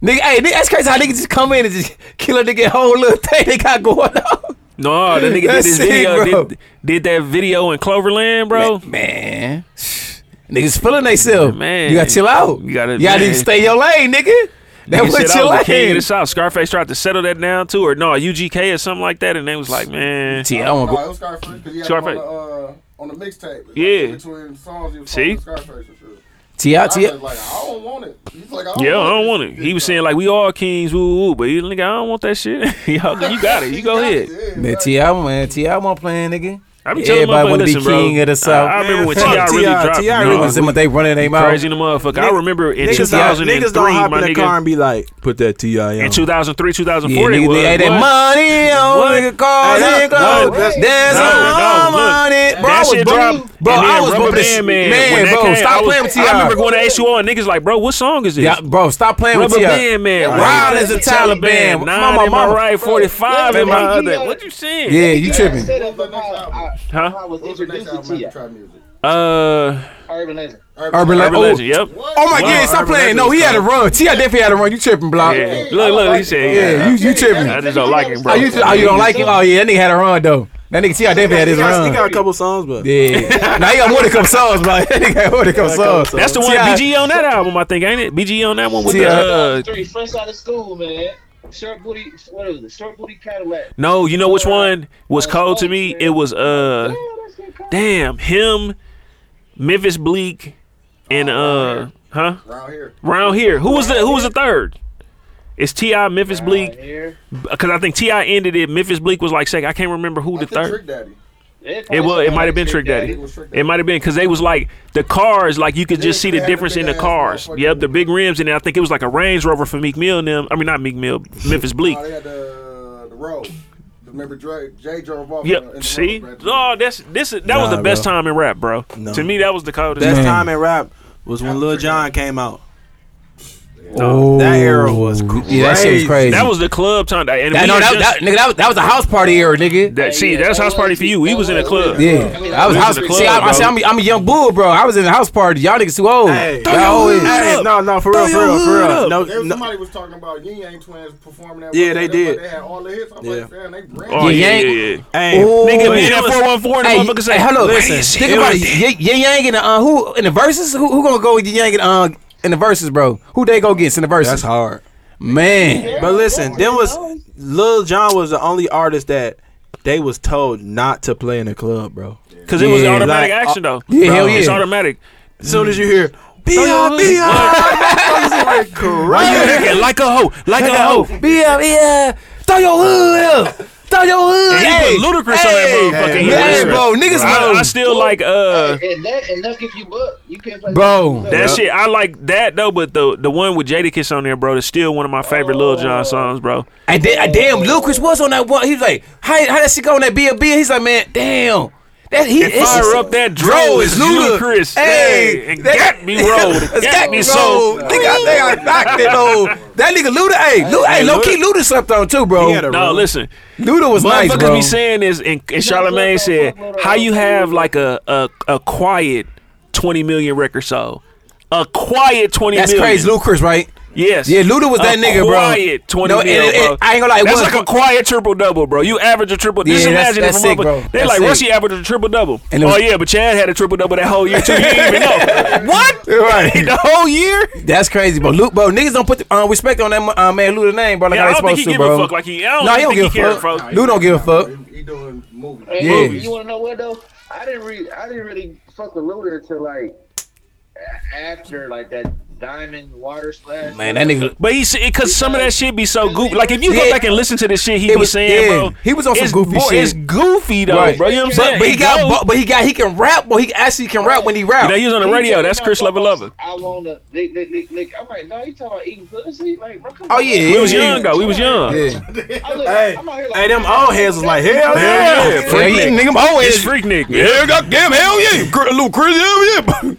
Speaker 3: Nigga, hey, nigga, that's crazy how niggas just come in and just kill a nigga whole little thing they got going on.
Speaker 2: No, the nigga did
Speaker 3: That's
Speaker 2: this
Speaker 3: it,
Speaker 2: video.
Speaker 3: bro.
Speaker 2: Did, did that video in Cloverland, bro?
Speaker 3: Man, niggas feeling themselves.
Speaker 2: Man.
Speaker 3: you gotta chill out.
Speaker 2: You gotta- man.
Speaker 3: stay in your lane, nigga. That
Speaker 2: He said
Speaker 3: was
Speaker 2: I
Speaker 3: your
Speaker 2: was the king of
Speaker 3: lane.
Speaker 2: the South. Scarface tried to settle that down too, or no, UGK or something like that, and they was like, man,
Speaker 3: See, I don't
Speaker 7: No,
Speaker 3: wanna
Speaker 7: it was Scarface because he had
Speaker 2: Scarface.
Speaker 7: him on the, uh, on the mixtape. Like,
Speaker 2: Yeah.
Speaker 7: between songs, he was
Speaker 2: See?
Speaker 7: calling Scarface and shit.
Speaker 3: Ti,
Speaker 7: I
Speaker 3: Ti.
Speaker 7: was like, I don't want it. He's like, I don't
Speaker 2: yeah, I don't
Speaker 7: this
Speaker 2: want it.
Speaker 7: shit,
Speaker 2: He was
Speaker 7: bro.
Speaker 2: saying like, we all kings, woo, woo, but you nigga, I don't want that shit. Y'all, you got it. You go ahead.
Speaker 7: Yeah,
Speaker 3: Man,
Speaker 7: like,
Speaker 3: Ti, man, Ti, won't playing, nigga.
Speaker 2: I be telling
Speaker 9: Everybody
Speaker 2: motherfuckers,
Speaker 9: want to
Speaker 2: listen,
Speaker 9: be king
Speaker 2: bro.
Speaker 9: of the south.
Speaker 2: I, I remember when
Speaker 3: Fuck
Speaker 2: T.I. really dropped.
Speaker 3: T.I. really was in what they running their mouth.
Speaker 2: crazy the motherfucker. I
Speaker 9: Niggas-
Speaker 2: remember in
Speaker 9: Niggas, don't- niggas
Speaker 2: 2003,
Speaker 9: don't hop
Speaker 2: my
Speaker 9: in the car
Speaker 2: nigga.
Speaker 9: and be like, put that Ti on.
Speaker 2: In 2003,
Speaker 3: Yeah,
Speaker 2: 2004, it
Speaker 3: nigga,
Speaker 2: was.
Speaker 3: they had
Speaker 2: what?
Speaker 3: that money
Speaker 2: What?
Speaker 3: on nigga cars
Speaker 9: Hey,
Speaker 3: and
Speaker 9: that-
Speaker 2: no,
Speaker 3: clothes.
Speaker 2: that's-
Speaker 3: There's
Speaker 2: no,
Speaker 3: a
Speaker 2: no, look.
Speaker 3: money. Bro, I
Speaker 2: that
Speaker 3: was
Speaker 2: shit
Speaker 3: bumping.
Speaker 2: dropped.
Speaker 3: Bro,
Speaker 2: and
Speaker 3: I
Speaker 2: then
Speaker 3: was
Speaker 2: Rubber
Speaker 3: bumping this
Speaker 2: Band Man. when
Speaker 3: Man,
Speaker 2: that
Speaker 3: bro,
Speaker 2: came, I
Speaker 3: stop
Speaker 2: was-
Speaker 3: playing with
Speaker 2: I remember
Speaker 3: T.I.
Speaker 2: going to ACO and niggas like, bro, what song is this?
Speaker 3: Yeah, Bro, stop playing with
Speaker 2: Rubber
Speaker 3: T.I.
Speaker 2: Band Man.
Speaker 3: Rollins and
Speaker 2: Nine
Speaker 3: Taliban. Mama,
Speaker 2: in my
Speaker 3: mama.
Speaker 2: right, 45 in my
Speaker 8: Yeah.
Speaker 2: other. What you saying?
Speaker 3: Yeah, you tripping.
Speaker 8: Set up about how I- how I
Speaker 2: Huh?
Speaker 8: was
Speaker 7: What's the next
Speaker 8: introduced
Speaker 7: album
Speaker 8: to
Speaker 7: after
Speaker 8: you.
Speaker 7: trap music?
Speaker 2: Uh,
Speaker 8: Urban Legend.
Speaker 3: Urban
Speaker 2: Urban
Speaker 3: Legend.
Speaker 2: Legend, yep.
Speaker 3: Oh, oh my
Speaker 2: Wow,
Speaker 3: god, stop
Speaker 2: Urban
Speaker 3: playing.
Speaker 2: Legend
Speaker 3: No,
Speaker 2: was
Speaker 3: he had a
Speaker 2: tough.
Speaker 3: run. T.I. definitely had a run. You tripping, block.
Speaker 2: Yeah. Look, look, he said,
Speaker 3: Yeah,
Speaker 2: yeah.
Speaker 3: you you tripping.
Speaker 2: I just don't like it, bro.
Speaker 3: Oh, you, oh, you don't like it? Oh, yeah, that nigga had a run, though. That nigga T.I. definitely had his
Speaker 9: He got
Speaker 3: run.
Speaker 9: a couple songs, but
Speaker 3: Yeah. now he got more than a couple songs, bro. That nigga got more than a couple songs.
Speaker 2: That's the one
Speaker 3: T.I.
Speaker 2: BG on that album, I think, ain't it? BG on that one with
Speaker 3: Yeah.
Speaker 2: the uh,
Speaker 8: Three fresh out of school, man. Short booty. What is it? Short booty Cadillac.
Speaker 2: no, you know which one was cold to me? It was uh, damn him, Memphis Bleak, and uh, huh?
Speaker 7: Around here.
Speaker 2: Round here, who was the who was the third? It's Ti Memphis Bleak
Speaker 8: Here.
Speaker 2: because I think Ti ended it. Memphis Bleak was like second. I can't remember who the
Speaker 7: I think
Speaker 2: third.
Speaker 7: Trick Daddy.
Speaker 2: It was. It might have been Trick
Speaker 7: It
Speaker 2: Daddy.
Speaker 7: was Trick Daddy.
Speaker 2: It might have been because they was like the cars, like you could just see the
Speaker 7: they had the
Speaker 2: difference in the
Speaker 7: big-ass
Speaker 2: cars.
Speaker 7: motherfucking-
Speaker 2: Yep, the big rims, and I think it was like a Range Rover for Meek Mill. And them, I mean not Meek Mill, Memphis Bleak.
Speaker 7: Oh, they had the, the road. Remember Dre, Jay drove off. in the- in
Speaker 2: Yep.
Speaker 7: the
Speaker 2: See,
Speaker 7: road, right?
Speaker 2: no, that's this. Is, that was
Speaker 9: Nah,
Speaker 2: the best
Speaker 9: bro.
Speaker 2: time in rap, bro.
Speaker 9: No.
Speaker 2: To me, that was the coldest.
Speaker 9: best
Speaker 2: time.
Speaker 9: time in rap was when Lil Jon came out.
Speaker 2: No.
Speaker 9: That era was crazy.
Speaker 3: Oh, Yeah, that shit was crazy.
Speaker 2: Oh. That was the club time. And
Speaker 3: That,
Speaker 2: we
Speaker 3: no,
Speaker 2: had
Speaker 3: that,
Speaker 2: just-
Speaker 3: that, nigga, that, was, that was a house party era, nigga.
Speaker 2: that- see, that's house party for you. We was in a club.
Speaker 3: yeah, I was
Speaker 2: We was
Speaker 3: house.
Speaker 2: in the club,
Speaker 3: see, I, I
Speaker 2: bro.
Speaker 3: said, I'm, a- I'm a young bull, bro. I was in a house party. Y'all niggas too old.
Speaker 9: Hey.
Speaker 3: Y'all always-
Speaker 9: Hey, no, no, for real, for real, for real. No,
Speaker 7: There was
Speaker 9: no,
Speaker 7: somebody was talking about Yin Yang Twins performing that.
Speaker 9: Yeah,
Speaker 7: one
Speaker 9: they
Speaker 7: time. That's why
Speaker 9: did.
Speaker 7: They had all the hits. I'm
Speaker 9: Yeah.
Speaker 7: like, damn, they brand
Speaker 2: Oh
Speaker 7: new.
Speaker 2: yeah,
Speaker 3: Yang-
Speaker 2: yeah, yeah.
Speaker 9: hey,
Speaker 3: Ooh.
Speaker 2: Nigga,
Speaker 3: But
Speaker 2: me and
Speaker 9: it
Speaker 2: that
Speaker 9: was-
Speaker 2: four one four.
Speaker 3: Hey,
Speaker 2: and the motherfucker say,
Speaker 3: hey, hold up.
Speaker 2: Listen,
Speaker 3: Think about it. Yin Yin Yang and the, uh, who in the verses? Who, who gonna go with Yin Yang and, uh, in the verses, bro? Who they go against in the verses?
Speaker 9: that's hard.
Speaker 3: Man,
Speaker 9: But listen, then was Lil Jon was the only artist that they was told not to play in the club, bro.
Speaker 2: because it was
Speaker 3: Yeah, mm.
Speaker 2: automatic
Speaker 9: like,
Speaker 2: action though.
Speaker 3: uh, yeah, hell
Speaker 2: It's
Speaker 3: yeah.
Speaker 2: automatic.
Speaker 9: As soon as you hear B.I.
Speaker 2: What?
Speaker 9: B.I. Correct.
Speaker 2: Yeah, like a hoe, like a hoe.
Speaker 3: yeah, yeah. Throw your hood up. Throw your hood.
Speaker 2: And he put ludicrous on that motherfucker. He
Speaker 3: Hey,
Speaker 2: literally-
Speaker 3: bro, niggas
Speaker 2: I,
Speaker 3: know.
Speaker 2: I still like uh.
Speaker 8: And that, and that if you book, you can't play.
Speaker 3: Bro,
Speaker 2: That shit, I like that though, but the the one with Jadakiss on there, bro, is still one of my favorite Lil Jon songs, bro.
Speaker 3: And then, uh, damn, Lucas was on that one. He was like, how, how that shit go on that B B? He's like, man, damn. That he
Speaker 2: And fire up that
Speaker 3: Dro
Speaker 2: dro
Speaker 3: is
Speaker 2: is
Speaker 3: Luda.
Speaker 2: ludicrous.
Speaker 3: Hey,
Speaker 2: Hey, and got me rolled. It
Speaker 3: Got me so. Nigga, they got knocked it though. That nigga Luda, hey, Luda, hey, low key Luda slept on too, bro.
Speaker 9: He had a
Speaker 2: No, listen.
Speaker 3: Luda was nice,
Speaker 2: Motherfuckers
Speaker 3: bro.
Speaker 2: be saying this, and, and Charlemagne said, "How you have like a a, a quiet twenty million record sold, a quiet twenty
Speaker 3: That's
Speaker 2: million.
Speaker 3: crazy, Ludacris, right?
Speaker 2: Yes,
Speaker 3: Yeah, Luda was
Speaker 2: A
Speaker 3: that nigga, bro.
Speaker 2: Quiet twenty
Speaker 3: No,
Speaker 2: million.
Speaker 3: and it- it-
Speaker 2: bro.
Speaker 3: I ain't gonna lie, it
Speaker 2: that's
Speaker 3: was-
Speaker 2: like a quiet triple double, bro. You average a triple.
Speaker 3: Yeah,
Speaker 2: Just
Speaker 3: that's-
Speaker 2: imagine
Speaker 3: that's
Speaker 2: if
Speaker 3: sick,
Speaker 2: a
Speaker 3: bro.
Speaker 2: motherfucker. They
Speaker 3: That's
Speaker 2: like
Speaker 3: sick.
Speaker 2: Rushy averaged a triple double.
Speaker 3: And it
Speaker 2: oh
Speaker 3: was-
Speaker 2: yeah, but Chad had a triple double that whole year too. You didn't even know.
Speaker 3: What? Right.
Speaker 2: the whole year?
Speaker 3: That's crazy, bro. Luke, bro, niggas don't put the, uh, respect on that mo- uh, man Luda name, bro. Like
Speaker 2: Yeah,
Speaker 3: how
Speaker 2: I
Speaker 3: they
Speaker 2: don't think
Speaker 3: supposed
Speaker 2: he
Speaker 3: to,
Speaker 2: give
Speaker 3: bro.
Speaker 2: a fuck. Like he, I don't
Speaker 3: no, he
Speaker 2: think
Speaker 3: don't give
Speaker 2: he
Speaker 3: a
Speaker 2: cares,
Speaker 3: fuck.
Speaker 2: bro.
Speaker 3: Luda don't give a fuck.
Speaker 7: He, he doing movies.
Speaker 8: And
Speaker 3: Yeah.
Speaker 8: You want to know what though? I didn't read. I didn't really fuck with Luda until like a- after like that Diamond Water Splash.
Speaker 3: Man, that nigga.
Speaker 2: But he said because some of that shit be so goofy. Like if you go
Speaker 3: Yeah.
Speaker 2: back and listen to the shit he
Speaker 3: It
Speaker 2: be
Speaker 3: was-
Speaker 2: saying,
Speaker 3: yeah.
Speaker 2: bro,
Speaker 3: He was on some
Speaker 2: it's
Speaker 3: goofy
Speaker 2: bo-
Speaker 3: shit.
Speaker 2: It's goofy though,
Speaker 3: Right.
Speaker 2: bro. You know what I'm
Speaker 3: But,
Speaker 2: saying?
Speaker 3: but he
Speaker 2: It
Speaker 3: got,
Speaker 2: goes-
Speaker 3: bu- but he got, he can rap, but he actually can rap when he
Speaker 2: You
Speaker 3: rap.
Speaker 2: know, he was on the radio. That's Chris Lover.
Speaker 8: I wanna. Lick, lick, lick, lick. I'm like, no, you talking about eating pussy? Like, bro, come
Speaker 3: Oh
Speaker 8: on.
Speaker 3: yeah,
Speaker 2: We was young though. We was young.
Speaker 3: Yeah,
Speaker 8: I look,
Speaker 9: Hey,
Speaker 8: I'm out here like,
Speaker 9: hey, them old heads was like, hell yeah.
Speaker 2: Yeah,
Speaker 3: yeah,
Speaker 2: freak
Speaker 3: yeah
Speaker 2: Nick.
Speaker 3: nigga, always
Speaker 2: It's freak Nick.
Speaker 6: Yeah, goddamn, hell yeah, Cr- little Chris, hell yeah.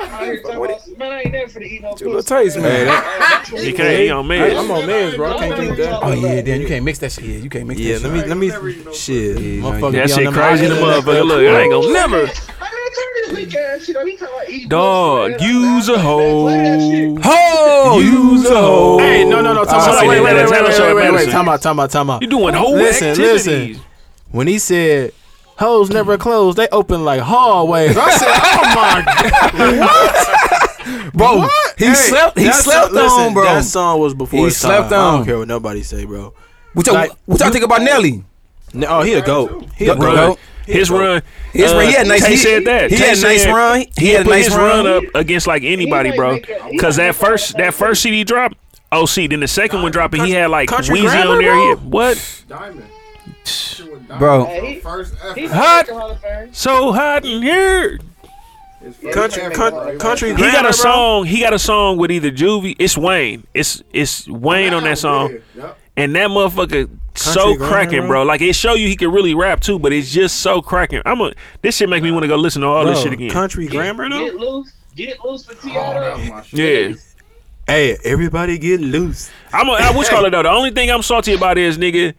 Speaker 8: I'm out here talking about- man, I ain't never finna eat no pussy.
Speaker 9: Little taste, man.
Speaker 2: He can't. He on
Speaker 9: Hey,
Speaker 2: man.
Speaker 9: I'm on meds, bro. I can't do that.
Speaker 3: Oh yeah, damn, you can't mix that shit. Yeah, you can't mix
Speaker 9: Yeah,
Speaker 3: that
Speaker 9: let me, let me, shit,
Speaker 2: That
Speaker 9: motherfucker. be on
Speaker 2: shit
Speaker 9: them
Speaker 2: crazy the
Speaker 9: islands.
Speaker 2: motherfucker. Look, I ain't gonna never.
Speaker 8: I mean, turn this weak ass shit on. He talking about eating
Speaker 2: Dog,
Speaker 8: pussy.
Speaker 2: use a hoe.
Speaker 3: shit. Ho,
Speaker 9: Use a hoe. Hey, no, no, no.
Speaker 2: sorry,
Speaker 9: Talk about, wait,
Speaker 2: yeah,
Speaker 9: wait,
Speaker 2: yeah,
Speaker 9: wait,
Speaker 2: tell
Speaker 9: wait,
Speaker 2: us
Speaker 9: wait,
Speaker 2: about
Speaker 9: wait, wait,
Speaker 2: medicine.
Speaker 9: Talk about, talk about, talk about.
Speaker 2: You doing whole
Speaker 9: Listen,
Speaker 2: activities.
Speaker 9: listen. When he said, hoes never close, they open like hallways. I said, oh my God.
Speaker 3: bro. He
Speaker 9: Hey,
Speaker 3: slept. He
Speaker 9: that song-
Speaker 3: slept on,
Speaker 9: listen,
Speaker 3: bro.
Speaker 9: That song was before
Speaker 3: He
Speaker 9: his
Speaker 3: slept
Speaker 9: time. I
Speaker 3: on.
Speaker 9: don't care what nobody say, bro.
Speaker 3: What y'all,
Speaker 9: like,
Speaker 3: what y'all think about Nelly?
Speaker 9: No, oh, he a goat. He
Speaker 3: Go-
Speaker 9: a
Speaker 3: go-
Speaker 9: goat.
Speaker 2: Run.
Speaker 3: Nope.
Speaker 2: His run.
Speaker 3: His
Speaker 2: uh,
Speaker 3: run, he had nice.
Speaker 2: Tay
Speaker 3: he,
Speaker 2: said that.
Speaker 3: He
Speaker 2: Tay
Speaker 3: had a nice
Speaker 2: said-
Speaker 3: run. He had a
Speaker 2: put
Speaker 3: nice
Speaker 2: his
Speaker 3: run.
Speaker 2: run up against like anybody, bro. Because that first that first oh, CD drop, OC. Then the second one dropping, he had like
Speaker 9: Country
Speaker 2: Weezy
Speaker 9: Grammar,
Speaker 2: on there.
Speaker 9: bro?
Speaker 2: He- What?
Speaker 7: Diamond.
Speaker 3: Bro,
Speaker 8: Hey, he,
Speaker 7: First
Speaker 8: he's
Speaker 7: effort.
Speaker 2: Hot.
Speaker 8: hot. Hall of Fame.
Speaker 2: So hot in here.
Speaker 7: His first
Speaker 9: Country,
Speaker 7: effort,
Speaker 9: country,
Speaker 7: right?
Speaker 9: country
Speaker 2: He got
Speaker 9: grammar,
Speaker 2: a
Speaker 9: bro.
Speaker 2: song. He got a song with either Juvie. It's Wayne. It's it's Wayne on that song.
Speaker 7: Yeah, yep.
Speaker 2: And that motherfucker so
Speaker 9: Grammar,
Speaker 2: cracking, bro.
Speaker 9: bro.
Speaker 2: Like it show you he can really rap too, but it's just so cracking. I'm a this shit make me want to go listen to all this
Speaker 9: Bro,
Speaker 2: shit again.
Speaker 9: Country grammar though.
Speaker 8: Get loose. Get loose for
Speaker 7: Oh, that was
Speaker 8: Tiana.
Speaker 7: my shit.
Speaker 2: Yeah.
Speaker 9: Hey, everybody get loose.
Speaker 2: I'm a, I wish call it though. The only thing I'm salty about is nigga,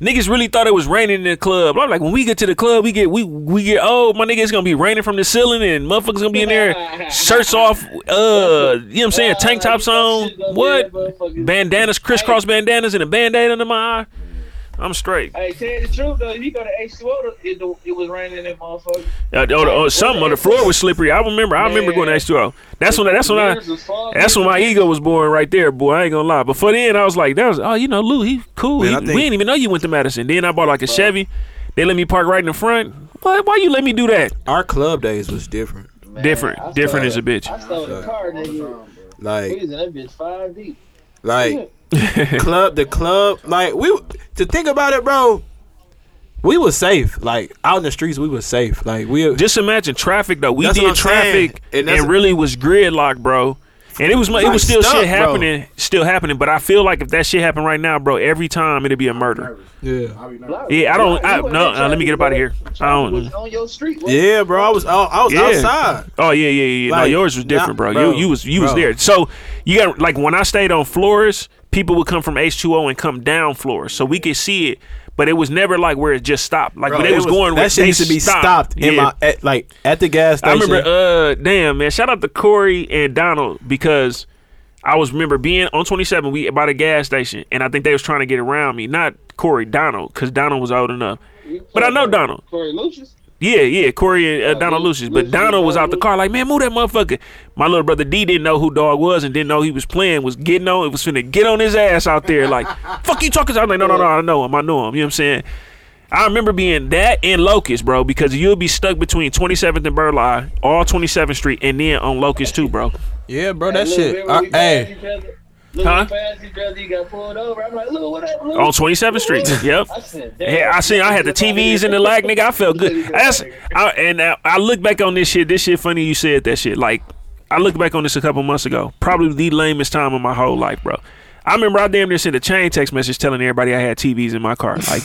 Speaker 2: niggas really thought it was raining in the club. I'm like, when we get to the club, we get we we get old. My nigga, it's gonna be raining from the ceiling, and motherfuckers gonna be in there, shirts off, uh, you know what I'm saying, tank tops on, what, bandanas, crisscross bandanas, and a bandana under my eye. I'm straight.
Speaker 8: Hey, tell you the truth though, if you go to H2O, it, it was raining in that motherfucker.
Speaker 2: Uh, oh, the- oh, something on the floor was slippery. I remember. I remember going to H2O. That's when. That's when
Speaker 8: Years
Speaker 2: I.
Speaker 8: was fog,
Speaker 2: That's when my ego was born right there, boy. I ain't gonna lie. Before then, I was like, that was oh, you know, Lou, he cool.
Speaker 9: Man,
Speaker 2: He-
Speaker 9: I
Speaker 2: we
Speaker 9: think-
Speaker 2: didn't even know you went to Madison. Then I bought like a Chevy. They let me park right in the front. Why? Why you let me do that?
Speaker 9: Our club days was different.
Speaker 8: man.
Speaker 2: different,
Speaker 8: I
Speaker 2: different
Speaker 8: stole-
Speaker 2: as a bitch.
Speaker 8: I stole the car, nigga. We
Speaker 9: Like,
Speaker 8: was in that bitch five deep.
Speaker 9: like club, the club. Like we to think about it, bro. We was safe. Like out in the streets, we was safe. Like we.
Speaker 2: Just imagine traffic though. We
Speaker 9: That's what
Speaker 2: did
Speaker 9: I'm saying.
Speaker 2: traffic
Speaker 9: And
Speaker 2: and,
Speaker 9: that's-
Speaker 2: really was gridlock, bro. And it was mu- it was still
Speaker 9: stuck,
Speaker 2: shit
Speaker 9: bro.
Speaker 2: happening, still happening. But I feel like if that shit happened right now, bro, every time it'd be a murder.
Speaker 9: Yeah.
Speaker 2: Yeah, I don't-
Speaker 8: Like,
Speaker 2: I-
Speaker 8: you wasn't
Speaker 2: no, uh, let me get up outta here.
Speaker 8: traffic,
Speaker 2: I don't-
Speaker 8: was On your street, wasn't
Speaker 9: Yeah, bro. I was. out I was
Speaker 2: Yeah.
Speaker 9: outside.
Speaker 2: Oh yeah, yeah, yeah. no,
Speaker 9: Like,
Speaker 2: yours was different, bro.
Speaker 9: nah, bro,
Speaker 2: You you was you was
Speaker 9: bro.
Speaker 2: there. So you got like when I stayed on floors, people would come from H two O and come down floors, so we could see it. But it was never like where it just stopped. Like when
Speaker 9: Bro,
Speaker 2: they
Speaker 9: it
Speaker 2: was, going, where
Speaker 9: That shit
Speaker 2: they
Speaker 9: used to be stopped in
Speaker 2: Yeah.
Speaker 9: my at, like at the gas
Speaker 2: I
Speaker 9: station.
Speaker 2: remember, uh, damn man, shout out to Corey and Donald because I was remember being on 27, we by the gas station, and I think they was trying to get around me, not Corey, Donald, because Donald was old enough.
Speaker 8: You
Speaker 2: But I know
Speaker 8: talking about
Speaker 2: Donald.
Speaker 8: Corey Lucius.
Speaker 2: Yeah, yeah, Corey and uh, Donald
Speaker 8: Lu-
Speaker 2: Lucius. But
Speaker 8: Lucius,
Speaker 2: Donald was
Speaker 8: Donald
Speaker 2: out the car like, man, move that motherfucker. My little brother D didn't know who dog was and didn't know he was playing, was getting on, it was finna get on his ass out there. Like, fuck you talking. to-" I'm like, no, no, no, I know him. I know him. You know what I'm saying? I remember being that and Locust, bro, because you'll be stuck between 27th and Burleigh, all 27th Street, and then on Locust too, bro.
Speaker 6: Yeah, bro, that
Speaker 8: Hey,
Speaker 6: shit.
Speaker 8: Lil,
Speaker 6: I,
Speaker 8: remember
Speaker 6: hey,
Speaker 8: when we passed each other? Lil,
Speaker 2: Huh?
Speaker 8: we passed each other, you got pulled over. I'm like, Lil, what up, Lil?
Speaker 2: On 27th Street. Yep.
Speaker 8: I said, damn.
Speaker 2: Yeah, I seen. I had the TVs in the lag, nigga. I felt good. That's, I, and I, I look back on this shit. This shit funny. You said that shit. Like, I look back on this a couple months ago. Probably the lamest time of my whole life, bro. I remember I damn near sent a chain text message telling everybody I had TVs in my car. Like,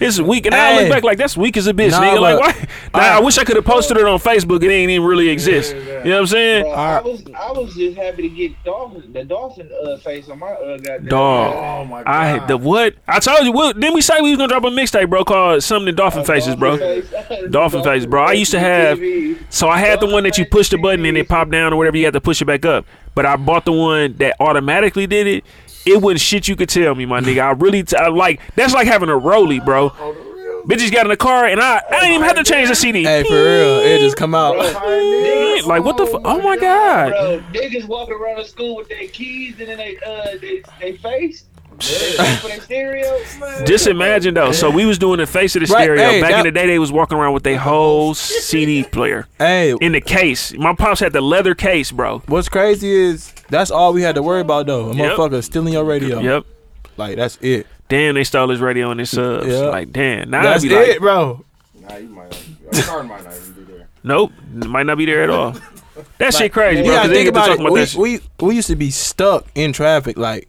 Speaker 2: it's weak. And I
Speaker 6: Hey.
Speaker 2: look back like that's weak as a bitch,
Speaker 6: Nah,
Speaker 2: nigga. Like,
Speaker 6: but-
Speaker 2: why? Nah, I wish I could have posted it on Facebook. It ain't even really exist. You know what I'm saying?
Speaker 8: Bro, I was I was just happy to get dolphin the dolphin uh, face on my uh, goddamn.
Speaker 2: Dog.
Speaker 7: Oh my god.
Speaker 2: I had the what? I told you. Well, didn't we say we was gonna drop a mixtape, bro? Called something to Dolphin Faces, bro. Dolphin face, bro. I used to have. So I had the one that you push the button and it popped down or whatever. You had to push it back up. But I bought the one that automatically did it. It wasn't shit you could tell me, my nigga. I really t- I like. That's like having a rollie, bro. Bitches got in the car and I I didn't even have to change the CD.
Speaker 6: hey, for real, it just come out.
Speaker 7: Pioneers.
Speaker 2: Like what the? Fu- oh my god.
Speaker 8: Bro, niggas walking around the school with their keys and then they uh they, they face. Yeah. For their stereo, man.
Speaker 2: Just imagine though. So we was doing the face of the
Speaker 6: Right,
Speaker 2: stereo
Speaker 6: hey,
Speaker 2: back in
Speaker 6: that-
Speaker 2: the day. They was walking around with their whole CD player
Speaker 6: Hey,
Speaker 2: in the case. My pops had the leather case, bro.
Speaker 6: what's crazy is that's all we had to worry about though. A
Speaker 2: Yep.
Speaker 6: motherfucker stealing your radio.
Speaker 2: Yep.
Speaker 6: Like that's it.
Speaker 2: Damn, they stole his radio and his subs.
Speaker 6: Yeah.
Speaker 2: Like damn. Now
Speaker 6: That's
Speaker 2: I'd be like,
Speaker 6: it, bro.
Speaker 7: Nah, you might not. Your car might not even be there.
Speaker 2: Nope, might not be there at all. That shit crazy,
Speaker 6: You
Speaker 2: bro. 'cause
Speaker 6: gotta
Speaker 2: they
Speaker 6: think
Speaker 2: get to
Speaker 6: about
Speaker 2: talk
Speaker 6: it.
Speaker 2: about
Speaker 6: we,
Speaker 2: that shit.
Speaker 6: we we used to be stuck in traffic, like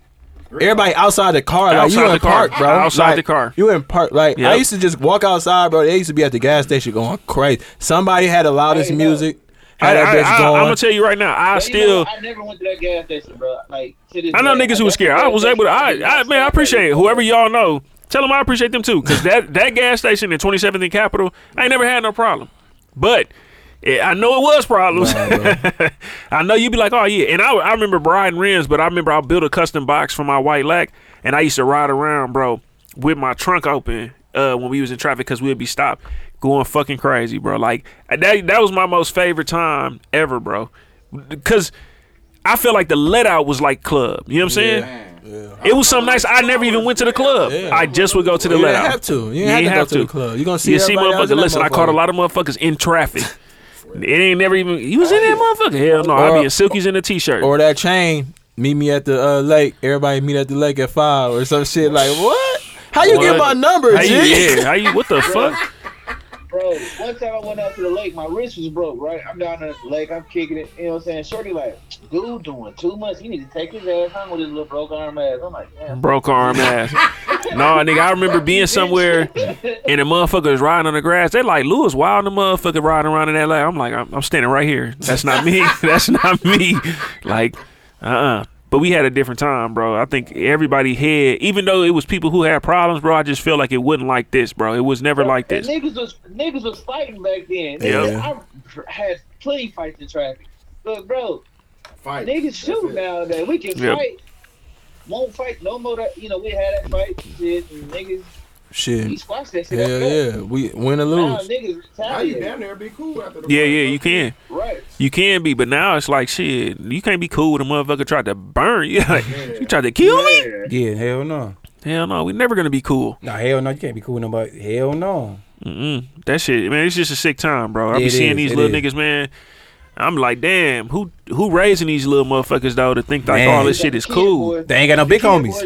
Speaker 6: everybody outside the car, like
Speaker 2: Outside
Speaker 6: you
Speaker 2: the
Speaker 6: in
Speaker 2: car.
Speaker 6: park, bro.
Speaker 2: Outside
Speaker 6: Like,
Speaker 2: the car.
Speaker 6: you in park. Like I
Speaker 2: Yep.
Speaker 6: used to just walk outside, bro. They used to be at the gas station going crazy. Somebody had the loudest
Speaker 8: Hey, look.
Speaker 6: music.
Speaker 2: I,
Speaker 6: Had that bitch going.
Speaker 2: am gonna tell you right now. I
Speaker 8: But you know
Speaker 2: still,
Speaker 8: what? I never went to that gas station, bro. Like to this
Speaker 2: I know
Speaker 8: day,
Speaker 2: niggas who was
Speaker 8: that's the
Speaker 2: scared. I
Speaker 8: gas
Speaker 2: was able to. I,
Speaker 8: station
Speaker 2: I man, I appreciate it. whoever y'all know. Tell them I appreciate them too, cause that that gas station in 27th and Capitol, I ain't never had no problem. But eh, I know it was problems. I know you'd be like, oh yeah, and I, I remember Brian Renz, but I remember I built a custom box for my white lack, and I used to ride around, bro, with my trunk open uh, when we was in traffic because we'd be stopped, going fucking crazy, bro. Like uh, that that was my most favorite time ever, bro, because I feel like the let out was like club. You know what I'm saying? It was some nice. I never even went to the club. I just would go to the
Speaker 6: You
Speaker 2: let
Speaker 6: didn't
Speaker 2: out.
Speaker 6: have to. You didn't have to go to the club. You gonna see
Speaker 2: You see,
Speaker 6: everybody
Speaker 2: motherfucker.
Speaker 6: else in that
Speaker 2: Listen, I caught a
Speaker 6: motherfucker.
Speaker 2: lot of motherfuckers in traffic. It ain't never even. You was in that motherfucker. Hell no. I
Speaker 6: Or-
Speaker 2: be in silkies and a t-shirt.
Speaker 6: or that chain. Meet me at the uh, lake. Everybody meet at the lake at five or some shit. Like what?
Speaker 9: How you get my
Speaker 2: What?
Speaker 9: number,
Speaker 2: How you,
Speaker 9: G?
Speaker 2: yeah, how you? What the fuck?
Speaker 8: Bro, one time I went out to the lake, my wrist was broke, right? I'm down at the lake, I'm kicking it, you know what I'm saying? Shorty like, dude doing too much. He need to take his ass home with his little broke arm ass. I'm like, damn.
Speaker 2: Broke arm ass. No, nigga, I remember being somewhere and the motherfuckers riding on the grass. They like Lewis Wild, and the motherfucker riding around in that lake. I'm like, I'm, I'm standing right here. That's not me. That's not me. Like, uh, uh But we had a different time, bro. I think everybody had, even though it was people who had problems, bro. I just feel like it wasn't like this, bro. It was never like
Speaker 8: And
Speaker 2: this.
Speaker 8: niggas was niggas was fighting back then.
Speaker 6: Yeah.
Speaker 8: I had plenty fights in traffic. But bro,
Speaker 7: Fight.
Speaker 8: niggas shoot nowadays. We can
Speaker 2: Yep.
Speaker 8: fight. Won't fight no more. That you know we had that fight and shit, and niggas we
Speaker 6: Shit.
Speaker 8: squashed that shit.
Speaker 6: Hell yeah. We win or
Speaker 8: Now
Speaker 6: lose.
Speaker 8: niggas
Speaker 7: Now you
Speaker 8: retaliate.
Speaker 7: down there be cool after the
Speaker 2: Yeah,
Speaker 7: fight,
Speaker 2: yeah,
Speaker 7: bro.
Speaker 2: you can.
Speaker 8: Right.
Speaker 2: You can be, but now it's like shit. You can't be cool with a motherfucker tried to burn you. Like, you tried to kill me.
Speaker 8: Yeah.
Speaker 3: Yeah, hell no.
Speaker 2: Hell no, we never gonna be cool.
Speaker 3: No, hell no. You can't be cool with nobody. Hell no.
Speaker 2: Mm-mm. That shit, man. It's just a sick time, bro. I be
Speaker 3: It
Speaker 2: seeing
Speaker 3: is,
Speaker 2: these
Speaker 3: it
Speaker 2: little
Speaker 3: is.
Speaker 2: niggas, man. I'm like, damn, who who raising these little motherfuckers though to think like
Speaker 3: Man.
Speaker 2: all this shit is cool?
Speaker 3: They ain't got no big homies.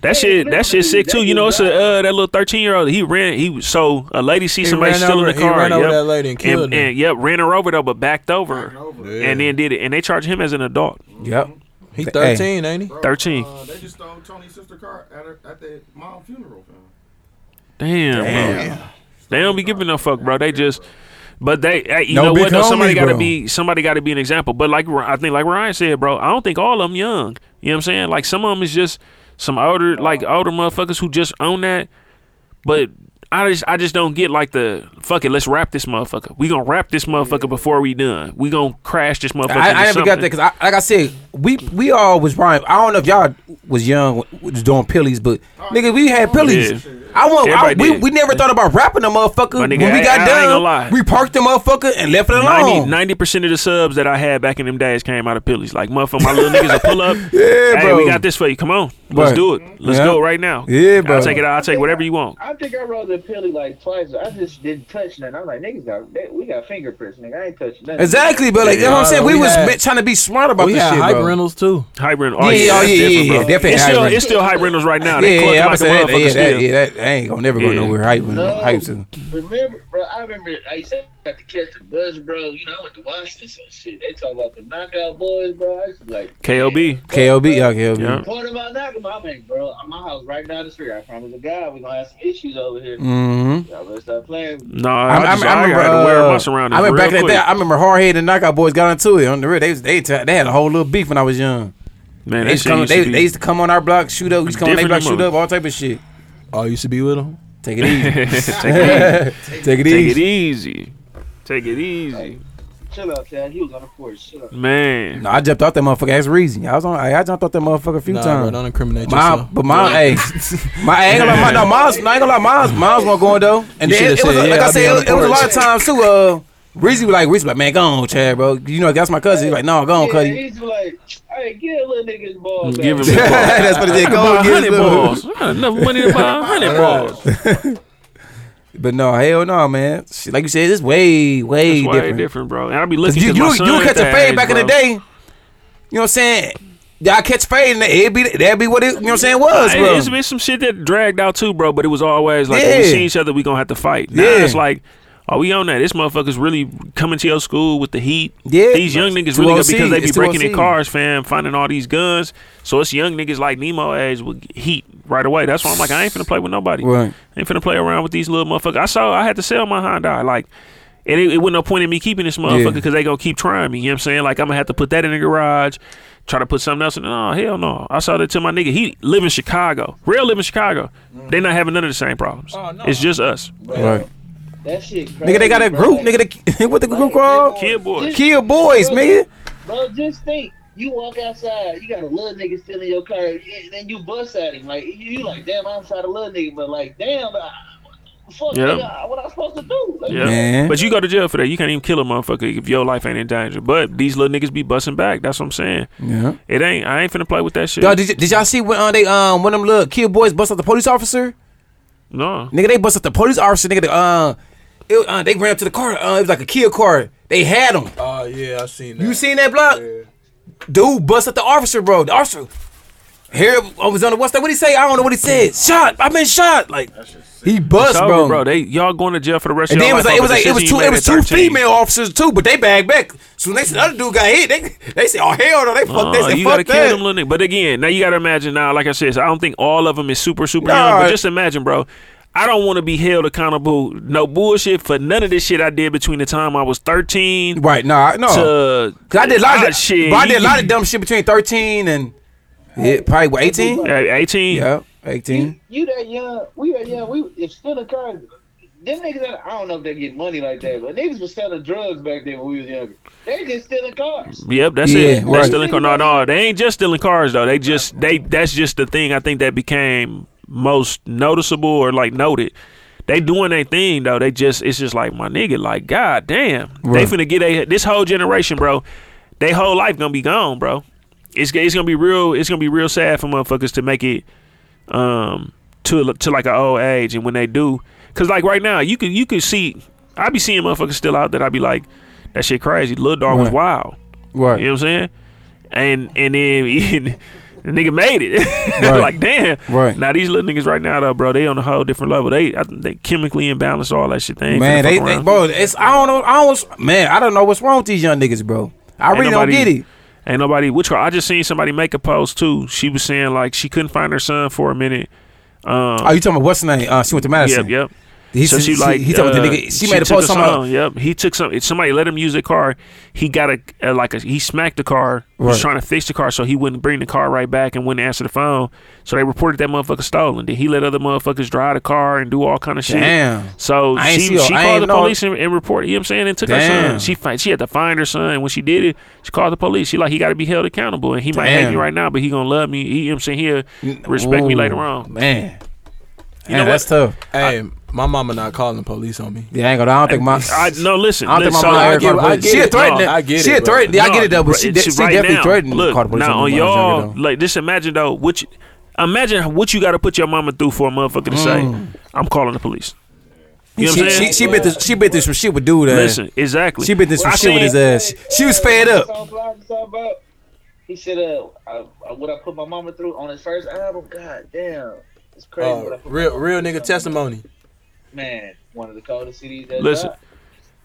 Speaker 2: That shit, that shit sick too. You know, it's a uh, that little thirteen year old. He ran. He was so a lady see
Speaker 6: He
Speaker 2: somebody
Speaker 6: ran
Speaker 2: still
Speaker 6: over-
Speaker 2: in the
Speaker 6: he
Speaker 2: car.
Speaker 6: ran over
Speaker 2: yep.
Speaker 6: that lady and killed
Speaker 2: and,
Speaker 6: her.
Speaker 2: and, yep, ran her over though, but backed over, her.
Speaker 6: Yeah.
Speaker 2: and then did it. And they charged him as an adult,
Speaker 3: Yep.
Speaker 6: He
Speaker 3: Hey.
Speaker 6: 13, ain't he?
Speaker 7: Bro,
Speaker 2: thirteen.
Speaker 7: Uh, they just stole Tony's sister car at her, at the mom funeral. Man.
Speaker 2: Damn, bro. They don't be giving no fuck, bro. They just, but they, hey, you
Speaker 3: No
Speaker 2: know
Speaker 3: big
Speaker 2: what? though? somebody
Speaker 3: homies,
Speaker 2: got to
Speaker 3: bro.
Speaker 2: be, somebody got to be an example. But like, Ry- I think, like Ryan said, bro, I don't think all of them young. You know what I'm saying? Like some of them is just some older, like older motherfuckers who just own that. But I just, I just don't get like the fuck it. Let's wrap this motherfucker. We gonna wrap this motherfucker before we done. We gonna crash this motherfucker.
Speaker 3: I, I
Speaker 2: into
Speaker 3: never got that
Speaker 2: something.
Speaker 3: because, I, like I said, we we all was Brian. I don't know if y'all was young, was doing pillies, but nigga, we had pillies.
Speaker 2: Yeah.
Speaker 3: I want. I,
Speaker 2: Everybody
Speaker 3: we,
Speaker 2: did.
Speaker 3: we never thought about rapping the motherfucker.
Speaker 2: My nigga,
Speaker 3: when we
Speaker 2: I-
Speaker 3: got
Speaker 2: I ain't
Speaker 3: done,
Speaker 2: gonna lie.
Speaker 3: we parked the motherfucker and left it alone.
Speaker 2: 90 percent of the subs that I had back in them days came out of Pillies. Like motherfucker, my little niggas will pull up. Yeah, hey,
Speaker 3: bro.
Speaker 2: we got this for you. Come on, let's
Speaker 3: Right.
Speaker 2: do it. Let's
Speaker 3: Yeah.
Speaker 2: do it right now.
Speaker 3: Yeah, bro.
Speaker 2: I'll take it. I'll take whatever you want.
Speaker 8: I think I rolled the pilly like twice. I just didn't touch nothing. I'm like, niggas got they, we got fingerprints, nigga. I ain't touching nothing.
Speaker 3: Exactly, but like you know what I'm
Speaker 6: Yeah,
Speaker 3: saying, we,
Speaker 6: we
Speaker 3: was
Speaker 6: had-
Speaker 3: me- trying to be smart about
Speaker 6: We
Speaker 3: this
Speaker 6: had
Speaker 3: shit,
Speaker 6: hype
Speaker 3: bro.
Speaker 6: rentals too.
Speaker 2: Hype rental.
Speaker 3: Yeah, yeah, oh,
Speaker 2: that's
Speaker 3: yeah, yeah,
Speaker 2: different,
Speaker 3: yeah,
Speaker 2: bro.
Speaker 3: definitely
Speaker 2: It's
Speaker 3: hype
Speaker 2: still,
Speaker 3: rental.
Speaker 2: it's still hype rentals right now.
Speaker 3: Yeah,
Speaker 2: They
Speaker 3: yeah, yeah,
Speaker 2: yeah,
Speaker 3: I'm
Speaker 2: like a
Speaker 3: saying that,
Speaker 2: motherfucker
Speaker 3: yeah, that,
Speaker 2: still.
Speaker 3: yeah, that, that ain't gonna never go
Speaker 2: Yeah.
Speaker 3: nowhere. Hype, when
Speaker 8: No.
Speaker 3: hype soon.
Speaker 8: Remember, bro, I remember I used to have to catch the bus, bro. You know, I went to Washington and shit. They talk about the knockout boys, bro. I used to be like
Speaker 2: KLB.
Speaker 3: KLB, y'all KLB.
Speaker 2: Yeah.
Speaker 8: Point about knockout, I'm like, bro, my house right down the street. I promise to God, we gonna have some issues over here.
Speaker 3: Mm-hmm.
Speaker 8: Y'all better stop playing.
Speaker 2: No, I, just, I, got to wear my surroundings.
Speaker 3: I remember
Speaker 2: real
Speaker 3: back in
Speaker 2: quick.
Speaker 3: that day. uh, I remember Hardhead and Knockout Boys got into it on the real. They was, they t- they had a whole little beef when I was young.
Speaker 2: Man,
Speaker 3: They
Speaker 2: that
Speaker 3: used, to
Speaker 2: shit
Speaker 3: come,
Speaker 2: used to
Speaker 3: they,
Speaker 2: be-
Speaker 3: they used to come on our block, shoot up. We used to come on their block,
Speaker 2: Different
Speaker 3: shoot up, all type of shit.
Speaker 6: Oh, you used to be with him?
Speaker 3: Take it easy.
Speaker 2: take, it,
Speaker 3: Take it
Speaker 2: take it
Speaker 3: easy.
Speaker 2: easy. Take it easy,
Speaker 8: Chill out, Chad. He was on the porch. Chill out.
Speaker 2: man.
Speaker 3: No, I jumped off that motherfucker. That's reason. I was on. I, I jumped off that motherfucker a few
Speaker 6: Nah, bro,
Speaker 3: times.
Speaker 6: don't incriminate
Speaker 3: Mom,
Speaker 6: yourself.
Speaker 3: but mom, hey, my I ain't gonna lie, my, no, mom's, I ain't gonna lie, mom's, mom's wasn't going though. And
Speaker 6: You
Speaker 3: then
Speaker 6: should've
Speaker 3: it, it was,
Speaker 6: said,
Speaker 3: like
Speaker 6: yeah,
Speaker 3: I
Speaker 6: I'll be
Speaker 3: said,
Speaker 6: on
Speaker 3: it,
Speaker 6: the
Speaker 3: it was a
Speaker 6: porch.
Speaker 3: lot of times too. Uh, Reezy was like, Reezy was like, man, go on, Chad, bro. You know, that's my cousin. He's like, no, go on,
Speaker 8: Yeah,
Speaker 3: cuz.
Speaker 8: he's like, hey, get a little nigga's ball. back."
Speaker 2: Give him the ball.
Speaker 3: that's what it did. Go
Speaker 2: Buy
Speaker 3: on, get
Speaker 2: hundred
Speaker 3: his little-
Speaker 2: balls. I got enough money to buy hundred balls.
Speaker 3: But no, hell no, man. Shit, Like you said, it's way, way
Speaker 2: It's way
Speaker 3: different.
Speaker 2: different. bro. And I be
Speaker 3: 'Cause
Speaker 2: looking.
Speaker 3: You,
Speaker 2: my
Speaker 3: you,
Speaker 2: son
Speaker 3: you catch a
Speaker 2: that
Speaker 3: fade
Speaker 2: age,
Speaker 3: back in the
Speaker 2: bro.
Speaker 3: day. You know what I'm saying? Y'all catch fade and it'd be that'd be what it. You know what I'm saying? Was
Speaker 2: Hey,
Speaker 3: bro.
Speaker 2: It's been some shit that dragged out too, bro. But it was always like when
Speaker 3: Yeah.
Speaker 2: we see each other, we gonna have to fight. Now
Speaker 3: Yeah.
Speaker 2: it's like, are we on that? This motherfucker's really coming to your school with the heat.
Speaker 3: Yeah.
Speaker 2: these young niggas
Speaker 3: It's
Speaker 2: really
Speaker 3: 2OC.
Speaker 2: good because they be
Speaker 3: It's
Speaker 2: breaking in
Speaker 3: 2OC.
Speaker 2: cars, fam, finding all these guns. So it's young niggas like Nemo age with heat right away. That's why I'm like, I ain't finna play with nobody.
Speaker 3: Right.
Speaker 2: I ain't finna play around with these little motherfuckers. I saw I had to sell my Honda. Like. And it, it wasn't no point in me keeping this motherfucker
Speaker 3: Yeah.
Speaker 2: because they gonna keep trying me. You know what I'm saying? Like I'm gonna have to put that in the garage, try to put something else in. No, hell no. I saw that to my nigga. He live in Chicago. Real live in Chicago. They not having none of the same problems. It's just us.
Speaker 3: Right.
Speaker 8: That shit crazy,
Speaker 3: Nigga, they got a
Speaker 8: bro.
Speaker 3: group.
Speaker 8: Like,
Speaker 3: Nigga, they, what the group called?
Speaker 2: Kid boys.
Speaker 3: Kill boys, nigga.
Speaker 8: Bro, just think. You walk outside, you got a little nigga still in your car, and then you bust at him. Like, you, you like, damn, I'm inside a little nigga, but like, damn, I, fuck,
Speaker 2: Yeah.
Speaker 8: nigga, uh, what I supposed to do? Like,
Speaker 2: Yeah.
Speaker 3: Man.
Speaker 2: But you go to jail for that. You can't even kill a motherfucker if your life ain't in danger. But these little niggas be busting back. That's what I'm saying.
Speaker 3: Yeah.
Speaker 2: It ain't. I ain't finna play with that shit.
Speaker 3: Dog, did, y- did y'all see when uh, they um when them little kid boys bust up the police officer?
Speaker 2: no.
Speaker 3: Nigga, they bust up the police officer. Nigga, uh, it, uh, they ran up to the car. Uh, it was like a kid car. They had him.
Speaker 6: Oh, yeah, I seen that.
Speaker 3: You seen that block? Dude, bust up the officer, bro. The officer. Here I was on the what's that? What he say? I don't know what he said. Shot. I've been shot. Like he bust,
Speaker 2: It's over,
Speaker 3: bro.
Speaker 2: bro. They y'all going to jail for the rest of
Speaker 3: And then it
Speaker 2: your
Speaker 3: was
Speaker 2: life.
Speaker 3: like it was
Speaker 2: over
Speaker 3: like it was
Speaker 2: decisions you
Speaker 3: two it
Speaker 2: made
Speaker 3: was
Speaker 2: at
Speaker 3: two
Speaker 2: 13.
Speaker 3: female officers too, but they bagged back. Soon as the other dude got hit, they they said, "Oh hell no, they fucked this
Speaker 2: Uh,
Speaker 3: and
Speaker 2: you gotta
Speaker 3: fuck
Speaker 2: kill them
Speaker 3: that."
Speaker 2: little niggas. But again, now you gotta imagine now, like I said, so I don't think all of them is super, super
Speaker 3: Nah,
Speaker 2: young. But
Speaker 3: I-
Speaker 2: just imagine, bro. I don't want to be held accountable, no bullshit, for none of this shit I did between the time I was thirteen
Speaker 3: Right? No, I- no.
Speaker 2: to.
Speaker 3: Cause I did a lot
Speaker 2: Ah,
Speaker 3: of shit. But I did a lot of dumb shit between thirteen and yeah, probably what, eighteen.
Speaker 2: At Eighteen.
Speaker 3: Yeah, eighteen.
Speaker 8: You that young, we that young, we if still in car. Them niggas, I don't know if they get money like that, but niggas was selling drugs back then when we was younger. They just stealing cars.
Speaker 2: Yep, that's
Speaker 3: Yeah,
Speaker 2: it. They're
Speaker 3: right.
Speaker 2: stealing cars. No, no, they ain't just stealing cars though. They just they that's just the thing I think that became most noticeable or like noted. They doing their thing though. They just it's just like my nigga, like god damn.
Speaker 3: Right.
Speaker 2: They finna get a this whole generation, bro. They whole life gonna be gone, bro. It's it's gonna be real. It's gonna be real sad for motherfuckers to make it um to to like an old age, and when they do, cause like right now you could you could see I be seeing motherfuckers still out that I be like that shit crazy. Lil Dog was
Speaker 3: Right.
Speaker 2: wild.
Speaker 3: Right.
Speaker 2: You know what I'm saying? And and then the nigga made it.
Speaker 3: Right.
Speaker 2: like damn.
Speaker 3: Right.
Speaker 2: Now these little niggas right now though, bro, they on a whole different level. They I, think they chemically imbalanced, all that shit. They ain't
Speaker 3: Man,
Speaker 2: finna
Speaker 3: they,
Speaker 2: fuck
Speaker 3: they
Speaker 2: around.
Speaker 3: bro, it's I don't know, I don't man, I don't know what's wrong with these young niggas, bro. I
Speaker 2: Ain't
Speaker 3: really don't
Speaker 2: nobody-
Speaker 3: get it.
Speaker 2: Ain't nobody. Which I just seen somebody make a post too. She was saying like she couldn't find her son for a minute. Um,
Speaker 3: Oh, you talking about what's her name? Uh, she went to Madison.
Speaker 2: yep, yep.
Speaker 3: He,
Speaker 2: so
Speaker 3: said-
Speaker 2: she
Speaker 3: he-
Speaker 2: like
Speaker 3: he, told
Speaker 2: uh,
Speaker 3: the nigga. She, made a
Speaker 2: took
Speaker 3: post on my-
Speaker 2: song, Yep, he took some. Somebody let him use the car. He got a, uh like a he smacked the car. He Was
Speaker 3: Right.
Speaker 2: trying to fix the car so he wouldn't bring the car right back and wouldn't answer the phone. So they reported that motherfucker stolen. Then he let other motherfuckers drive the car and do all kind of shit.
Speaker 3: Damn.
Speaker 2: So
Speaker 3: I ain't
Speaker 2: she
Speaker 3: see her-
Speaker 2: she
Speaker 3: I
Speaker 2: called
Speaker 3: ain't
Speaker 2: the
Speaker 3: know-
Speaker 2: police and, and reported. You know what I'm saying? And took her son.
Speaker 3: Damn.
Speaker 2: She find, she had to find her son. And when she did it, she called the police. She like he got to be held accountable. And he might hate
Speaker 3: Damn.
Speaker 2: me right now, but he gonna love me. He, you know what I'm saying? He'll respect me
Speaker 3: Ooh,
Speaker 2: later on.
Speaker 3: Man,
Speaker 2: know
Speaker 3: man,
Speaker 2: what?
Speaker 3: that's tough.
Speaker 6: Hey, my mama not calling the police on me.
Speaker 3: Yeah, I ain't gonna. I don't think my.
Speaker 2: I no listen.
Speaker 3: I don't
Speaker 2: so-
Speaker 3: think my mom
Speaker 6: I
Speaker 3: ever
Speaker 6: get-
Speaker 3: called the
Speaker 6: I
Speaker 3: police.
Speaker 6: get
Speaker 3: She
Speaker 6: it.
Speaker 3: had threatened.
Speaker 6: No, I get
Speaker 3: she
Speaker 6: it,
Speaker 3: had
Speaker 6: bro.
Speaker 3: threatened. I
Speaker 2: No,
Speaker 3: get it though, but
Speaker 2: right-
Speaker 3: she, de-
Speaker 2: it's
Speaker 3: she
Speaker 2: right
Speaker 3: definitely
Speaker 2: now.
Speaker 3: threatened to
Speaker 2: Look,
Speaker 3: call the police.
Speaker 2: Now
Speaker 3: on
Speaker 2: on
Speaker 3: me when I was younger,
Speaker 2: y'all,
Speaker 3: though.
Speaker 2: like just imagine though, what you, imagine what you got to put your mama through for a motherfucker to
Speaker 3: Mm.
Speaker 2: say, "I'm calling the police." You know what
Speaker 3: she,
Speaker 2: I'm saying?
Speaker 3: she, she been through. She been through some shit with dude. ass.
Speaker 2: Listen, exactly.
Speaker 3: she been through some
Speaker 2: I
Speaker 3: shit with
Speaker 2: seen-
Speaker 3: his ass. She was fed up.
Speaker 8: Song Block was talking about- He said, uh, I, I- what I put my mama through on his first album? God damn. It's crazy. what I
Speaker 6: Uh,
Speaker 8: put my
Speaker 6: real,
Speaker 8: mama
Speaker 6: real
Speaker 8: through.
Speaker 6: nigga testimony.
Speaker 8: Man, one of the coldest cities that
Speaker 2: Listen,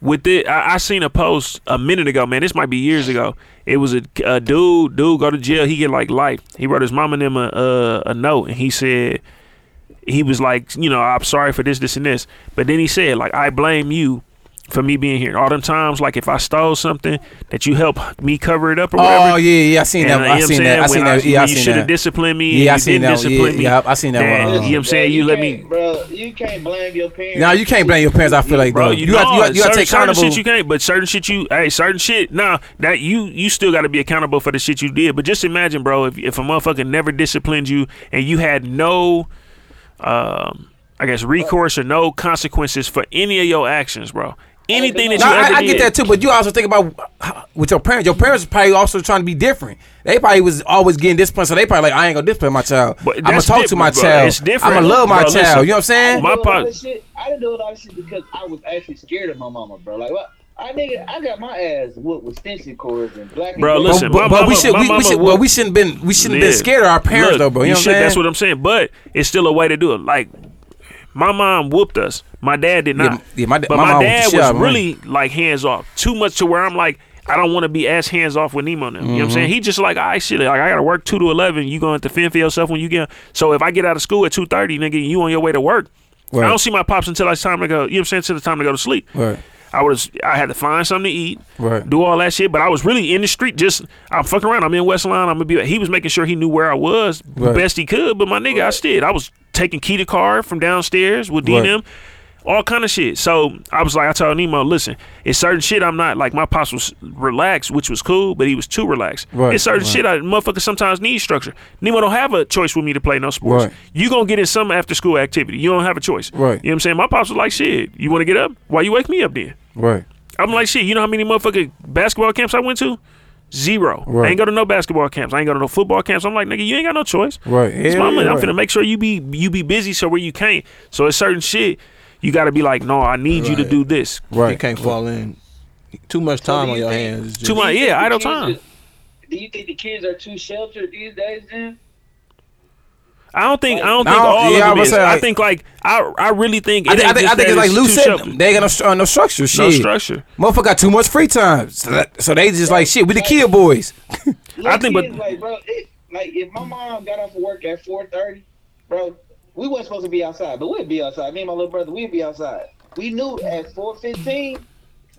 Speaker 2: with it, I, I seen a post a minute ago, man. This might be years ago. It was a, a dude. Dude go to jail. He get like life. He wrote his mom and him a, a, a note, and he said he was like, you know, I'm sorry for this, this, and this. But then he said like, I blame you for me being here. All them times, like if I stole something that you helped me cover it up or whatever.
Speaker 3: Oh yeah, yeah. I seen
Speaker 2: And,
Speaker 3: that.
Speaker 2: uh,
Speaker 3: I
Speaker 2: you know what I'm
Speaker 3: seen
Speaker 2: saying?
Speaker 3: that. I
Speaker 2: When
Speaker 3: seen that. Yeah, I
Speaker 2: when You
Speaker 3: seen
Speaker 2: should have
Speaker 3: that.
Speaker 2: disciplined me. and
Speaker 3: Yeah, I
Speaker 2: you
Speaker 3: seen
Speaker 2: didn't
Speaker 3: that.
Speaker 2: discipline
Speaker 3: Yeah,
Speaker 2: me.
Speaker 3: yeah, I seen that
Speaker 2: And,
Speaker 3: one. uh,
Speaker 2: you know what I'm saying? You let me.
Speaker 8: can't- Bro, you can't blame your parents.
Speaker 3: Now you can't blame your parents. I feel like
Speaker 2: Bro,
Speaker 3: though.
Speaker 2: you,
Speaker 3: You got you got- you got to
Speaker 2: certain,
Speaker 3: take
Speaker 2: certain
Speaker 3: accountable.
Speaker 2: shit you can't, but certain shit you, hey, certain shit. Nah, that you you still got to be accountable for the shit you did. But just imagine, bro, if if a motherfucker never disciplined you and you had no, um, I guess recourse or no consequences for any of your actions, bro. Anything that
Speaker 3: No,
Speaker 2: you ever
Speaker 3: I, I
Speaker 2: did.
Speaker 3: get that too, but you also think about how- with your parents. Your parents probably also trying to be different. They probably was always getting disciplined, so they probably like, I ain't gonna discipline my child.
Speaker 2: But
Speaker 3: I'm gonna
Speaker 2: that's
Speaker 3: talk to my
Speaker 2: different, bro.
Speaker 3: child.
Speaker 2: It's different.
Speaker 3: I'm gonna love my
Speaker 2: Bro,
Speaker 3: child.
Speaker 2: listen. Oh,
Speaker 3: you know what I'm saying?
Speaker 2: My
Speaker 8: I didn't do a lot
Speaker 2: pop-
Speaker 8: of shit. I didn't do a lot of shit because I was actually scared of my mama, bro. Like, what? I nigga, I got my ass whooped with extension cords and black.
Speaker 2: Bro,
Speaker 8: and
Speaker 2: listen,
Speaker 3: but,
Speaker 2: my
Speaker 3: but
Speaker 2: mama-
Speaker 3: we should,
Speaker 2: my
Speaker 3: we,
Speaker 2: mama
Speaker 3: we should,
Speaker 2: would-
Speaker 3: well, we shouldn't been, we shouldn't been
Speaker 2: Yeah.
Speaker 3: scared of our parents
Speaker 2: Look,
Speaker 3: though, bro. You, know what I'm
Speaker 2: should-
Speaker 3: saying?
Speaker 2: That's what I'm saying. But it's still a way to do it. Like my mom whooped us. My dad did not.
Speaker 3: Yeah, yeah, my da-
Speaker 2: but
Speaker 3: my
Speaker 2: my,
Speaker 3: mom whooped the
Speaker 2: dad
Speaker 3: shit
Speaker 2: was
Speaker 3: out of me.
Speaker 2: really like hands off. Too much to where I'm like, I don't want to be as hands off with Nemo now. You know what I'm
Speaker 3: Mm-hmm.
Speaker 2: saying? He just like, I shit, like I gotta work two to eleven. You gonna have to fend for yourself when you get. So if I get out of school at two thirty, nigga, you on your way to work.
Speaker 3: Right.
Speaker 2: I don't see my pops until it's time to go. You know what I'm saying? Until it's time to go to sleep.
Speaker 3: Right.
Speaker 2: I was I had to find something to eat,
Speaker 3: Right.
Speaker 2: do all that shit. But I was really in the street. Just I'm fucking around. I'm in West Line. I'm gonna be. He was making sure he knew where I was the
Speaker 3: Right.
Speaker 2: best he could. But my nigga, I still I was taking key to car from downstairs with D&M,
Speaker 3: Right.
Speaker 2: all kind of shit. So I was like, I told Nemo, listen, it's certain shit I'm not like. My pops was relaxed, which was cool, but he was too relaxed.
Speaker 3: Right,
Speaker 2: It's certain
Speaker 3: right.
Speaker 2: shit I motherfuckers sometimes need structure. Nemo don't have a choice with me to play no sports.
Speaker 3: Right.
Speaker 2: You gonna get in some after school activity. You don't have a choice.
Speaker 3: Right.
Speaker 2: You know what I'm saying? My pops was like, shit, you wanna get up? Why you wake me up then?
Speaker 3: right.
Speaker 2: I'm like, shit, you know how many motherfucking basketball camps I went to? Zero. I
Speaker 3: Right.
Speaker 2: ain't go to no basketball camps. I ain't go to no football camps. I'm like, nigga, you ain't got no choice.
Speaker 3: Right.
Speaker 2: It's
Speaker 3: Hell
Speaker 2: my money.
Speaker 3: yeah,
Speaker 2: I'm
Speaker 3: right.
Speaker 2: finna make sure you be you be busy so where you can't. So it's certain shit you gotta be like, no, I need you to
Speaker 6: Right.
Speaker 2: do this.
Speaker 6: You can't fall in. Too much time on your hands. It's
Speaker 2: Too
Speaker 6: just-
Speaker 2: much, yeah, idle
Speaker 8: kids
Speaker 2: time.
Speaker 8: is- Do you think the kids are too sheltered these days, then?
Speaker 2: I don't think I don't
Speaker 3: No,
Speaker 2: think all
Speaker 3: yeah, I
Speaker 2: of it
Speaker 3: was
Speaker 2: is.
Speaker 3: saying,
Speaker 2: I
Speaker 3: like-
Speaker 2: think like I I really think it
Speaker 3: I, think, I,
Speaker 2: ain't
Speaker 3: think,
Speaker 2: just
Speaker 3: I think
Speaker 2: that
Speaker 3: it's like
Speaker 2: it's
Speaker 3: Lou
Speaker 2: too
Speaker 3: said,
Speaker 2: shuffled.
Speaker 3: they ain't got no, stru- uh, no structure. Shit.
Speaker 2: no structure.
Speaker 3: Motherfucker got too much free time. So, that, so they just like, shit, we the kill boys.
Speaker 2: I think, but-
Speaker 8: Low-key, like, bro, it, like if my mom got off of work at four thirty, bro, we wasn't supposed to be outside, but we'd be outside. Me and my little brother, we'd be outside. We knew at four fifteen,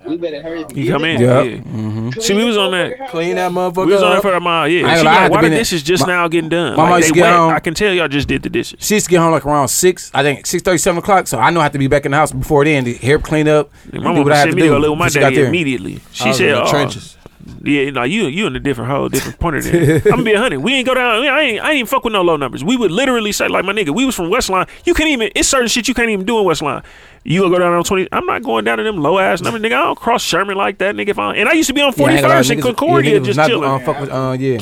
Speaker 8: we better hurry. up and
Speaker 2: You
Speaker 8: get
Speaker 2: come
Speaker 8: this
Speaker 2: in.
Speaker 3: Yeah.
Speaker 2: Yeah.
Speaker 8: clean
Speaker 2: See, we
Speaker 8: this
Speaker 2: was on
Speaker 8: motherfucker
Speaker 2: that.
Speaker 8: house
Speaker 9: Clean that
Speaker 8: up.
Speaker 9: motherfucker.
Speaker 2: We was on
Speaker 9: up.
Speaker 2: it for a mile. Yeah,
Speaker 3: I ain't
Speaker 2: she
Speaker 3: gonna lie, I
Speaker 2: like,
Speaker 3: had to
Speaker 2: why the
Speaker 3: be in it.
Speaker 2: dishes just
Speaker 3: My-
Speaker 2: now getting done?
Speaker 3: my mom
Speaker 2: Like,
Speaker 3: used
Speaker 2: they
Speaker 3: to get
Speaker 2: wet.
Speaker 3: home-
Speaker 2: I can tell y'all just did the dishes.
Speaker 3: She used to get home like around six, I think six thirty, seven o'clock. So I know I have to be back in the house before then to help clean up.
Speaker 2: My
Speaker 3: and
Speaker 2: mama sent me to go live with my
Speaker 3: before she got
Speaker 2: daddy
Speaker 3: there.
Speaker 2: immediately.
Speaker 6: I
Speaker 2: She
Speaker 6: was in
Speaker 2: said,
Speaker 6: the
Speaker 2: oh,
Speaker 6: trenches.
Speaker 2: Yeah, no, you you in a different whole different point of that. I'm gonna be a hundred. We ain't go down. I ain't I ain't even fuck with no low numbers. We would literally say like my nigga, we was from Westline. You can't even. It's certain shit you can't even do in Westline. You gonna go down on twenty? I'm not going down to them low ass numbers, nigga. I don't cross Sherman like that, nigga. If I, and I used to be on
Speaker 3: Yeah, I
Speaker 2: 41st
Speaker 3: ain't gonna lie,
Speaker 2: and
Speaker 3: niggas-
Speaker 2: Concordia
Speaker 3: yeah, niggas was
Speaker 2: just
Speaker 3: not,
Speaker 2: chilling.
Speaker 3: uh, fuck with, uh, yeah.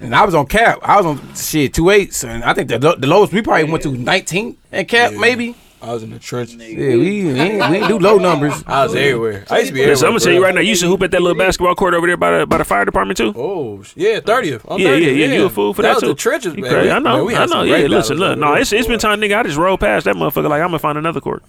Speaker 3: And I was on cap. I was on shit two eights, and I think the, lo- the lowest we probably went to nineteen and cap maybe.
Speaker 6: I was in the trenches.
Speaker 3: Yeah, we we ain't, we ain't do low numbers.
Speaker 6: I was everywhere. I used to be everywhere.
Speaker 2: Listen, I'm gonna tell you
Speaker 6: bro.
Speaker 2: right now. You used to hoop at that little basketball court over there by the by the fire department too.
Speaker 6: Oh sh- yeah, thirtieth.
Speaker 2: yeah, yeah, yeah, You a fool for that,
Speaker 6: was
Speaker 2: too?
Speaker 6: the trenches,
Speaker 2: You
Speaker 6: man.
Speaker 2: crazy. I
Speaker 6: Man,
Speaker 2: know,
Speaker 6: we
Speaker 2: I
Speaker 6: had
Speaker 2: know.
Speaker 6: some
Speaker 2: Yeah,
Speaker 6: great
Speaker 2: listen,
Speaker 6: battles
Speaker 2: look,
Speaker 6: over
Speaker 2: no,
Speaker 6: there,
Speaker 2: it's it's been
Speaker 6: boy.
Speaker 2: time, nigga. I just rolled past that motherfucker like I'm gonna find another court.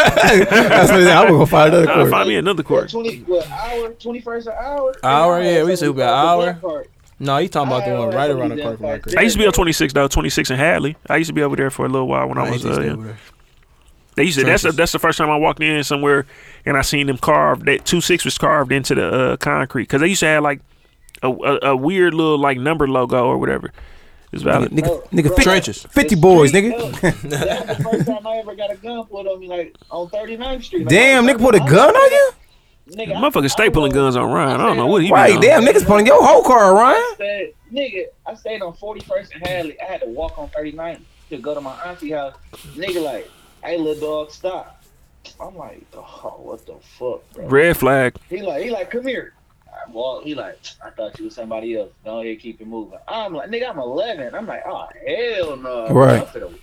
Speaker 3: That's what it is. I'm gonna go find another
Speaker 2: Nah,
Speaker 3: court.
Speaker 2: find me another
Speaker 8: What,
Speaker 2: court.
Speaker 8: Twenty, what hour? Twenty first hour?
Speaker 6: Hour, yeah, we used to be an hour.
Speaker 8: Part.
Speaker 6: No, you talking about the one
Speaker 8: I
Speaker 6: right
Speaker 8: don't
Speaker 6: around
Speaker 8: know
Speaker 6: the corner from
Speaker 8: that
Speaker 6: my
Speaker 8: part.
Speaker 6: crib.
Speaker 2: I used to be on 26 though, 26 in Hadley. I used to be over there for a little while when I was. Uh, yeah. They used to. That's the, that's the first time I walked in somewhere and I seen them carved. That two six was carved into the uh, concrete because they used to have like a, a, a weird little like number logo or whatever. It's valid.
Speaker 3: Nigga, nigga, 50,
Speaker 6: Trenches.
Speaker 3: fifty
Speaker 8: The
Speaker 3: boys, nigga.
Speaker 8: street, uh, that was the first time I ever got a gun pulled on me, like on 39th Street. Like,
Speaker 3: Damn,
Speaker 8: I
Speaker 3: nigga,
Speaker 8: was-
Speaker 3: put a
Speaker 8: I was-
Speaker 3: gun on you.
Speaker 8: Nigga, I-
Speaker 2: Motherfuckers stay
Speaker 8: I
Speaker 2: pulling
Speaker 8: was-
Speaker 2: guns on Ryan. I don't know what he.
Speaker 3: Right,
Speaker 2: been on.
Speaker 3: damn, niggas pulling your whole car, Ryan.
Speaker 8: said, nigga, I stayed on 41st and Hadley. I had to walk on 39th to go to my auntie house. Nigga, like, hey, little dog, stop. I'm like, oh, what the fuck, bro?
Speaker 2: Red flag.
Speaker 8: He like, he like, come here. I walk. He like, I thought you was somebody else. Go ahead, keep it moving. I'm like, nigga, I'm 11. I'm like, oh hell no.
Speaker 3: Right.
Speaker 8: I'm finna-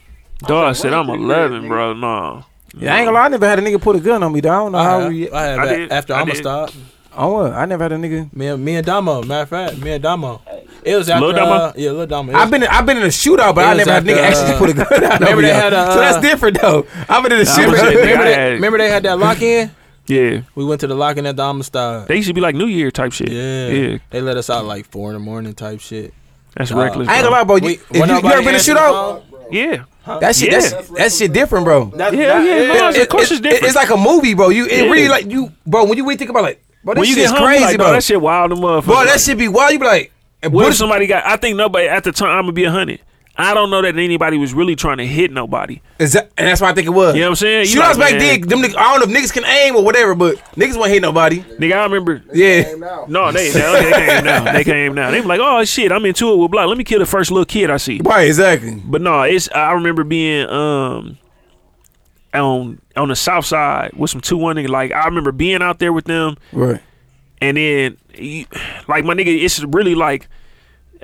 Speaker 2: Dog said I'm
Speaker 8: Ryan,
Speaker 2: 11,
Speaker 8: nigga.
Speaker 2: bro. No.
Speaker 3: Yeah, I ain't gonna lie, I never had a nigga put a gun on me. Though. I don't know
Speaker 6: I
Speaker 3: how.
Speaker 6: had,
Speaker 3: We,
Speaker 6: I had
Speaker 2: I
Speaker 6: that
Speaker 2: did.
Speaker 6: after
Speaker 2: I
Speaker 6: I'm gonna
Speaker 2: did.
Speaker 6: stop.
Speaker 3: I, was, I never had a nigga.
Speaker 6: Me and me and Damo. Matter of fact, me and Damo. It was after.
Speaker 2: Lil Damo?
Speaker 6: Uh, yeah, little Damo. It
Speaker 3: I've
Speaker 6: was-
Speaker 3: been I've been in a shootout, but
Speaker 6: It
Speaker 3: I
Speaker 6: was
Speaker 3: never had a nigga
Speaker 6: after,
Speaker 3: actually
Speaker 6: uh,
Speaker 3: put a gun out.
Speaker 6: remember
Speaker 3: on me,
Speaker 6: they
Speaker 3: though.
Speaker 6: had a,
Speaker 3: so
Speaker 6: uh,
Speaker 3: that's different though. I've been in a
Speaker 2: Remember
Speaker 3: shootout.
Speaker 2: that-
Speaker 6: remember,
Speaker 2: I
Speaker 6: that,
Speaker 2: had-
Speaker 6: remember they had that lock in.
Speaker 2: Yeah.
Speaker 6: We went to the lock in at the Damo style.
Speaker 2: They used to be like New Year type shit.
Speaker 6: Yeah.
Speaker 2: Yeah.
Speaker 6: They let us out like four in the morning type shit.
Speaker 2: That's
Speaker 6: Nah.
Speaker 2: reckless.
Speaker 3: I ain't gonna
Speaker 2: bro.
Speaker 3: lie, bro.
Speaker 6: We-
Speaker 3: You, if
Speaker 6: when
Speaker 3: you, you
Speaker 6: nobody
Speaker 3: ever been in a
Speaker 6: answered the
Speaker 3: shootout?
Speaker 2: Yeah.
Speaker 3: That shit,
Speaker 2: Yeah.
Speaker 3: that's that shit different, bro.
Speaker 9: That's
Speaker 2: Yeah,
Speaker 9: not-
Speaker 2: yeah, no,
Speaker 3: It-
Speaker 2: of course
Speaker 3: it-
Speaker 2: it's different.
Speaker 3: It's like a movie, bro. You it
Speaker 2: Yeah.
Speaker 3: really like you, bro. When you really think about it, bro,
Speaker 2: when
Speaker 3: this
Speaker 2: you
Speaker 3: shit's
Speaker 2: get home,
Speaker 3: crazy,
Speaker 2: you like,
Speaker 3: bro.
Speaker 2: bro, that shit wild and motherfucker.
Speaker 3: Bro, that shit be wild. You be like, and
Speaker 2: What if
Speaker 3: Bush-
Speaker 2: somebody got? I think nobody at the time. I'm gonna be a hundred. I don't know that anybody was really trying to hit nobody.
Speaker 3: is that, and that's what I think it was.
Speaker 2: You know what I'm saying? You like,
Speaker 3: Shootouts back
Speaker 2: man.
Speaker 3: then, them niggas, I don't know if niggas can aim or whatever, but niggas won't hit nobody.
Speaker 2: Nigga, I remember.
Speaker 3: Yeah,
Speaker 2: No, they no, they came now. They came now. They were like, oh shit, I'm into it with block. Let me kill the first little kid I see.
Speaker 3: right, exactly.
Speaker 2: But no, it's I remember being um on on the south side with some two one nigga. Like I remember being out there with them.
Speaker 3: Right.
Speaker 2: And then, you, like my nigga, it's really like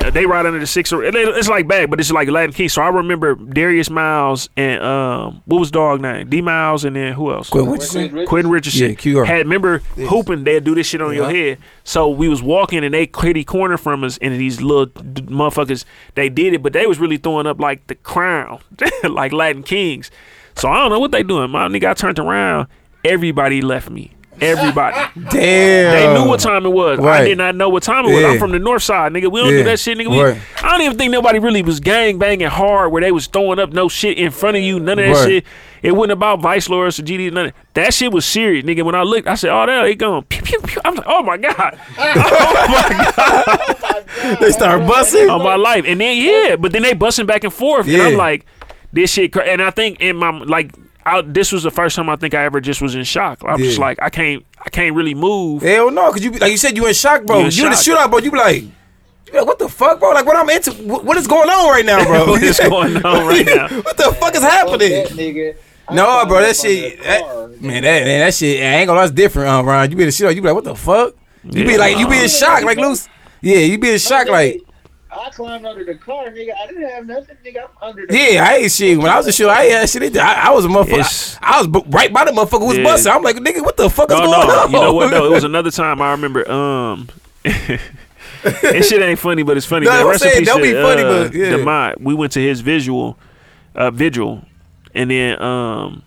Speaker 2: uh, they ride under the six. Or, it- it's like bad, but it's like Latin King. So I remember Darius Miles and um, what was dog name? D Miles and then who else?
Speaker 3: Quit what you saying?
Speaker 2: Quentin Richardson
Speaker 3: Yeah, QR.
Speaker 2: had remember hooping. They'd do this shit on your head. So we was walking and they kitty corner from us, and these little d- motherfuckers they did it, but they was really throwing up like the crown, like Latin kings. So I don't know what they doing. My nigga, I turned around, everybody left me. Everybody.
Speaker 3: Damn.
Speaker 2: They knew what time it was. I
Speaker 3: Um, Right.
Speaker 2: did not know what time it was.
Speaker 3: Yeah.
Speaker 2: I'm from the north side, nigga. We don't
Speaker 3: Yeah.
Speaker 2: do that shit, nigga. We,
Speaker 3: Right.
Speaker 2: I don't even think nobody really was gang banging hard where they was throwing up no shit in front of you, none of that
Speaker 3: Right.
Speaker 2: shit. It wasn't about Vice Lords or GD, none of that shit was serious, nigga. When I looked, I said, oh, there they gone. Pew, pew, pew. I'm like, oh my God.
Speaker 3: They start busting.
Speaker 2: on my life. And then yeah, but then they busting back and forth, and I'm
Speaker 3: Yeah.
Speaker 2: like, this shit. Cra-. And I think in my like, I, this was the first time I think I ever just was in shock. I'm just
Speaker 3: Yeah.
Speaker 2: like, I can't, I can't really move.
Speaker 3: Hell no, cause you be- like you said you in shock, bro.
Speaker 2: You
Speaker 3: You
Speaker 2: in
Speaker 3: in, the
Speaker 2: shock.
Speaker 3: shootout, bro. You be like, you be like, what the fuck, bro? Like what I'm into? What, what is going on right now, bro?
Speaker 2: What is going on right now?
Speaker 3: what the fuck is
Speaker 8: Fuck that,
Speaker 3: happening?
Speaker 8: nigga. I
Speaker 3: No,
Speaker 8: found
Speaker 3: bro,
Speaker 8: up
Speaker 3: that
Speaker 8: on
Speaker 3: shit,
Speaker 8: that
Speaker 3: that,
Speaker 8: car.
Speaker 3: man, that man, that shit, I ain't gonna lie, it's different, um, Ryan. You be in the shootout, you be like, what the fuck? You
Speaker 2: Yeah.
Speaker 3: be like, you be in shock, like loose. Yeah, you be in shock, like
Speaker 8: I climbed under the car, nigga. I didn't have nothing, nigga. I'm under the
Speaker 3: yeah, I ain't shit. When I was in shootout, I ain't had shit. either. I, I was a
Speaker 2: It's-
Speaker 3: motherfucker. I, I was bu- right by the motherfucker who was
Speaker 2: Yeah.
Speaker 3: busting. I'm like, nigga, what the fuck is
Speaker 2: No,
Speaker 3: going
Speaker 2: no.
Speaker 3: on?
Speaker 2: You know what? No, it was another time I remember. Um, That shit ain't funny, but it's funny.
Speaker 10: No,
Speaker 2: man.
Speaker 10: I'm
Speaker 2: Rest in
Speaker 10: saying,
Speaker 2: peace
Speaker 10: don't be
Speaker 2: to,
Speaker 10: funny,
Speaker 2: uh,
Speaker 10: but, yeah.
Speaker 2: Demont. we went to his visual, uh, vigil, and then um,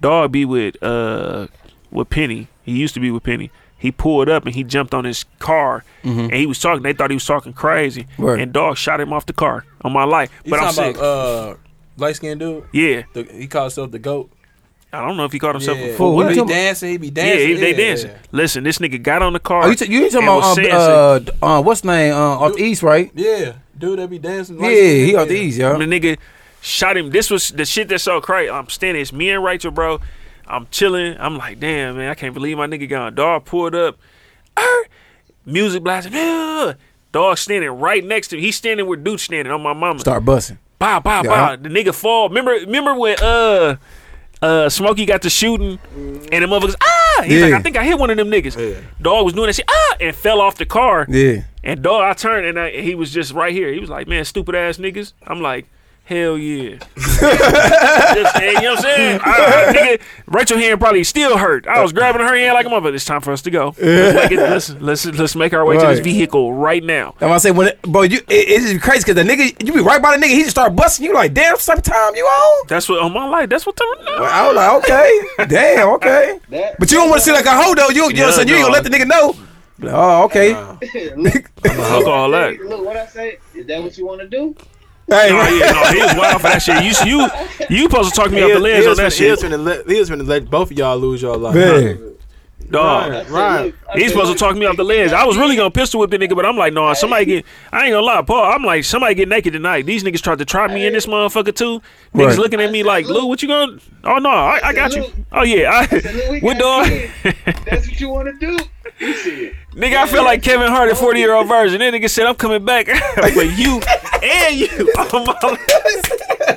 Speaker 2: dog be with uh with Penny. He used to be with Penny. He pulled up and he jumped on his car
Speaker 11: Mhm.
Speaker 2: and he was talking. They thought he was talking crazy,
Speaker 11: Right.
Speaker 2: and dog shot him off the car on my life.
Speaker 11: You
Speaker 2: but I'm
Speaker 11: talking
Speaker 2: sick.
Speaker 11: about uh, light skinned dude?
Speaker 2: yeah,
Speaker 11: The, he called himself the goat.
Speaker 2: I don't know if he called himself
Speaker 11: Yeah.
Speaker 2: a fool.
Speaker 11: He
Speaker 2: What?
Speaker 11: be dancing. He be
Speaker 2: Yeah,
Speaker 11: dancing.
Speaker 2: he- they dancing. Listen, this nigga got on the car.
Speaker 3: Oh, you, t- you ain't talking
Speaker 2: and was
Speaker 3: about
Speaker 2: saying
Speaker 3: uh,
Speaker 2: some-
Speaker 3: uh, d- uh, what's name uh, off the east, right?
Speaker 11: Yeah, dude, that be dancing.
Speaker 3: Yeah, he off the east,
Speaker 2: And
Speaker 3: yo.
Speaker 2: The nigga shot him. This was the shit that's so crazy. I'm standing. It's me and Rachel, bro. I'm chilling. I'm like, damn, man, I can't believe my nigga got a dog pulled up. Er, music blasting. Yeah. Dog standing right next to him. He's standing where dude standing on my mama.
Speaker 3: Start busting.
Speaker 2: Bow, bow, bow.
Speaker 3: Yeah.
Speaker 2: The nigga fall. Remember, remember when uh uh Smokey got to shooting and the motherfuckers ah he's like,
Speaker 3: Yeah.
Speaker 2: I think I hit one of them niggas. Dog was doing that shit, ah, and fell off the car.
Speaker 3: Yeah.
Speaker 2: And dog, I turned and I, he was just right here. He was like, "Man, stupid ass niggas." I'm like, "Hell yeah!" Just- and you know what I'm saying? I- I- nigga, Rachel hand probably still hurt. I was grabbing her hand like a mother. It's time for us to go. Let's make, it, let's, let's let's make our way to this
Speaker 3: Right.
Speaker 2: vehicle right now.
Speaker 3: And I say, when it, bro, you it, it's just crazy because the nigga, you be right by the nigga, he just start busting. You like, damn, sometime you on?
Speaker 2: That's what on my life. That's what.
Speaker 3: Well, I was like, okay, damn, okay.
Speaker 8: That,
Speaker 3: But you don't want to see like a hoe though. You, you know what I'm saying? You ain't gonna let the nigga know. Be like, oh, okay.
Speaker 8: look,
Speaker 2: Fuck all that.
Speaker 8: look, what I say? Is that what you want to do?
Speaker 3: Hey,
Speaker 2: No, yeah, no, he was wild for that shit. You you you supposed to talk me up the ledge on that
Speaker 6: He
Speaker 2: shit,
Speaker 6: was finna let, he was finna let both of y'all lose y'all life.
Speaker 3: man.
Speaker 2: dog.
Speaker 8: I said,
Speaker 6: Right.
Speaker 8: look, I
Speaker 2: He's
Speaker 8: said,
Speaker 2: supposed to
Speaker 8: look,
Speaker 2: talk me off the ledge. I was really gonna pistol whip the nigga, but I'm like, no, somebody get. I ain't gonna lie, Paul. I'm like, somebody get naked tonight. These niggas tried to try me in this motherfucker too. Niggas
Speaker 3: Right.
Speaker 2: looking at me like, Lou, what you gonna? Oh no, I, I got you. Oh yeah, I,
Speaker 8: said, look, we
Speaker 2: what dog?
Speaker 8: got kids. That's what you want to do? He said,
Speaker 2: Nigga, I feel like Kevin Hart, a 40 year old version. That nigga said, I'm coming back for you and you. Oh, my,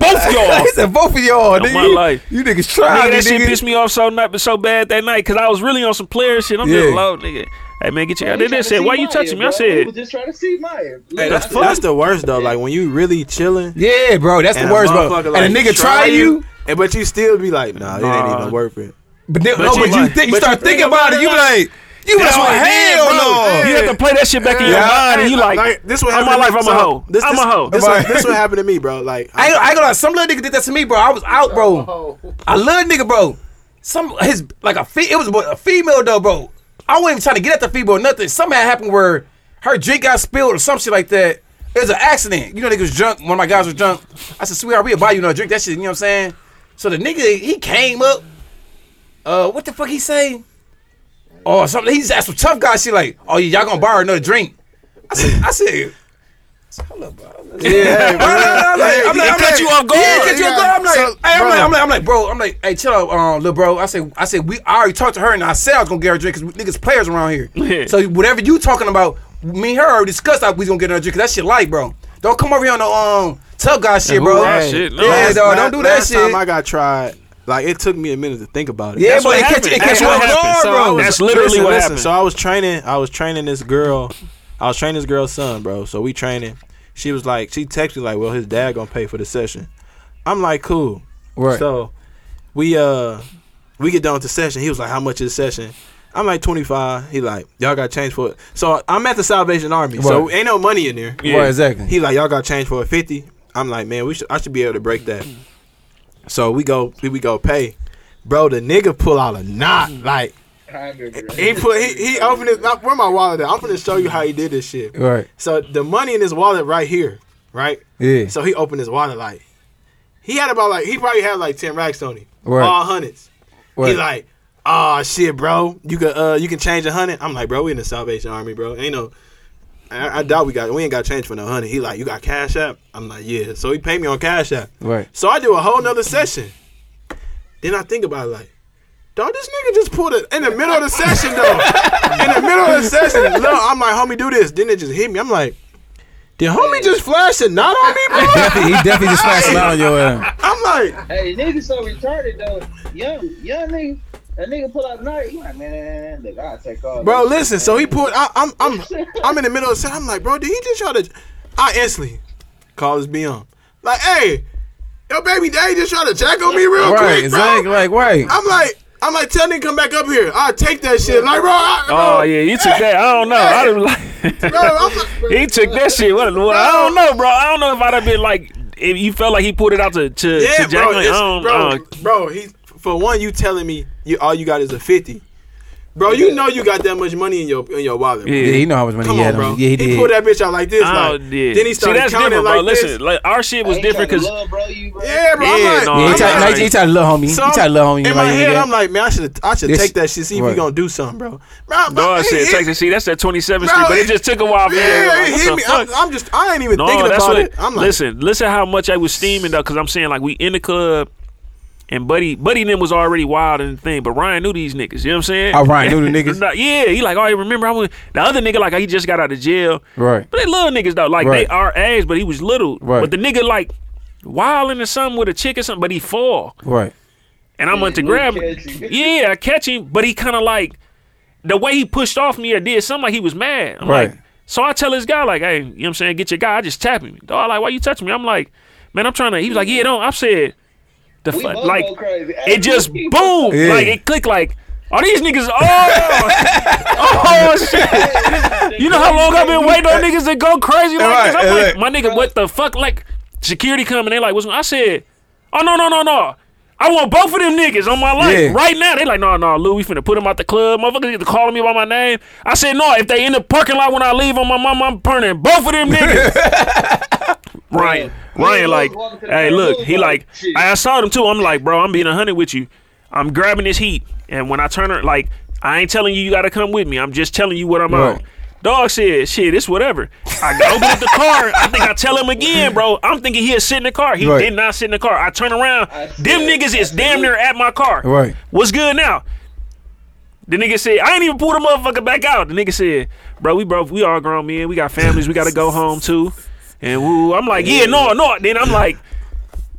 Speaker 3: Both y'all. he said both of y'all.
Speaker 2: On
Speaker 3: Nigga.
Speaker 2: my
Speaker 3: you,
Speaker 2: life.
Speaker 3: you niggas trying.
Speaker 2: nigga, that shit
Speaker 3: nigga.
Speaker 2: pissed me off so not so bad that night because I was really on some player shit. I'm
Speaker 3: Yeah.
Speaker 2: just low, nigga. Hey man, get your.
Speaker 8: "Man,
Speaker 2: out
Speaker 8: he
Speaker 2: They
Speaker 8: trying
Speaker 2: just
Speaker 8: to
Speaker 2: said,
Speaker 8: see
Speaker 2: why you
Speaker 8: Maya,
Speaker 2: touching me?
Speaker 8: bro.
Speaker 2: I
Speaker 8: He
Speaker 2: said,
Speaker 8: was just trying to see Maya.
Speaker 6: Hey, that's,
Speaker 8: I-
Speaker 6: that's the worst though. Like when you really chilling.
Speaker 3: Yeah, bro, that's
Speaker 6: and
Speaker 3: the
Speaker 6: a
Speaker 3: worst, bro.
Speaker 6: motherfucker,
Speaker 3: and a
Speaker 6: like,
Speaker 3: nigga try you,
Speaker 6: and but you still be like, nah, it ain't
Speaker 2: Nah.
Speaker 6: even worth it.
Speaker 3: but then no,
Speaker 2: you
Speaker 3: but you
Speaker 2: like-
Speaker 3: think you
Speaker 2: but
Speaker 3: start
Speaker 2: you
Speaker 3: thinking about it. You be like, you be like,
Speaker 2: That's what it is,
Speaker 3: hell
Speaker 2: bro.
Speaker 3: no.
Speaker 2: You have to play that shit back in your
Speaker 6: Yeah.
Speaker 2: mind, and you like,
Speaker 6: this what
Speaker 2: all my
Speaker 6: happened
Speaker 2: life,
Speaker 6: to me.
Speaker 2: I'm a
Speaker 6: So,
Speaker 2: hoe.
Speaker 6: This,
Speaker 2: I'm
Speaker 6: this-
Speaker 2: a hoe.
Speaker 6: This,
Speaker 3: Right.
Speaker 6: what, this what happened to me, bro. Like
Speaker 3: I ain't, I ain't gonna lie, some little nigga did that to me, bro. I was out, bro. I love nigga, bro. Some his like a fe- it was a female though, bro. I wasn't even trying to get at the female or nothing. Something had happened where her drink got spilled or some shit like that. It was an accident. You know, nigga was drunk. One of my guys was drunk. I said, sweetheart, we'll buy you another drink. That shit, you know what I'm saying? So the nigga, he came up. Uh, what the fuck he say? Oh, something. He's asked some tough guy shit like, oh, y'all gonna buy her another drink. I said, I said,
Speaker 6: yeah,
Speaker 3: Bro, I'm like, I'm like, I'm
Speaker 2: cut
Speaker 3: like-
Speaker 2: you off guard.
Speaker 3: Yeah, it cut you
Speaker 12: Yeah.
Speaker 3: off guard. I'm like,
Speaker 12: So,
Speaker 3: hey, I'm
Speaker 12: bro.
Speaker 3: like, I'm like, I'm like, bro, I'm like, hey, chill out, um, little bro. I said, I said, we I already talked to her and I said I was gonna get her a drink because niggas players around
Speaker 2: Yeah.
Speaker 3: here. so whatever you talking about, me and her already discussed that we was gonna get her a drink. 'cause that shit light, bro. Don't come over here on the um tough guy shit, bro.
Speaker 2: hoorah shit, no.
Speaker 3: Yeah,
Speaker 6: Last-
Speaker 3: dog,
Speaker 6: last-
Speaker 3: don't do that
Speaker 6: last time I
Speaker 3: shit.
Speaker 6: got tried. Like it took me a minute to think about it.
Speaker 3: Yeah,
Speaker 2: That's
Speaker 3: but
Speaker 2: what
Speaker 3: it catch
Speaker 2: happened.
Speaker 3: it
Speaker 2: That's
Speaker 3: catch you
Speaker 2: what
Speaker 3: off
Speaker 2: happened.
Speaker 3: guard,
Speaker 2: So I
Speaker 3: bro.
Speaker 2: was- That's literally
Speaker 6: listen,
Speaker 2: what
Speaker 6: listen.
Speaker 2: happened.
Speaker 6: So I was training. I was training this girl. I was training this girl's son, bro. So we training. She was like, she texted me like, "Well, his dad gonna pay for the session." I'm like, "Cool."
Speaker 3: Right.
Speaker 6: So we uh we get done with the session. He was like, "How much is the session?" I'm like 25. He like, "Y'all got change for it." So I'm at the Salvation Army. So
Speaker 3: Right.
Speaker 6: ain't no money in there.
Speaker 3: Right, exactly.
Speaker 6: He like, y'all got change for a fifty. I'm like, man, we should. I should be able to break that. So we go, we, we go pay, bro. The nigga pull out a knot. Like he put, he, he opened it. Like, where my wallet at? I'm gonna show you how he did this shit.
Speaker 3: Right.
Speaker 6: So the money in his wallet right here, right?
Speaker 3: Yeah.
Speaker 6: So he opened his wallet like, he had about like he probably had like ten racks on him,
Speaker 3: Right.
Speaker 6: all hundreds. He like, oh shit, bro, you can uh you can change a hundred. I'm like, bro, we in the Salvation Army, bro. Ain't no, I, I doubt we got we ain't got change for no hundred. He like, you got Cash App? I'm like, yeah. So he paid me on Cash App.
Speaker 3: Right.
Speaker 6: So I do a whole nother session. Then I think about it like, dog, this nigga just pulled it in the middle of the session though. in the middle of the session, look, I'm like, homie, do this. Then it just hit me. I'm like. Did homie just flash a knot on me, bro?
Speaker 3: he definitely just smashed it out on your ass.
Speaker 6: I'm like,
Speaker 8: Hey, niggas so retarded though. Young, young nigga. That nigga pull out a knife. He like, man, look, I'll take all
Speaker 6: bro,
Speaker 8: this."
Speaker 6: listen. So he pulled. I, I'm, I'm, I'm in the middle of the set. I'm like, bro, did he just try to? I instantly um, call his BM. Like, hey, yo, baby daddy just try to jack on me real quick, bro.
Speaker 3: Like, right.
Speaker 6: I'm like,
Speaker 9: I'm like, tell nigga come back up here. I take that shit. Like, bro, I, bro,
Speaker 2: Oh yeah, you took that. I don't know. I didn't like.
Speaker 9: bro, I'm like,
Speaker 2: he took that shit. What, what- I don't know, bro. I don't know if I'd have been like. If you felt like he pulled it out to to,
Speaker 9: yeah,
Speaker 2: to Jack,
Speaker 9: bro,
Speaker 2: like,
Speaker 9: it's-
Speaker 2: I don't-
Speaker 9: bro,
Speaker 2: I don't-
Speaker 9: bro. He for one, you telling me you all you got is a fifty, bro. You know you got that much money in your in your wallet. Bro.
Speaker 2: yeah.
Speaker 13: Yeah, you know how much money
Speaker 9: Come
Speaker 13: he
Speaker 9: on,
Speaker 13: had.
Speaker 9: bro.
Speaker 13: on. Yeah, he
Speaker 9: he,
Speaker 13: did.
Speaker 9: pulled that bitch out like this.
Speaker 2: Oh,
Speaker 9: Like,
Speaker 2: yeah.
Speaker 9: Then he
Speaker 2: See,
Speaker 9: started
Speaker 2: that's
Speaker 9: counting
Speaker 2: different, bro.
Speaker 9: like this.
Speaker 2: Listen, like our shit was
Speaker 8: I ain't
Speaker 2: different
Speaker 8: tryna
Speaker 2: because
Speaker 8: love, bro, you, bro.
Speaker 9: yeah, bro. I'm
Speaker 2: Yeah,
Speaker 9: like,
Speaker 2: no,
Speaker 9: I'm
Speaker 13: yeah, he
Speaker 2: I'm
Speaker 13: tried,
Speaker 2: not
Speaker 13: no,
Speaker 9: like-
Speaker 13: he tried- he tried to little homie.
Speaker 9: so
Speaker 13: he tried to little homie.
Speaker 9: In my head, I'm
Speaker 13: like,
Speaker 9: like, man, I should I should
Speaker 13: This-
Speaker 9: take that shit. See if
Speaker 13: Right.
Speaker 9: he gonna do something, bro. Bro, bro,
Speaker 2: Dog
Speaker 9: he-
Speaker 2: said
Speaker 9: he-
Speaker 2: Texas. See, that's that 27th Street,
Speaker 9: Bro,
Speaker 2: but it just took a while for me. to-
Speaker 9: Yeah,
Speaker 2: like,
Speaker 9: he
Speaker 2: what
Speaker 9: hit
Speaker 2: the
Speaker 9: me.
Speaker 2: fuck?
Speaker 9: I'm, I'm just I ain't even
Speaker 2: No,
Speaker 9: thinking
Speaker 2: that's
Speaker 9: about
Speaker 2: what.
Speaker 9: it. I'm like,
Speaker 2: listen, listen, how much I was steaming though, because I'm saying like we in the club, and buddy, buddy, and them was already wild and the thing, but Ryan knew these niggas. You know what I'm saying?
Speaker 13: Oh, Ryan knew the niggas?
Speaker 2: Nah, yeah, he like, oh, you remember I went. The other nigga like he just got out of jail,
Speaker 13: Right.
Speaker 2: But they little niggas though, like
Speaker 13: Right.
Speaker 2: they are age, but he was little,
Speaker 13: Right.
Speaker 2: But the nigga like wilding or something with a chick or something, but he fall,
Speaker 13: right.
Speaker 2: and I went to grab him.
Speaker 8: catch him.
Speaker 2: Yeah, I catch him, but he kind of like the way he pushed off me or did something like he was mad. I'm
Speaker 13: Right.
Speaker 2: like, so I tell this guy like, hey, you know what I'm saying? Get your guy. I just tap him. Dog, like, why you touch me? I'm like, man, I'm trying to. He was like, yeah, don't. I said, the
Speaker 8: We
Speaker 2: fuck,
Speaker 8: both
Speaker 2: like,
Speaker 8: go crazy.
Speaker 2: it just
Speaker 8: We
Speaker 2: boom,
Speaker 8: both-
Speaker 13: Yeah.
Speaker 2: like it clicked like. Are these niggas? Oh, oh shit! You know how long I've been waiting on niggas to go crazy like
Speaker 13: Right,
Speaker 2: this? I'm like,
Speaker 13: right.
Speaker 2: my nigga, what the fuck? Like, security come and they like, what's? I said, oh no, no, no, no. I want both of them niggas on my life
Speaker 13: Yeah.
Speaker 2: right now. They like, no, no, Lou, we finna put them out the club. Motherfuckers to calling me by my name. I said, no, if they in the parking lot when I leave on my mama, I'm burning both of them niggas. Ryan,
Speaker 8: Yeah. Yeah,
Speaker 2: Ryan, like,
Speaker 8: walking to the
Speaker 2: hey,
Speaker 8: club,
Speaker 2: look, he like,
Speaker 8: like, shit.
Speaker 2: I saw them too. I'm like, bro, I'm being a hundred with you. I'm grabbing this heat, and when I turn her, like, I ain't telling you you gotta come with me. I'm just telling you what I'm
Speaker 13: Right.
Speaker 2: on. Dog said, shit, it's whatever. I go open up the car. I think I tell him again, bro. I'm thinking he'll sit in the car. He
Speaker 13: Right.
Speaker 2: did not sit in the car. I turn around.
Speaker 8: I see
Speaker 2: Them
Speaker 8: it.
Speaker 2: niggas
Speaker 8: I
Speaker 2: is
Speaker 8: see
Speaker 2: damn
Speaker 8: it.
Speaker 2: near at my car.
Speaker 13: Right.
Speaker 2: What's good now? The nigga said, I ain't even pulled the motherfucker back out. The nigga said, bro, we bro, we all grown men. We got families. We got to go home too. And woo, I'm like, yeah, no, no. Then I'm like,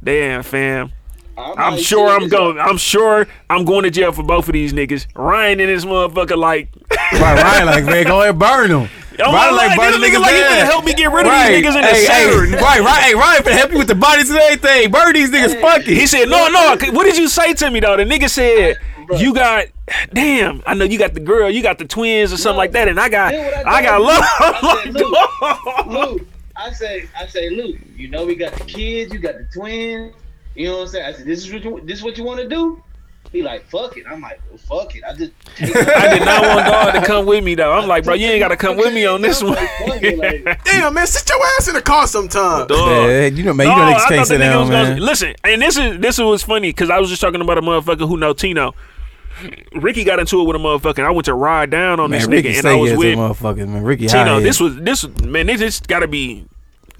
Speaker 2: damn, fam. I'm
Speaker 8: like,
Speaker 2: sure
Speaker 8: shit,
Speaker 2: I'm
Speaker 8: this-
Speaker 2: going. I'm sure I'm going to jail for both of these niggas. Ryan and this motherfucker, like,
Speaker 13: Right, Ryan, like, man, go ahead, burn him.
Speaker 2: I'm
Speaker 13: Ryan,
Speaker 2: like,
Speaker 13: burn
Speaker 2: this
Speaker 13: the
Speaker 2: nigga
Speaker 13: nigga
Speaker 2: like he
Speaker 13: down.
Speaker 2: finna help me get rid of these niggas in the
Speaker 13: hey,
Speaker 2: Saturn.
Speaker 13: hey, right, right, hey, Ryan, finna help you with the bodies and everything. Burn these niggas, fuck it.
Speaker 2: He said, "No, no. c- What did you say to me though?" The nigga said, "You got, damn. I know you got the girl. You got the twins or something like that." And I got,
Speaker 8: Then what I
Speaker 2: I, got
Speaker 8: told
Speaker 2: love.
Speaker 8: I said, "Look,
Speaker 2: I'm like,
Speaker 8: Luke, I say, I say, Luke, you know we got the kids, you got the twins. You know what I'm saying? I said, this is what you, this is what you want to do. He like, fuck it. I'm like, well, fuck it. I just.
Speaker 2: I did not want dog to come with me though. I'm like, bro, you ain't got to come with me on this one.
Speaker 8: Fuck it, like,
Speaker 9: damn, man, sit your ass in the car sometime.
Speaker 2: Dog.
Speaker 13: Yeah, you know, man, you
Speaker 2: No,
Speaker 13: know
Speaker 2: Oh, I
Speaker 13: niggas
Speaker 2: thought
Speaker 13: can't
Speaker 2: the
Speaker 13: sit
Speaker 2: nigga
Speaker 13: down,
Speaker 2: was gonna-
Speaker 13: man.
Speaker 2: Listen, and this is this was funny because I was just talking about a motherfucker who know Tino. Ricky got into it with a motherfucker. And I went to ride down on this
Speaker 13: Man,
Speaker 2: nigga,
Speaker 13: Ricky
Speaker 2: and I
Speaker 13: stay
Speaker 2: was
Speaker 13: here
Speaker 2: with
Speaker 13: motherfuckers, man. Ricky,
Speaker 2: Tino,
Speaker 13: high-head.
Speaker 2: this was this man. This just got to be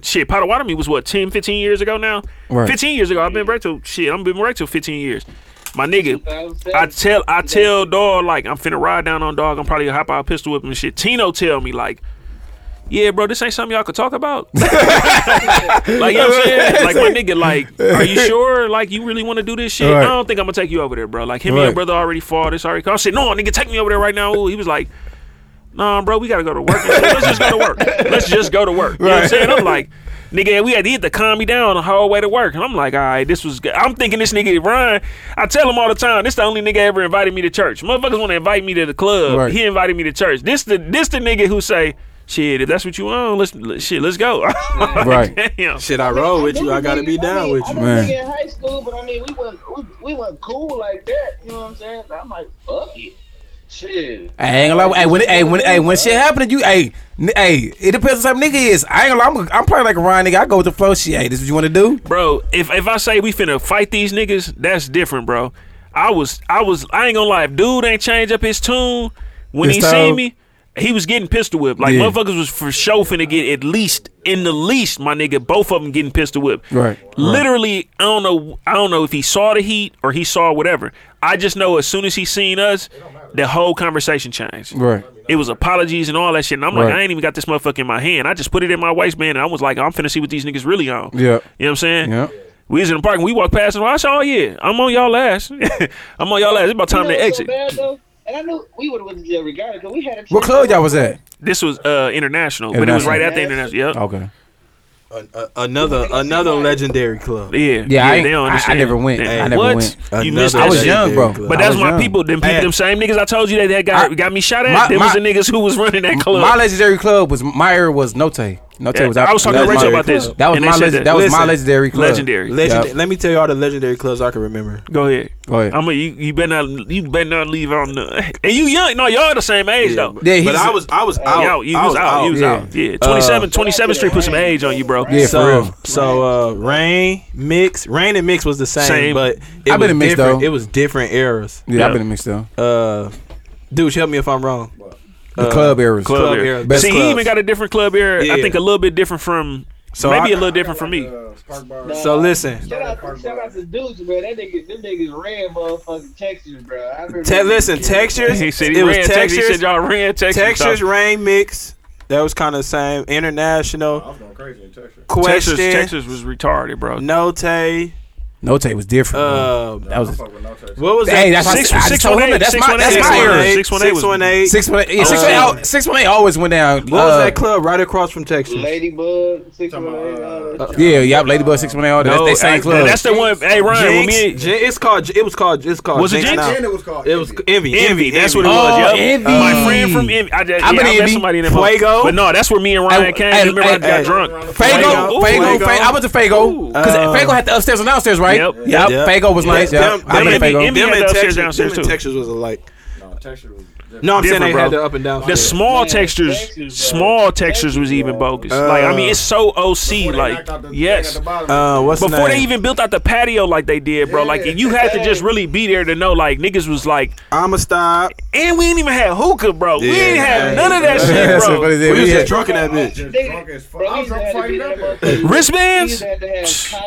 Speaker 2: shit. Potawatomi was what 10, 15 years ago now.
Speaker 13: Right.
Speaker 2: Fifteen years ago, I've been right to shit. I've been right to fifteen years. My nigga,
Speaker 8: 2007.
Speaker 2: I tell I tell dog like I'm finna ride down on dog. I'm probably gonna hop out pistol whip him and shit. Tino tell me like. Yeah, bro, this ain't something y'all could talk about. like, you know what I'm saying? Like, my nigga, like, are you sure? Like, you really want to do this shit?
Speaker 13: Right.
Speaker 2: I don't think I'm going to take you over there, bro. Like, him and your
Speaker 13: Right.
Speaker 2: brother already fought. This already. I said, no, nigga, take me over there right now. Ooh, he was like, nah, bro, we gotta go to work. I said, Let's just go to work. Let's just go to work. You know what I'm saying? I'm like, nigga, we had, he had to calm me down the whole way to work. And I'm like, all right, this was good. I'm thinking this nigga Ryan. I tell him all the time, this the only nigga ever invited me to church. Motherfuckers want to invite me to the club.
Speaker 13: Right.
Speaker 2: He invited me to church. This the this the nigga who say. Shit, if that's what you want, let's let- shit, let's go.
Speaker 13: Right.
Speaker 2: Damn.
Speaker 9: Shit, I roll with you. I gotta be down with you.
Speaker 8: I
Speaker 13: man.
Speaker 8: was in high school, but I mean, we wasn't, we, we wasn't cool like that. You know what I'm saying? So I'm like, fuck it. Shit.
Speaker 13: I ain't gonna lie. Hey, when hey, when hey, when shit happened to you, hey, n- hey, it depends on what type of nigga is. I ain't gonna lie. I'm, I'm probably like a Ryan nigga. I go with the flow. Shit, hey, this what you want to do?
Speaker 2: bro. If if I say we finna fight these niggas, that's different, bro. I was I was I ain't gonna lie. If dude ain't change up his tune when
Speaker 13: His
Speaker 2: he
Speaker 13: style?
Speaker 2: seen me, he was getting pistol whipped. Like
Speaker 13: Yeah.
Speaker 2: motherfuckers was for sure finna get at least in the least, my nigga. Both of them getting pistol whipped.
Speaker 13: Right, right.
Speaker 2: Literally, I don't know. I don't know if he saw the heat or he saw whatever. I just know as soon as he seen us, the whole conversation changed.
Speaker 13: Right.
Speaker 2: It was apologies and all that shit. And I'm like,
Speaker 13: Right.
Speaker 2: I ain't even got this motherfucker in my hand. I just put it in my waistband and I was like, I'm finna see what these niggas really on.
Speaker 13: Yeah.
Speaker 2: You know what I'm saying?
Speaker 13: Yeah.
Speaker 2: We was in the park and we walked past and I said, Oh yeah, I'm on y'all ass. I'm on y'all ass. It's about time
Speaker 8: You know
Speaker 2: to
Speaker 8: what's so
Speaker 2: exit.
Speaker 8: bad, though? and I knew we would have went to jail regardless because we had a
Speaker 13: What club y'all was at?
Speaker 2: This was uh international, but it was
Speaker 13: International.
Speaker 3: Oh.
Speaker 2: right after international. Yep.
Speaker 13: Okay.
Speaker 6: a- another another legendary club.
Speaker 2: Yeah, they don't understand. Hey, what? You missed that shit. But that's my people. Them people, them same niggas I told you that that got got me shot at.
Speaker 3: My-
Speaker 2: Them was
Speaker 3: my-
Speaker 2: the niggas who was running that club.
Speaker 3: My legendary club was Meyer was Note. Note
Speaker 2: Yeah,
Speaker 3: was out.
Speaker 2: I was talking to
Speaker 3: that my-
Speaker 2: Rachel about this,
Speaker 3: That was
Speaker 2: and they
Speaker 3: my
Speaker 2: said
Speaker 3: leg-
Speaker 2: that.
Speaker 3: that was my
Speaker 2: Listen,
Speaker 3: legendary club.
Speaker 2: legendary.
Speaker 3: Yep.
Speaker 6: Legend- Let me tell you all the legendary clubs I can remember.
Speaker 2: Go ahead.
Speaker 3: Go ahead.
Speaker 2: I'm a, you, you better not you better not leave on the and you young no y'all the same age though.
Speaker 6: Yeah, he's- But I was- I was out.
Speaker 2: Yo, you
Speaker 6: I
Speaker 2: was
Speaker 6: was
Speaker 2: out.
Speaker 6: out.
Speaker 2: You was
Speaker 6: Yeah.
Speaker 2: out. Yeah, 27
Speaker 6: Uh,
Speaker 2: 27th Street put some age on you, bro.
Speaker 6: so, So uh, Rain, Mix, Rain and Mix was the same,
Speaker 2: Same.
Speaker 6: but it
Speaker 3: I've been
Speaker 6: was
Speaker 3: in Mix,
Speaker 6: different-
Speaker 3: though.
Speaker 6: It was different eras.
Speaker 3: Yeah, I've been in Mix, though.
Speaker 6: Uh, dude, help me if I'm wrong.
Speaker 3: The club eras.
Speaker 6: Club,
Speaker 2: club era.
Speaker 6: eras.
Speaker 2: See, he even got a different club era. I
Speaker 6: Yeah.
Speaker 2: think a little bit different from
Speaker 6: So
Speaker 2: maybe
Speaker 6: I-
Speaker 2: a little different from
Speaker 9: Uh,
Speaker 2: me.
Speaker 6: So listen,
Speaker 8: uh, Shout out, to, shout out to Deuce, bro. That nigga, them niggas ran motherfucking Texas, bro. I remember
Speaker 6: Te- listen, textures.
Speaker 2: He said he
Speaker 6: it was
Speaker 2: ran Texas. He
Speaker 6: textures.
Speaker 2: said y'all ran Texas,
Speaker 6: Textures
Speaker 2: dog.
Speaker 6: rain mix. That was kind of the same. International. I was going crazy in Texas. Question.
Speaker 2: Texas, Texas was retarded, bro.
Speaker 6: Note.
Speaker 3: Note was different.
Speaker 6: Uh,
Speaker 3: that was.
Speaker 6: What was
Speaker 3: Hey,
Speaker 6: that?
Speaker 3: that's
Speaker 2: Six-
Speaker 3: I, I just
Speaker 2: six
Speaker 3: told
Speaker 2: one
Speaker 3: him
Speaker 2: eight,
Speaker 3: that. That's
Speaker 2: six
Speaker 3: my
Speaker 2: one
Speaker 3: that's
Speaker 2: eight,
Speaker 3: my
Speaker 2: six one
Speaker 3: era.
Speaker 2: eight,
Speaker 3: Six
Speaker 2: six
Speaker 3: one
Speaker 2: one
Speaker 3: eight.
Speaker 2: eight.
Speaker 6: Six one eight.
Speaker 3: Six one eight. Yeah,
Speaker 6: Uh,
Speaker 3: six one eight. al- Six one eight always went down. uh,
Speaker 6: What was that club right across from Texas?
Speaker 8: Ladybug, six one eight. uh,
Speaker 3: Yeah, yeah. Ladybug six one eight. All that. That's that
Speaker 2: I-
Speaker 3: same club.
Speaker 2: That's the one. Hey, Ryan, when
Speaker 6: Jinx,
Speaker 2: me,
Speaker 6: Jin- it's called. It was called. It's called.
Speaker 2: Was it Jinx?
Speaker 6: now.
Speaker 2: Jin,
Speaker 7: it was called
Speaker 6: Oh. It was envy.
Speaker 2: Envy, that's what it
Speaker 3: Oh,
Speaker 2: was. yup.
Speaker 3: Envy.
Speaker 2: My friend from Envy. I just,
Speaker 3: I've
Speaker 2: yeah,
Speaker 3: been
Speaker 2: I met
Speaker 3: Envy.
Speaker 2: somebody in that
Speaker 6: Fuego.
Speaker 2: motherfucker. But no, that's where me and Ryan
Speaker 3: Hey,
Speaker 2: came.
Speaker 3: hey,
Speaker 2: Remember, I
Speaker 3: hey,
Speaker 2: got
Speaker 3: hey.
Speaker 2: drunk.
Speaker 3: Fago,
Speaker 6: Ooh,
Speaker 3: Fago,
Speaker 6: Fago.
Speaker 3: Fago. I was a Fago because
Speaker 6: Uh,
Speaker 3: Fago had the upstairs and downstairs, right?
Speaker 2: Yep.
Speaker 3: Yep.
Speaker 6: Yep.
Speaker 3: Fago was nice.
Speaker 6: Them-
Speaker 3: Yep. I've been
Speaker 6: them
Speaker 2: Envy-
Speaker 3: a Fago.
Speaker 2: Envy
Speaker 6: Them
Speaker 2: had
Speaker 6: in
Speaker 2: the upstairs,
Speaker 6: Texas-
Speaker 2: downstairs,
Speaker 6: them in
Speaker 2: too.
Speaker 6: Texas was alike.
Speaker 7: Oh,
Speaker 6: No, I'm
Speaker 2: Different,
Speaker 6: saying they
Speaker 2: bro.
Speaker 6: had the up and down.
Speaker 2: The small textures, small textures was even bogus. like
Speaker 8: Uh,
Speaker 2: I mean, it's so OC. Like yes,
Speaker 6: Uh, what's the
Speaker 2: before they
Speaker 6: name?
Speaker 2: even built out the patio like they did, bro. Like you had to just really be there to know. Like niggas was like,
Speaker 6: I'ma stop.
Speaker 2: and we didn't even have hookah, bro. We didn't have none of that shit,
Speaker 3: That's what
Speaker 2: bro.
Speaker 3: it is.
Speaker 6: We was
Speaker 3: We
Speaker 6: just
Speaker 3: had-
Speaker 6: drunk in that bitch.
Speaker 7: Drunk as fuck. I was drunk before I even got there.
Speaker 2: Wristbands.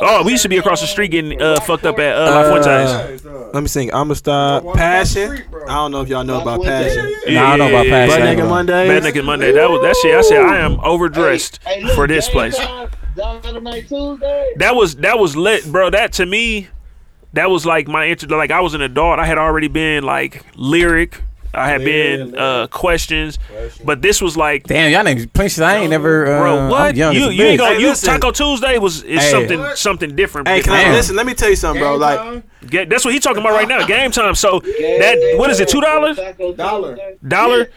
Speaker 2: Oh, we used to be across the street getting uh, fucked up at uh, La Fuente's.
Speaker 6: Uh, Let me sing. I'ma stop. Passion. I don't know if y'all know about passion.
Speaker 3: Nah, I don't know about
Speaker 2: yeah,
Speaker 6: Butt
Speaker 3: Passion.
Speaker 6: Naked Mondays.
Speaker 2: Bad Naked Monday. That was that shit. I said I am overdressed
Speaker 8: Hey, look,
Speaker 2: for this
Speaker 8: Game
Speaker 2: place.
Speaker 8: Time, Dynamite Tuesday.
Speaker 2: That was that was lit, bro. That to me, that was like my intro. Like I was an adult. I had already been like lyric. I had been uh questions, but this was like,
Speaker 3: Damn, y'all niggas playing shit. I ain't never. Uh,
Speaker 2: bro, what
Speaker 3: I'm young
Speaker 2: you
Speaker 3: as a
Speaker 2: you ain't
Speaker 3: bitch.
Speaker 2: gonna
Speaker 6: Hey,
Speaker 2: you
Speaker 6: listen.
Speaker 2: Taco Tuesday was is
Speaker 3: Hey.
Speaker 2: something something different.
Speaker 6: Hey, can I,
Speaker 3: Damn.
Speaker 6: listen. Let me tell you something, bro. Like,
Speaker 2: Get- that's what he talking about right now. Game time. So that what is it? Two dollars?
Speaker 7: Dollar.
Speaker 2: Dollar?
Speaker 8: Dollar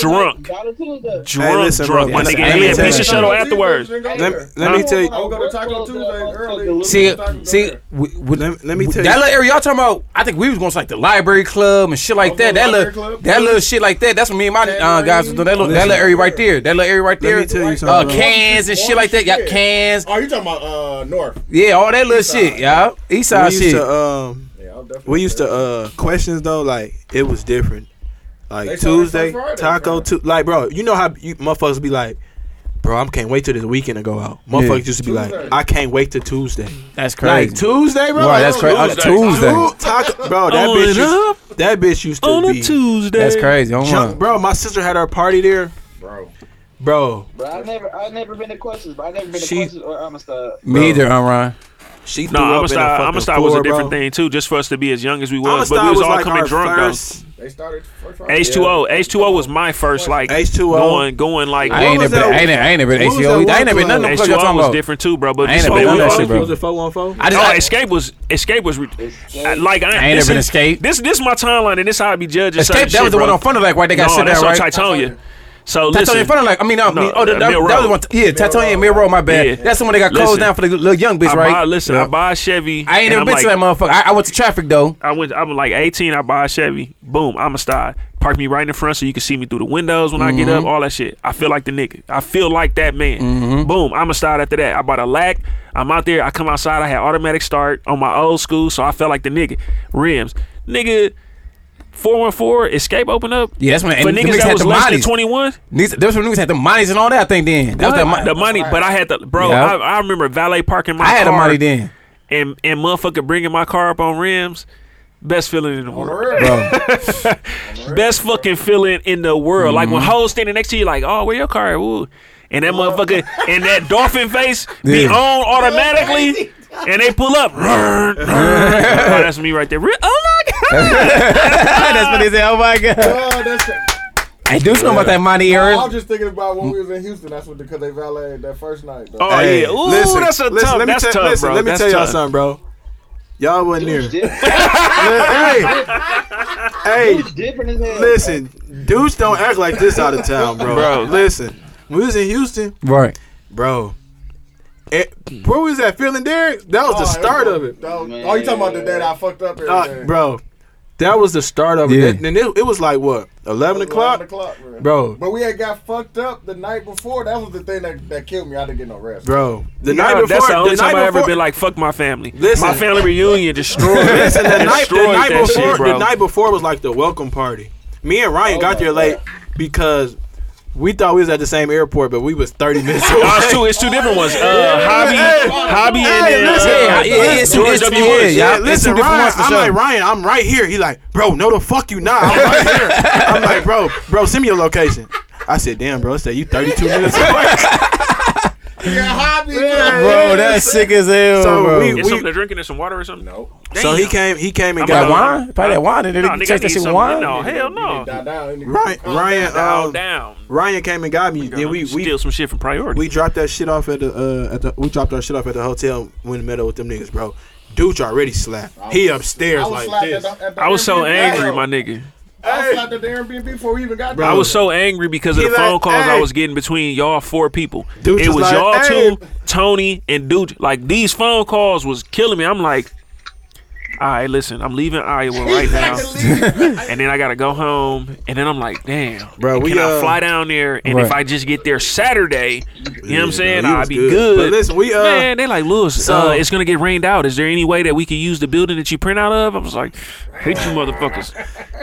Speaker 2: Drunk,
Speaker 8: Dollar Tuesday.
Speaker 2: drunk,
Speaker 6: listen, bro.
Speaker 2: drunk. My
Speaker 6: Let-
Speaker 2: nigga,
Speaker 6: let
Speaker 2: and
Speaker 6: me
Speaker 2: he had
Speaker 6: tell
Speaker 2: piece
Speaker 6: you
Speaker 2: of shit
Speaker 6: something.
Speaker 2: on afterwards.
Speaker 6: let, let me tell you.
Speaker 7: I would go to Taco
Speaker 8: uh,
Speaker 7: Tuesday early.
Speaker 3: See,
Speaker 7: Taco
Speaker 3: see,
Speaker 7: Tuesday.
Speaker 3: we, we,
Speaker 6: Let- let me
Speaker 3: we-
Speaker 6: tell
Speaker 3: that
Speaker 6: you-
Speaker 3: little area y'all talking about. I think we was going to like the library club and shit
Speaker 7: Don't
Speaker 3: like
Speaker 7: go
Speaker 3: that. That
Speaker 7: library
Speaker 3: little,
Speaker 7: club,
Speaker 3: that
Speaker 7: please.
Speaker 3: little shit like that. That's what me and my uh, guys was doing. That little, that
Speaker 6: Listen.
Speaker 3: little area right there. That little area
Speaker 6: Let
Speaker 3: right there.
Speaker 6: me tell you
Speaker 3: uh,
Speaker 6: something, bro.
Speaker 3: cans and shit like that. Yep,
Speaker 7: Shit.
Speaker 3: cans.
Speaker 7: Oh, you talking about uh North?
Speaker 3: Yeah, all that little shit, y'all. East side
Speaker 6: we used
Speaker 3: shit.
Speaker 6: to um,
Speaker 7: Yeah, I'm definitely.
Speaker 6: we used to uh, questions though. Like, it was different. Like
Speaker 7: They started
Speaker 6: Tuesday,
Speaker 7: from Friday,
Speaker 6: taco.
Speaker 7: bro.
Speaker 6: Tu- like, bro, you know how you motherfuckers be like, bro, I can't wait till this weekend to go out. Motherfuckers used to be
Speaker 7: Tuesday.
Speaker 6: like, I can't wait till Tuesday.
Speaker 3: that's crazy.
Speaker 6: Like Tuesday, bro.
Speaker 3: Wow, that's crazy.
Speaker 6: Tuesday.
Speaker 3: Tuesday.
Speaker 6: Dude, taco, bro, that
Speaker 2: On
Speaker 6: bitch.
Speaker 2: it
Speaker 6: Used, That bitch used to be
Speaker 2: Tuesday.
Speaker 3: That's crazy. Hold
Speaker 6: junk,
Speaker 3: on.
Speaker 6: bro. My sister had her party there,
Speaker 7: bro.
Speaker 6: bro.
Speaker 8: Bro, I never, I never been to questions, but I never been to
Speaker 6: She-
Speaker 8: questions or I'm a star.
Speaker 3: Me either, huh, Ron?
Speaker 6: She threw
Speaker 2: No,
Speaker 6: up
Speaker 2: I'm
Speaker 6: in
Speaker 2: a star.
Speaker 6: fucking
Speaker 2: I'm a star was a
Speaker 6: floor,
Speaker 2: different
Speaker 6: bro.
Speaker 2: thing too. Just for us to be as young as we was, but
Speaker 6: Amistad
Speaker 2: we was, all
Speaker 6: like
Speaker 2: coming
Speaker 6: our
Speaker 2: drunk
Speaker 6: first-
Speaker 7: They started first
Speaker 2: though. H two O. H two O was my first like
Speaker 6: H2O.
Speaker 2: going going like.
Speaker 3: I ain't
Speaker 6: was
Speaker 3: never been.
Speaker 6: that-
Speaker 3: I ain't never- I ain't never been to
Speaker 6: what was
Speaker 3: ACO
Speaker 6: that
Speaker 3: either. I ain't never been
Speaker 6: one
Speaker 3: none of them
Speaker 2: H
Speaker 3: clubs
Speaker 2: two
Speaker 3: y'all
Speaker 2: O
Speaker 3: talking
Speaker 2: was
Speaker 3: about.
Speaker 2: different too, bro. But
Speaker 3: I ain't
Speaker 2: just
Speaker 3: never
Speaker 2: so
Speaker 3: been
Speaker 2: we
Speaker 3: on that
Speaker 2: all-
Speaker 3: shit, bro.
Speaker 6: Was it 414?
Speaker 3: I just,
Speaker 2: No,
Speaker 3: I-
Speaker 2: escape was escape was re- I- like I,
Speaker 3: ain't
Speaker 2: this
Speaker 3: never been
Speaker 2: is-
Speaker 3: Escape.
Speaker 2: This this my timeline and this how I be judging.
Speaker 3: Escape,
Speaker 2: certain
Speaker 3: that was
Speaker 2: shit,
Speaker 3: the one
Speaker 2: bro.
Speaker 3: on front of like right. They got
Speaker 2: no,
Speaker 3: shit
Speaker 2: that's
Speaker 3: down
Speaker 2: on
Speaker 3: right.
Speaker 2: Titonia. So
Speaker 3: Tatonia
Speaker 2: listen,
Speaker 3: in front of like I mean, I mean,
Speaker 2: No,
Speaker 3: oh, that,
Speaker 2: uh,
Speaker 3: that,
Speaker 2: Mill
Speaker 3: was the
Speaker 2: Road.
Speaker 3: one. Yeah, Tatonia and Mill Road. My bad.
Speaker 2: Yeah.
Speaker 3: That's the one that got closed
Speaker 2: Listen.
Speaker 3: down for the little young bitch,
Speaker 2: I
Speaker 3: right?
Speaker 2: buy, listen,
Speaker 3: Yeah.
Speaker 2: I buy a Chevy.
Speaker 3: I ain't
Speaker 2: and
Speaker 3: never
Speaker 2: I'm
Speaker 3: been
Speaker 2: like,
Speaker 3: to that motherfucker. I, I went to traffic though.
Speaker 2: I went. I'm like 18. I buy a Chevy. Boom. I'm a star. Park me right in the front so you can see me through the windows when I get
Speaker 3: Mm-hmm.
Speaker 2: up. All that shit. I feel like the nigga. I feel like that man. Boom. I'm a star after that. I bought a lack. I'm out there. I come outside. I had automatic start on my old school, so I felt like the nigga. Rims, nigga. Four one four escape open up.
Speaker 3: Yeah, that's when
Speaker 2: for
Speaker 3: and the
Speaker 2: niggas
Speaker 3: niggas
Speaker 2: that
Speaker 3: had
Speaker 2: was
Speaker 3: the
Speaker 2: less than
Speaker 3: monies.
Speaker 2: twenty one.
Speaker 3: Niggas- Those were niggas had the monies and all that. I think then that was that.
Speaker 2: The
Speaker 3: mon-
Speaker 2: money, but I had the bro.
Speaker 3: Yeah.
Speaker 2: I, I remember valet parking my
Speaker 3: I had the
Speaker 2: car
Speaker 3: money then,
Speaker 2: and and motherfucker bringing my car up on rims. Best feeling in the world.
Speaker 3: bro.
Speaker 2: best fucking feeling in the world. Like
Speaker 9: Mm-hmm.
Speaker 2: when hoes standing next to you, like, oh, where your car? at? Ooh. And that motherfucker and that dolphin face be
Speaker 3: Yeah.
Speaker 2: on automatically, and they pull up. oh, that's me right there. Re- Oh my god!
Speaker 3: That's what they said. Oh my god.
Speaker 7: Oh, that's
Speaker 13: Hey, dudes know about that Monty
Speaker 7: No,
Speaker 13: Aaron.
Speaker 7: I was just thinking about when we was in Houston. That's what because they valeted that first night.
Speaker 2: Oh,
Speaker 7: Though.
Speaker 9: Hey,
Speaker 2: Ooh, that's a tough-
Speaker 9: Let me
Speaker 2: that's
Speaker 9: tell-
Speaker 2: tough,
Speaker 9: listen,
Speaker 2: bro.
Speaker 9: Let me
Speaker 2: That's
Speaker 9: tell y'all
Speaker 2: tough.
Speaker 9: something, bro. Y'all wasn't there. hey, hey, listen, dudes don't act like this out of town, bro.
Speaker 2: Bro.
Speaker 9: listen, when we was in Houston,
Speaker 13: Right.
Speaker 9: bro. It, bro, we was at Phil and Derrick. That was the
Speaker 7: Oh,
Speaker 9: start of it.
Speaker 7: That was- oh, you talking about the day that I fucked up? and
Speaker 9: Uh,
Speaker 7: everything.
Speaker 9: bro, that was the start of
Speaker 13: Yeah.
Speaker 9: it. And it, it was like what, eleven o'clock?
Speaker 7: bro.
Speaker 9: Bro.
Speaker 7: But we had got fucked up the night before. That was the thing that, that killed me. I didn't get no rest.
Speaker 9: Bro, the
Speaker 2: Yeah,
Speaker 9: night before,
Speaker 2: that's the only
Speaker 9: the
Speaker 2: time
Speaker 9: night
Speaker 2: I ever
Speaker 9: before,
Speaker 2: been like, "Fuck my family."
Speaker 9: Listen.
Speaker 2: my family reunion destroyed.
Speaker 9: Listen, the night, the
Speaker 2: destroyed
Speaker 9: night
Speaker 2: that
Speaker 9: before,
Speaker 2: shit, bro.
Speaker 9: the night before was like the welcome party. Me and Ryan got there late because we thought we was at the same airport, but we was thirty minutes away.
Speaker 2: Oh, it's two. It's two different ones. Uh, hobby, hobby, and
Speaker 9: Hey,
Speaker 2: then,
Speaker 9: listen,
Speaker 2: uh,
Speaker 13: yeah, yeah, it's two-
Speaker 2: George
Speaker 13: it's two-
Speaker 2: W.
Speaker 13: yeah,
Speaker 2: Bush.
Speaker 13: yeah.
Speaker 9: Yeah,
Speaker 13: it's
Speaker 9: listen,
Speaker 13: two different
Speaker 9: Ryan,
Speaker 13: ones for
Speaker 9: I'm
Speaker 13: sure.
Speaker 9: like Ryan, I'm right here. He like, bro, no, the fuck you not. I'm right here. I'm like, bro, bro, send me your location. I said, damn, bro, I said you 32 minutes away.
Speaker 7: Yeah, hobby.
Speaker 13: Bro, that's sick as hell,
Speaker 9: So
Speaker 13: bro.
Speaker 9: we-
Speaker 2: It's something to drink and there's some water or something. No.
Speaker 9: So he came, he came and
Speaker 2: I'm
Speaker 9: got
Speaker 13: that wine? Probably that wine. Did
Speaker 2: No,
Speaker 13: they
Speaker 2: nigga,
Speaker 13: taste
Speaker 2: I
Speaker 13: that
Speaker 2: need
Speaker 13: shit with
Speaker 2: something.
Speaker 13: wine?
Speaker 2: No, hell no.
Speaker 7: Die down. in the-
Speaker 9: Ryan, Ryan,
Speaker 7: Oh,
Speaker 2: Down,
Speaker 9: um,
Speaker 2: down.
Speaker 9: Ryan came and got me. Then we
Speaker 2: We
Speaker 9: we
Speaker 2: steal some shit from priority.
Speaker 9: We dropped that shit off at the uh at the we dropped our shit off at the hotel when the metal with them niggas, bro. Dude already slapped. He
Speaker 7: I
Speaker 9: upstairs
Speaker 7: was
Speaker 9: like
Speaker 7: slapped
Speaker 9: this.
Speaker 7: at the- at the
Speaker 2: I was so
Speaker 7: Airbnb.
Speaker 2: angry, my nigga.
Speaker 7: I was slapped at the Airbnb before we even got there.
Speaker 2: I was so angry because of
Speaker 9: He
Speaker 2: the phone
Speaker 9: like,
Speaker 2: calls I
Speaker 9: "Hey."
Speaker 2: was getting between y'all four people.
Speaker 9: Dude
Speaker 2: it
Speaker 9: was
Speaker 2: was
Speaker 9: like,
Speaker 2: y'all
Speaker 9: "Hey."
Speaker 2: two, Tony and Dude. Like these phone calls was killing me. I'm like, all right, listen, I'm leaving Iowa right now, and then I gotta go home, and then I'm like, damn,
Speaker 9: Bro, we,
Speaker 2: can I
Speaker 9: uh,
Speaker 2: fly down there? And if
Speaker 13: Right.
Speaker 2: I just get there Saturday, you know what I'm saying,
Speaker 9: bro, you
Speaker 2: I'll
Speaker 9: was
Speaker 2: be
Speaker 9: good.
Speaker 2: good.
Speaker 9: But listen, we, uh,
Speaker 2: man, they like Lewis.
Speaker 9: so-
Speaker 2: uh, it's gonna get rained out. Is there any way that we could use the building that you print out of? I was like, I hate you motherfuckers.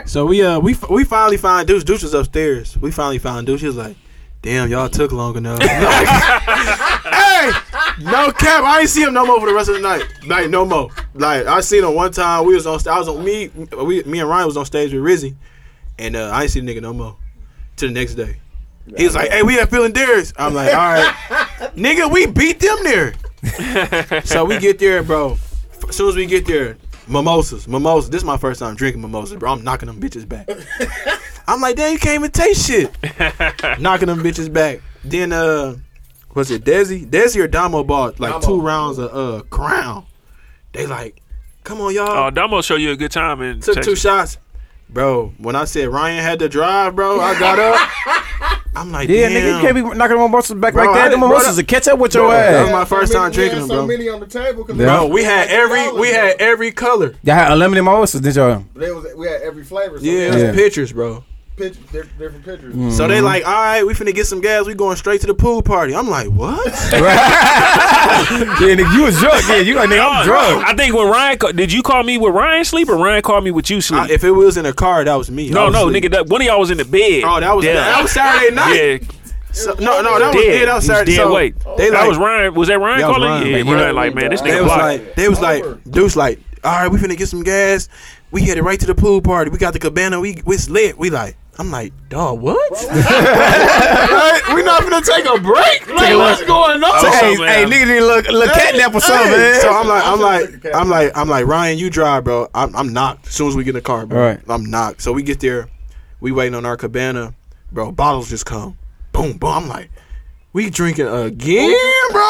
Speaker 9: So we uh we we finally find Deuce. Deuce was upstairs. We finally found Deuce. He was like, "Damn, y'all took long enough." hey, no cap. I ain't see him no more for the rest of the night. Like no more. Like I seen him one time. We was on. st- I was on me. We me and Ryan was on stage with Rizzy, and uh, I ain't see the nigga no more. To the next day, he was like, "Hey, we at Phil and Darius." I'm like, "All right, nigga, we beat them there." so we get there, bro. As soon as we get there, mimosas, mimosas. This is my first time drinking mimosas, bro. I'm knocking them bitches back. I'm like, damn, you can't even taste shit. knocking them bitches back. Then uh, was it Desi? Desi or Damo bought like two rounds of uh crown. They like, come on,
Speaker 2: Uh,
Speaker 9: y'all.
Speaker 2: Damo show you a good time and
Speaker 9: Took two shots, bro. When I said Ryan had to drive, bro, I got up. I'm like,
Speaker 13: Yeah,
Speaker 9: damn.
Speaker 13: nigga, you can't be knocking on mimosas back
Speaker 9: Bro,
Speaker 13: like
Speaker 9: I
Speaker 13: that. The
Speaker 9: done- bro,
Speaker 13: mimosas
Speaker 9: that-
Speaker 13: will catch up with your
Speaker 9: Bro, that
Speaker 13: ass.
Speaker 9: was my first
Speaker 7: so
Speaker 9: time
Speaker 7: many- we had
Speaker 9: drinking them,
Speaker 7: so
Speaker 9: bro.
Speaker 7: many on the table 'cause
Speaker 9: Bro,
Speaker 7: they-
Speaker 9: we had every we had every color.
Speaker 13: Y'all had unlimited mimosas, did y'all?
Speaker 7: They was, we had every flavor. So
Speaker 9: Yeah,
Speaker 7: yeah,
Speaker 9: Mm, it was
Speaker 13: Yeah. Mm-hmm.
Speaker 9: pictures, bro.
Speaker 7: pictures, different, different pictures.
Speaker 9: So they like, all right, we finna get some gas. We going straight to the pool party. I'm like, what?
Speaker 13: Yeah, nigga, you was drunk. Yeah, you like, nigga, I'm drunk.
Speaker 2: Uh, I think when Ryan ca- did you call me with Ryan sleep or Ryan called me with you sleep?
Speaker 9: I- if it was in a car, that was me.
Speaker 2: no,
Speaker 9: I was
Speaker 2: no,
Speaker 9: asleep.
Speaker 2: nigga, that, one of y'all was in the bed.
Speaker 9: Oh, that was
Speaker 2: Dead.
Speaker 9: that was Saturday night.
Speaker 2: yeah,
Speaker 9: So- no, no, that was
Speaker 2: dead.
Speaker 9: yeah, that was
Speaker 2: He
Speaker 9: Saturday.
Speaker 2: dead
Speaker 9: so
Speaker 2: weight.
Speaker 9: They
Speaker 2: that
Speaker 9: like,
Speaker 2: was Ryan. Was that Ryan
Speaker 9: That was
Speaker 2: calling?
Speaker 9: Ryan.
Speaker 2: Yeah,
Speaker 9: But you
Speaker 2: Ryan. Like, man, this
Speaker 9: They
Speaker 2: nigga
Speaker 9: was
Speaker 2: blocked.
Speaker 9: like, they was like, Deuce like, all right, we finna get some gas. We headed right to the pool party. We got the cabana. We was lit. We like, I'm like, dog, what? Like, we not finna take a break. Like, what's going on?
Speaker 2: I was so
Speaker 13: Hey,
Speaker 2: mad.
Speaker 13: hey, nigga, need a little, little catnap or something,
Speaker 9: Hey,
Speaker 13: man.
Speaker 9: So I'm like, I'm like, I'm like, I'm like, Ryan, you drive, bro. I'm, I'm knocked. As soon as we get in the car, bro,
Speaker 13: Right.
Speaker 9: I'm knocked. So we get there, we waiting on our cabana, bro. Bottles just come, boom, boom. I'm like, we drinking again, bro.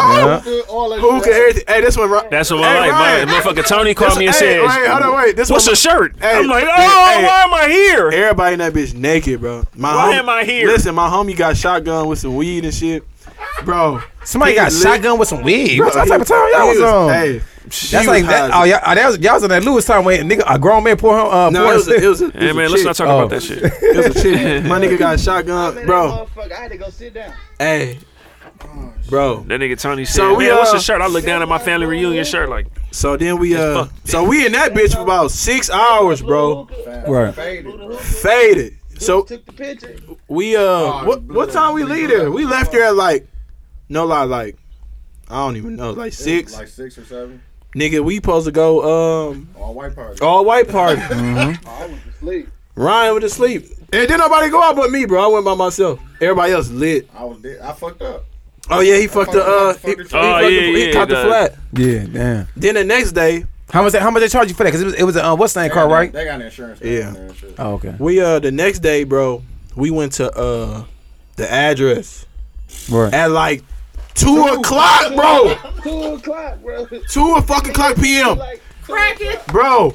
Speaker 7: All that
Speaker 9: Who
Speaker 7: shit.
Speaker 9: can everything? Hey, this one, right?
Speaker 2: That's what
Speaker 9: Hey,
Speaker 2: my
Speaker 9: Ryan.
Speaker 2: life. My motherfucker Tony called
Speaker 9: This-
Speaker 2: me and
Speaker 9: hey,
Speaker 2: says,
Speaker 9: wait, hold on, wait. This
Speaker 2: "What's
Speaker 9: one-
Speaker 2: a shirt?"
Speaker 9: Hey,
Speaker 2: I'm like, "Oh,
Speaker 9: this- hey.
Speaker 2: why am I here?"
Speaker 9: Everybody in that bitch naked, bro. My
Speaker 2: Why
Speaker 9: hom-
Speaker 2: am I here?
Speaker 9: Listen, my homie got shotgun with some weed and shit, bro.
Speaker 13: Somebody
Speaker 9: he
Speaker 13: got
Speaker 9: lit.
Speaker 13: shotgun with some weed. What
Speaker 9: Bro,
Speaker 13: type of time
Speaker 9: he
Speaker 13: y'all was on?
Speaker 9: Hey, she
Speaker 13: That's
Speaker 9: was
Speaker 13: like that.
Speaker 9: high as
Speaker 13: Oh, y'all, oh, that was, y'all was in that Lewis time where a nigga, a grown man pour him. Uh,
Speaker 9: No,
Speaker 13: pour
Speaker 9: it was,
Speaker 13: his-
Speaker 9: it was, a, it was
Speaker 2: Hey
Speaker 9: a
Speaker 2: man, let's
Speaker 9: chick.
Speaker 2: not talk
Speaker 13: Oh.
Speaker 2: about that shit.
Speaker 9: It was a chick. My nigga got a shotgun, bro.
Speaker 8: Motherfucker, I had to go sit down.
Speaker 9: Hey, bro.
Speaker 2: That nigga Tony said,
Speaker 9: So we,
Speaker 2: "Man, what's
Speaker 9: uh,
Speaker 2: a shirt?" I look down at my family reunion shirt, like,
Speaker 9: So then we uh, so we in that bitch for about six hours, bro.
Speaker 13: Right.
Speaker 9: Faded. So
Speaker 8: Took the picture.
Speaker 9: we uh, what what time we leave there? We left there at like, no lie, like I don't even know, like six.
Speaker 7: Like six or seven.
Speaker 9: Nigga, we supposed to go um
Speaker 7: All white party.
Speaker 9: all white party.
Speaker 8: I went to sleep.
Speaker 9: Ryan went to sleep, and then nobody go out but me, bro. I went by myself. Everybody else lit.
Speaker 7: I was dead. I fucked up.
Speaker 9: Oh yeah, he fucked the uh, he, he,
Speaker 7: Oh,
Speaker 9: fucked the,
Speaker 2: yeah,
Speaker 9: he
Speaker 2: yeah,
Speaker 9: caught the
Speaker 2: the-
Speaker 9: flat.
Speaker 13: Yeah, damn.
Speaker 9: Then the next day,
Speaker 13: How much? How much they charge you for that? Because it was, it was a uh, what's the name
Speaker 7: They
Speaker 13: car,
Speaker 7: got-
Speaker 13: right?
Speaker 7: They got an insurance.
Speaker 9: Yeah.
Speaker 7: company and shit.
Speaker 13: Oh, okay.
Speaker 9: We uh the next day, bro, we went to uh the address
Speaker 6: Right.
Speaker 9: at like two o'clock, bro.
Speaker 8: Two o'clock, bro.
Speaker 9: Two fucking o'clock p.m.
Speaker 8: Crack it.
Speaker 9: Bro,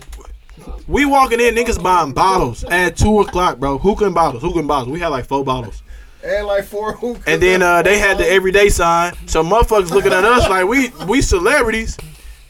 Speaker 9: we walking in, niggas buying bottles at two o'clock, bro. Hookah and bottles, hookah and bottles. We had like four bottles.
Speaker 7: And like four hookahs.
Speaker 9: And then uh, they had the everyday sign. So motherfuckers looking at us like we we celebrities.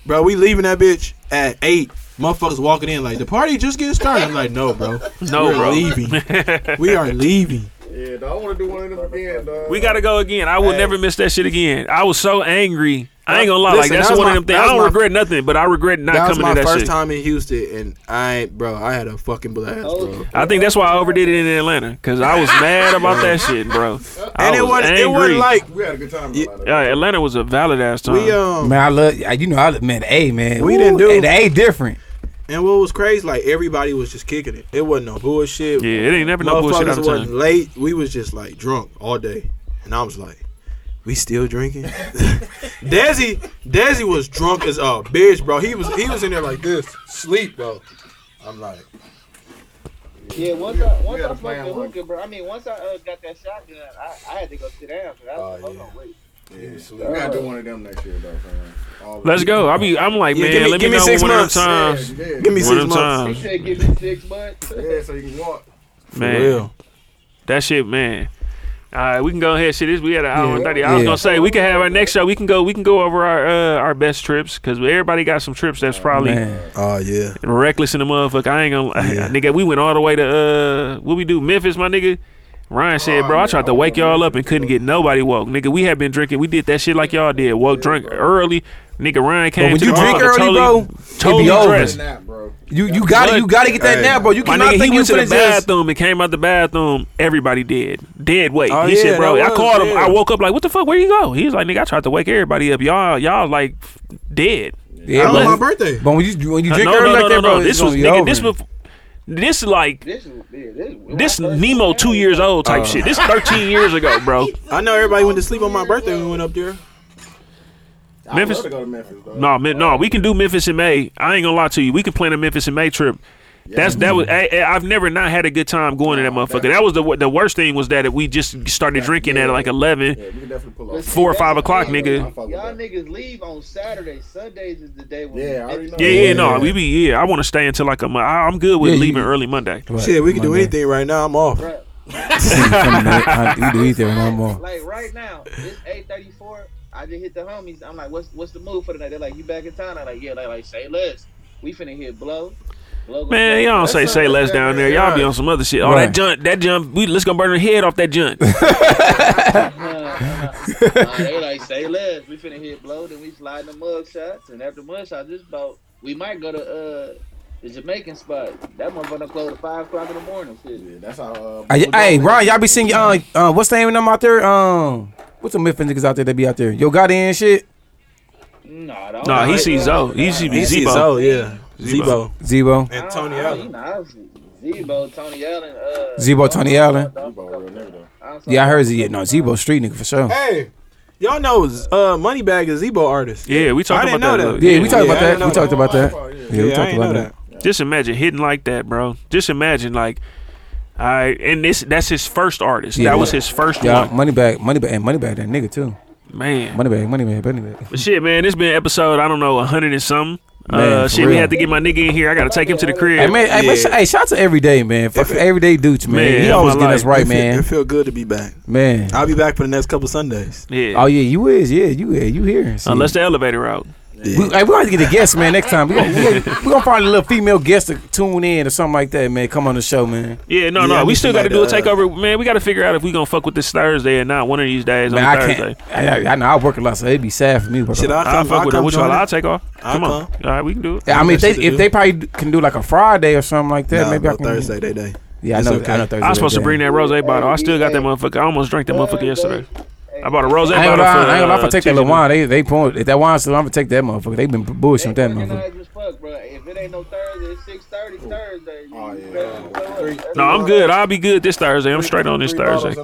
Speaker 9: Bro, we leaving that bitch at eight. Motherfuckers walking in like the party just getting started. I'm like, no, bro.
Speaker 2: No,
Speaker 9: We're
Speaker 2: bro.
Speaker 9: leaving. we are leaving.
Speaker 7: Yeah, dog, I want to do one of them again, dog.
Speaker 2: We gotta go again. I will never miss that shit again. I was so angry. I ain't gonna lie.
Speaker 9: Listen,
Speaker 2: like that's
Speaker 9: that was
Speaker 2: one
Speaker 9: my-
Speaker 2: of them things.
Speaker 9: that
Speaker 2: I
Speaker 9: was
Speaker 2: don't
Speaker 9: my-
Speaker 2: regret nothing, but I regret not
Speaker 9: that was
Speaker 2: coming
Speaker 9: my
Speaker 2: to that
Speaker 9: first
Speaker 2: shit.
Speaker 9: time in Houston, and I, bro, I had a fucking blast, bro.
Speaker 8: Oh,
Speaker 2: I think that's why I overdid it in Atlanta because I was mad about that shit, bro. I
Speaker 9: And it
Speaker 2: was
Speaker 9: wasn't-
Speaker 2: angry.
Speaker 9: it wasn't like-
Speaker 7: We had a good time.
Speaker 2: Yeah, Atlanta was a valid ass time.
Speaker 9: We um,
Speaker 6: Man, I love I- you know I man the A man.
Speaker 9: We didn't do-
Speaker 6: and the A different.
Speaker 9: And what was crazy, like everybody was just kicking it. It wasn't no bullshit.
Speaker 2: Yeah, it ain't never no bullshit
Speaker 9: Motherfuckers
Speaker 2: out of
Speaker 9: wasn't
Speaker 2: time.
Speaker 9: late. We was just like drunk all day, and I was like, "We still drinking." Desi, Desi was drunk as a bitch, bro. He was he was in there like this, sleep, bro. I'm like,
Speaker 8: Yeah, once I once
Speaker 7: gotta
Speaker 8: I smoked
Speaker 7: plan
Speaker 8: the
Speaker 7: one.
Speaker 8: hookah, bro. I mean, once I uh, got that shotgun, I, I had to go sit down. 'cause I
Speaker 2: Oh,
Speaker 8: was like, hold on, wait.
Speaker 7: We got to do one of them next year, though, fam. All
Speaker 2: Let's go. I be. I'm like,
Speaker 9: Yeah,
Speaker 2: man.
Speaker 9: give me-
Speaker 2: let
Speaker 9: give me
Speaker 2: know
Speaker 9: six
Speaker 2: one
Speaker 9: months.
Speaker 2: of them times.
Speaker 7: Yeah, yeah.
Speaker 9: give me
Speaker 2: One
Speaker 9: six
Speaker 2: of them
Speaker 9: months.
Speaker 8: He
Speaker 2: times,
Speaker 8: said, give me six months.
Speaker 7: Yeah, so you can walk.
Speaker 2: man.
Speaker 9: real.
Speaker 2: That shit, man. All right, we can go ahead. Shit, this we had an hour and thirty. I was
Speaker 6: Yeah.
Speaker 2: gonna say we can have our next show. We can go. We can go over our uh, our best trips because everybody got some trips that's probably
Speaker 6: Man.
Speaker 9: Oh yeah,
Speaker 2: reckless in the motherfucker. I ain't gonna
Speaker 9: Yeah.
Speaker 2: nigga. We went all the way to uh, what we do Memphis, my nigga. Ryan said, bro, I tried to wake y'all up and couldn't get nobody woke, nigga. We had been drinking. We did that shit like y'all did. Woke drunk early, nigga. Ryan came.
Speaker 3: when
Speaker 2: to
Speaker 3: you
Speaker 2: the
Speaker 3: drink
Speaker 2: motherfucker
Speaker 3: early,
Speaker 2: totally,
Speaker 3: bro,
Speaker 2: totally
Speaker 3: it be over.
Speaker 2: dressed.
Speaker 7: Nap, bro.
Speaker 3: You you got to you got to get that
Speaker 9: Hey.
Speaker 3: now, bro. You
Speaker 2: My
Speaker 3: cannot
Speaker 2: nigga, he
Speaker 3: think you
Speaker 2: went to the
Speaker 3: finna just.
Speaker 2: bathroom and came out the bathroom. Everybody dead, dead weight.
Speaker 14: Oh,
Speaker 2: he
Speaker 14: yeah,
Speaker 2: said, "Bro,
Speaker 14: that
Speaker 2: I
Speaker 14: was,
Speaker 2: called him.
Speaker 14: yeah.
Speaker 2: I woke up like, what the fuck? Where you go?" He was like, "Nigga, I tried to wake everybody up. Y'all, y'all like f- dead.
Speaker 9: that
Speaker 3: Yeah,
Speaker 9: was my
Speaker 3: but,
Speaker 9: birthday.
Speaker 3: but when you when you
Speaker 2: Uh,
Speaker 3: drink
Speaker 2: no,
Speaker 3: early
Speaker 2: no,
Speaker 3: like
Speaker 2: no,
Speaker 3: that,
Speaker 2: no,
Speaker 3: bro,
Speaker 2: no.
Speaker 3: it's
Speaker 2: This
Speaker 3: gonna
Speaker 2: was
Speaker 3: be
Speaker 2: nigga.
Speaker 3: over.
Speaker 2: This was this like
Speaker 8: This is yeah, this. when
Speaker 2: this
Speaker 8: I first
Speaker 2: Nemo
Speaker 8: came
Speaker 2: two
Speaker 8: out,
Speaker 2: years old type shit. This thirteen years ago, bro.
Speaker 9: I know everybody went to sleep on my birthday when we went up there.
Speaker 7: I
Speaker 2: Memphis-
Speaker 7: love to go to Memphis, dog.
Speaker 2: No, man, no, we can do Memphis in May. I ain't gonna lie to you. We can plan a Memphis in May trip. That's that was. I, I- I've never not had a good time going to that motherfucker. That was the wo- the worst thing was that we just started drinking at like eleven.
Speaker 7: Yeah, we can definitely pull off.
Speaker 8: Let's
Speaker 2: four or
Speaker 8: see,
Speaker 2: five
Speaker 8: that's
Speaker 2: o'clock,
Speaker 8: the thing.
Speaker 2: nigga.
Speaker 7: I fuck with
Speaker 8: Y'all
Speaker 7: that.
Speaker 8: niggas leave on Saturday. Sundays is the day when.
Speaker 7: Yeah, I already know.
Speaker 2: Yeah, yeah, no, we be yeah. I want to stay until like a month. I'm good with leaving early Monday.
Speaker 9: Shit, we can do
Speaker 6: Monday.
Speaker 9: anything right now. I'm off.
Speaker 8: Bruh,
Speaker 6: I do either no more.
Speaker 8: like right now, it's eight thirty four. I just hit the homies. I'm like, what's what's the move for tonight? They're like, you back in town? I'm like, yeah. They like, say less. We finna hit blow. blow go
Speaker 2: Man,
Speaker 8: play.
Speaker 2: y'all don't say say less down there. Y'all be on some other shit. Oh, that
Speaker 6: Right.
Speaker 2: junk, that junk. We let's go burn the head off that junk.
Speaker 8: Uh, they like say less. We finna hit blow, then we slide in the mug shots, and after mug shots, just about we might go to uh the Jamaican spot. That motherfucker done close at five o'clock in the morning. Shit.
Speaker 7: Yeah, that's how. Uh,
Speaker 3: Hey, Hey, Ron, y'all be singing. Uh, uh, what's the name of them out there? Um, what's the Memphis niggas out there that be out there? Yo, got in shit.
Speaker 8: Nah, dog.
Speaker 2: nah, he sees Zo. He should be Zebo.
Speaker 9: Zebo, Oh, yeah, Zebo,
Speaker 3: Zebo,
Speaker 9: and Tony
Speaker 8: I don't-
Speaker 9: Allen.
Speaker 8: You know, Zebo, Tony Allen. Uh,
Speaker 3: Zebo, Tony Allen.
Speaker 7: Bro, real nigga, though.
Speaker 8: I'm sorry.
Speaker 3: Yeah, I heard Z. Yeah, no, Zebo street nigga for sure.
Speaker 9: Hey, y'all know uh, Moneybag is Zebo artist.
Speaker 2: Yeah, we
Speaker 9: I
Speaker 2: talked
Speaker 9: didn't
Speaker 2: about that. a
Speaker 9: know that.
Speaker 2: little-
Speaker 3: Yeah, we talked
Speaker 9: Yeah,
Speaker 3: about
Speaker 9: I
Speaker 3: that.
Speaker 9: know
Speaker 3: We talked
Speaker 9: that.
Speaker 3: about that. Yeah, we
Speaker 9: Yeah, I
Speaker 3: talked
Speaker 9: ain't know
Speaker 3: about
Speaker 9: that.
Speaker 3: that.
Speaker 2: Just imagine hitting like that, bro. Just imagine like, all right, and this that's his first artist.
Speaker 3: Yeah.
Speaker 2: That was his first
Speaker 3: Yeah,
Speaker 2: one,
Speaker 3: money bag, money bag, and money bag that nigga too.
Speaker 2: man.
Speaker 3: Money bag, money bag, money bag.
Speaker 2: But shit, man, it's been episode I don't know hundred and something.
Speaker 3: Man,
Speaker 2: uh,
Speaker 3: for
Speaker 2: shit, we
Speaker 3: real.
Speaker 2: had to get my nigga in here. I gotta take him to the crib.
Speaker 3: Hey man, hey, man, sh- hey, shout out to everyday man, fucking everyday dudes man.
Speaker 2: Man,
Speaker 3: he
Speaker 2: that's
Speaker 3: always
Speaker 2: my
Speaker 3: getting
Speaker 2: life.
Speaker 3: us right,
Speaker 9: It feel-
Speaker 3: man.
Speaker 9: It feel good to be back.
Speaker 3: Man,
Speaker 9: I'll be back for the next couple Sundays.
Speaker 2: yeah.
Speaker 3: oh yeah, you is, yeah, you yeah, you here? See.
Speaker 2: Unless the elevator out.
Speaker 3: we, hey, we gotta get a guest, man. Next time we gonna, we gonna, we gonna find a little female guest to tune in or something like that, man. Come on the show, man.
Speaker 2: Yeah, no,
Speaker 9: Yeah, I
Speaker 2: no. We
Speaker 9: need
Speaker 2: still got to do a
Speaker 9: somebody to, uh,
Speaker 2: takeover, man. We got to figure out if we gonna fuck with this Thursday or not. One of these days
Speaker 3: Man,
Speaker 2: on
Speaker 3: I
Speaker 2: Thursday.
Speaker 3: can't. I, I, I know I work a lot, so it'd be sad for me. But
Speaker 9: Should I
Speaker 2: I'll,
Speaker 9: come?
Speaker 2: fuck with it. Which
Speaker 9: join
Speaker 2: one?
Speaker 9: it?
Speaker 2: I'll take off.
Speaker 9: I'll
Speaker 2: Come on.
Speaker 9: come.
Speaker 2: All right, we can do it.
Speaker 3: I mean, if they
Speaker 9: Should I do?
Speaker 3: if they probably can do like a Friday or something like that,
Speaker 9: Nah,
Speaker 3: maybe
Speaker 9: no,
Speaker 3: I can.
Speaker 9: Thursday day day.
Speaker 3: Yeah, I
Speaker 9: It's
Speaker 3: know.
Speaker 9: okay.
Speaker 3: I know Thursday.
Speaker 2: I was supposed to
Speaker 3: yeah.
Speaker 2: bring that rose bottle. I still got that
Speaker 8: Hey,
Speaker 2: motherfucker. I almost drank that motherfucker yesterday.
Speaker 8: Hey,
Speaker 2: I bought a rose
Speaker 3: I ain't
Speaker 2: bottle.
Speaker 3: gonna lie, I ain't
Speaker 2: for,
Speaker 3: gonna lie, if I
Speaker 2: uh,
Speaker 3: take that
Speaker 2: Tuesday.
Speaker 3: little wine, they they pulling if that wine still, I'm gonna take that motherfucker. They been bullshitting
Speaker 8: They
Speaker 3: with that motherfucker.
Speaker 8: organized as fuck, bro. If it ain't no Thursday, it's six thirty Thursday.
Speaker 7: Oh, yeah.
Speaker 2: No, I'm good. I'll be good this Thursday. I'm straight on this Thursday.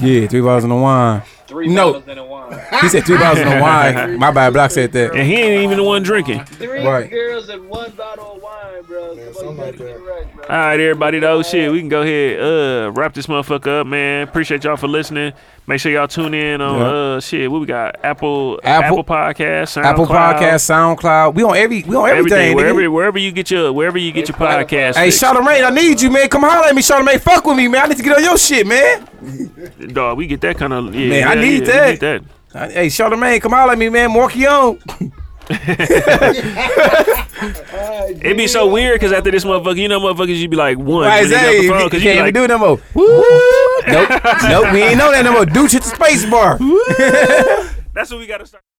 Speaker 3: Yeah, three bottles in the wine.
Speaker 8: Three
Speaker 3: No.
Speaker 8: bottles and a wine.
Speaker 3: He said three bottles in the wine. My bad, Block said that.
Speaker 2: And he ain't even the one drinking.
Speaker 8: Three
Speaker 3: Right.
Speaker 8: girls and one bottle of wine. mind, bro. Somebody gotta get it right, bro.
Speaker 2: All right, everybody, though, shit, we can go ahead uh wrap this motherfucker up, man. Appreciate y'all for listening. Make sure y'all tune in on
Speaker 3: Yeah.
Speaker 2: uh shit. What we got? Apple Apple,
Speaker 3: Apple-
Speaker 2: Podcast, SoundCloud,
Speaker 3: Apple Podcast, SoundCloud. We on every we on everything. nigga.
Speaker 2: wherever wherever you get your wherever you get your podcast.
Speaker 3: Hey,
Speaker 2: fix.
Speaker 3: Charlamagne, I need you, man. Come holler at me, Charlamagne. Fuck with me, man. I need to get on your shit, man.
Speaker 2: dog, we get that kind of yeah,
Speaker 3: Man, I
Speaker 2: yeah,
Speaker 3: need
Speaker 2: yeah,
Speaker 3: that.
Speaker 2: We get
Speaker 3: I- Hey, Charlamagne, come holler at me, man. Mark you on.
Speaker 2: that. It'd be so weird because after this motherfucker, you know, motherfuckers, you'd be like one.
Speaker 3: Right,
Speaker 2: when they got
Speaker 3: exactly.
Speaker 2: the phone, 'cause you
Speaker 3: Can't
Speaker 2: be
Speaker 3: even
Speaker 2: like,
Speaker 3: do it no more. nope, nope. We ain't know that no more. Dude, hit the space bar.
Speaker 2: That's what we gotta start.